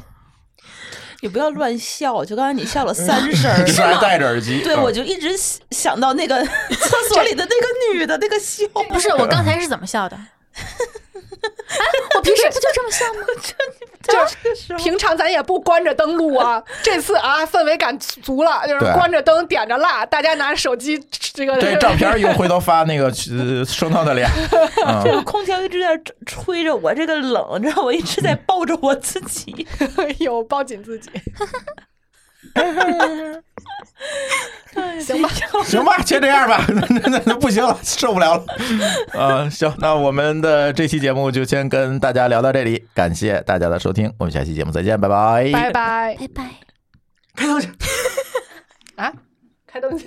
Speaker 5: 你不要乱笑，就刚才你笑了 三声儿，
Speaker 2: 这
Speaker 5: 是
Speaker 2: 还
Speaker 5: 吗？
Speaker 2: 戴着耳机，
Speaker 5: 对，
Speaker 2: 啊
Speaker 5: 我就一直想想到那个 厕所里的那个女的那个 笑，
Speaker 3: 不是，我刚才是怎么笑的？哎，我 平时 不就这么笑吗？
Speaker 4: 就是平常咱也不关着灯录啊，这次啊氛围感足了，就是
Speaker 2: 对
Speaker 4: 关着灯点着蜡，大家拿着手机这个
Speaker 2: 这照片儿一会儿回头发那个呃收到的脸，啊
Speaker 5: 这个空调一直在吹吹着我，这个冷，让我一直在抱着我自己。
Speaker 4: 有抱紧自 己。 哎行吧，
Speaker 2: 行吧，先这样吧，那那那不行了，受不了了。呃，行，那我们的这期节目就先跟大家聊到这里，感谢大家的收听，我们下期节目再见，拜拜，
Speaker 4: 拜拜
Speaker 3: 拜拜。
Speaker 4: 啊，开灯去。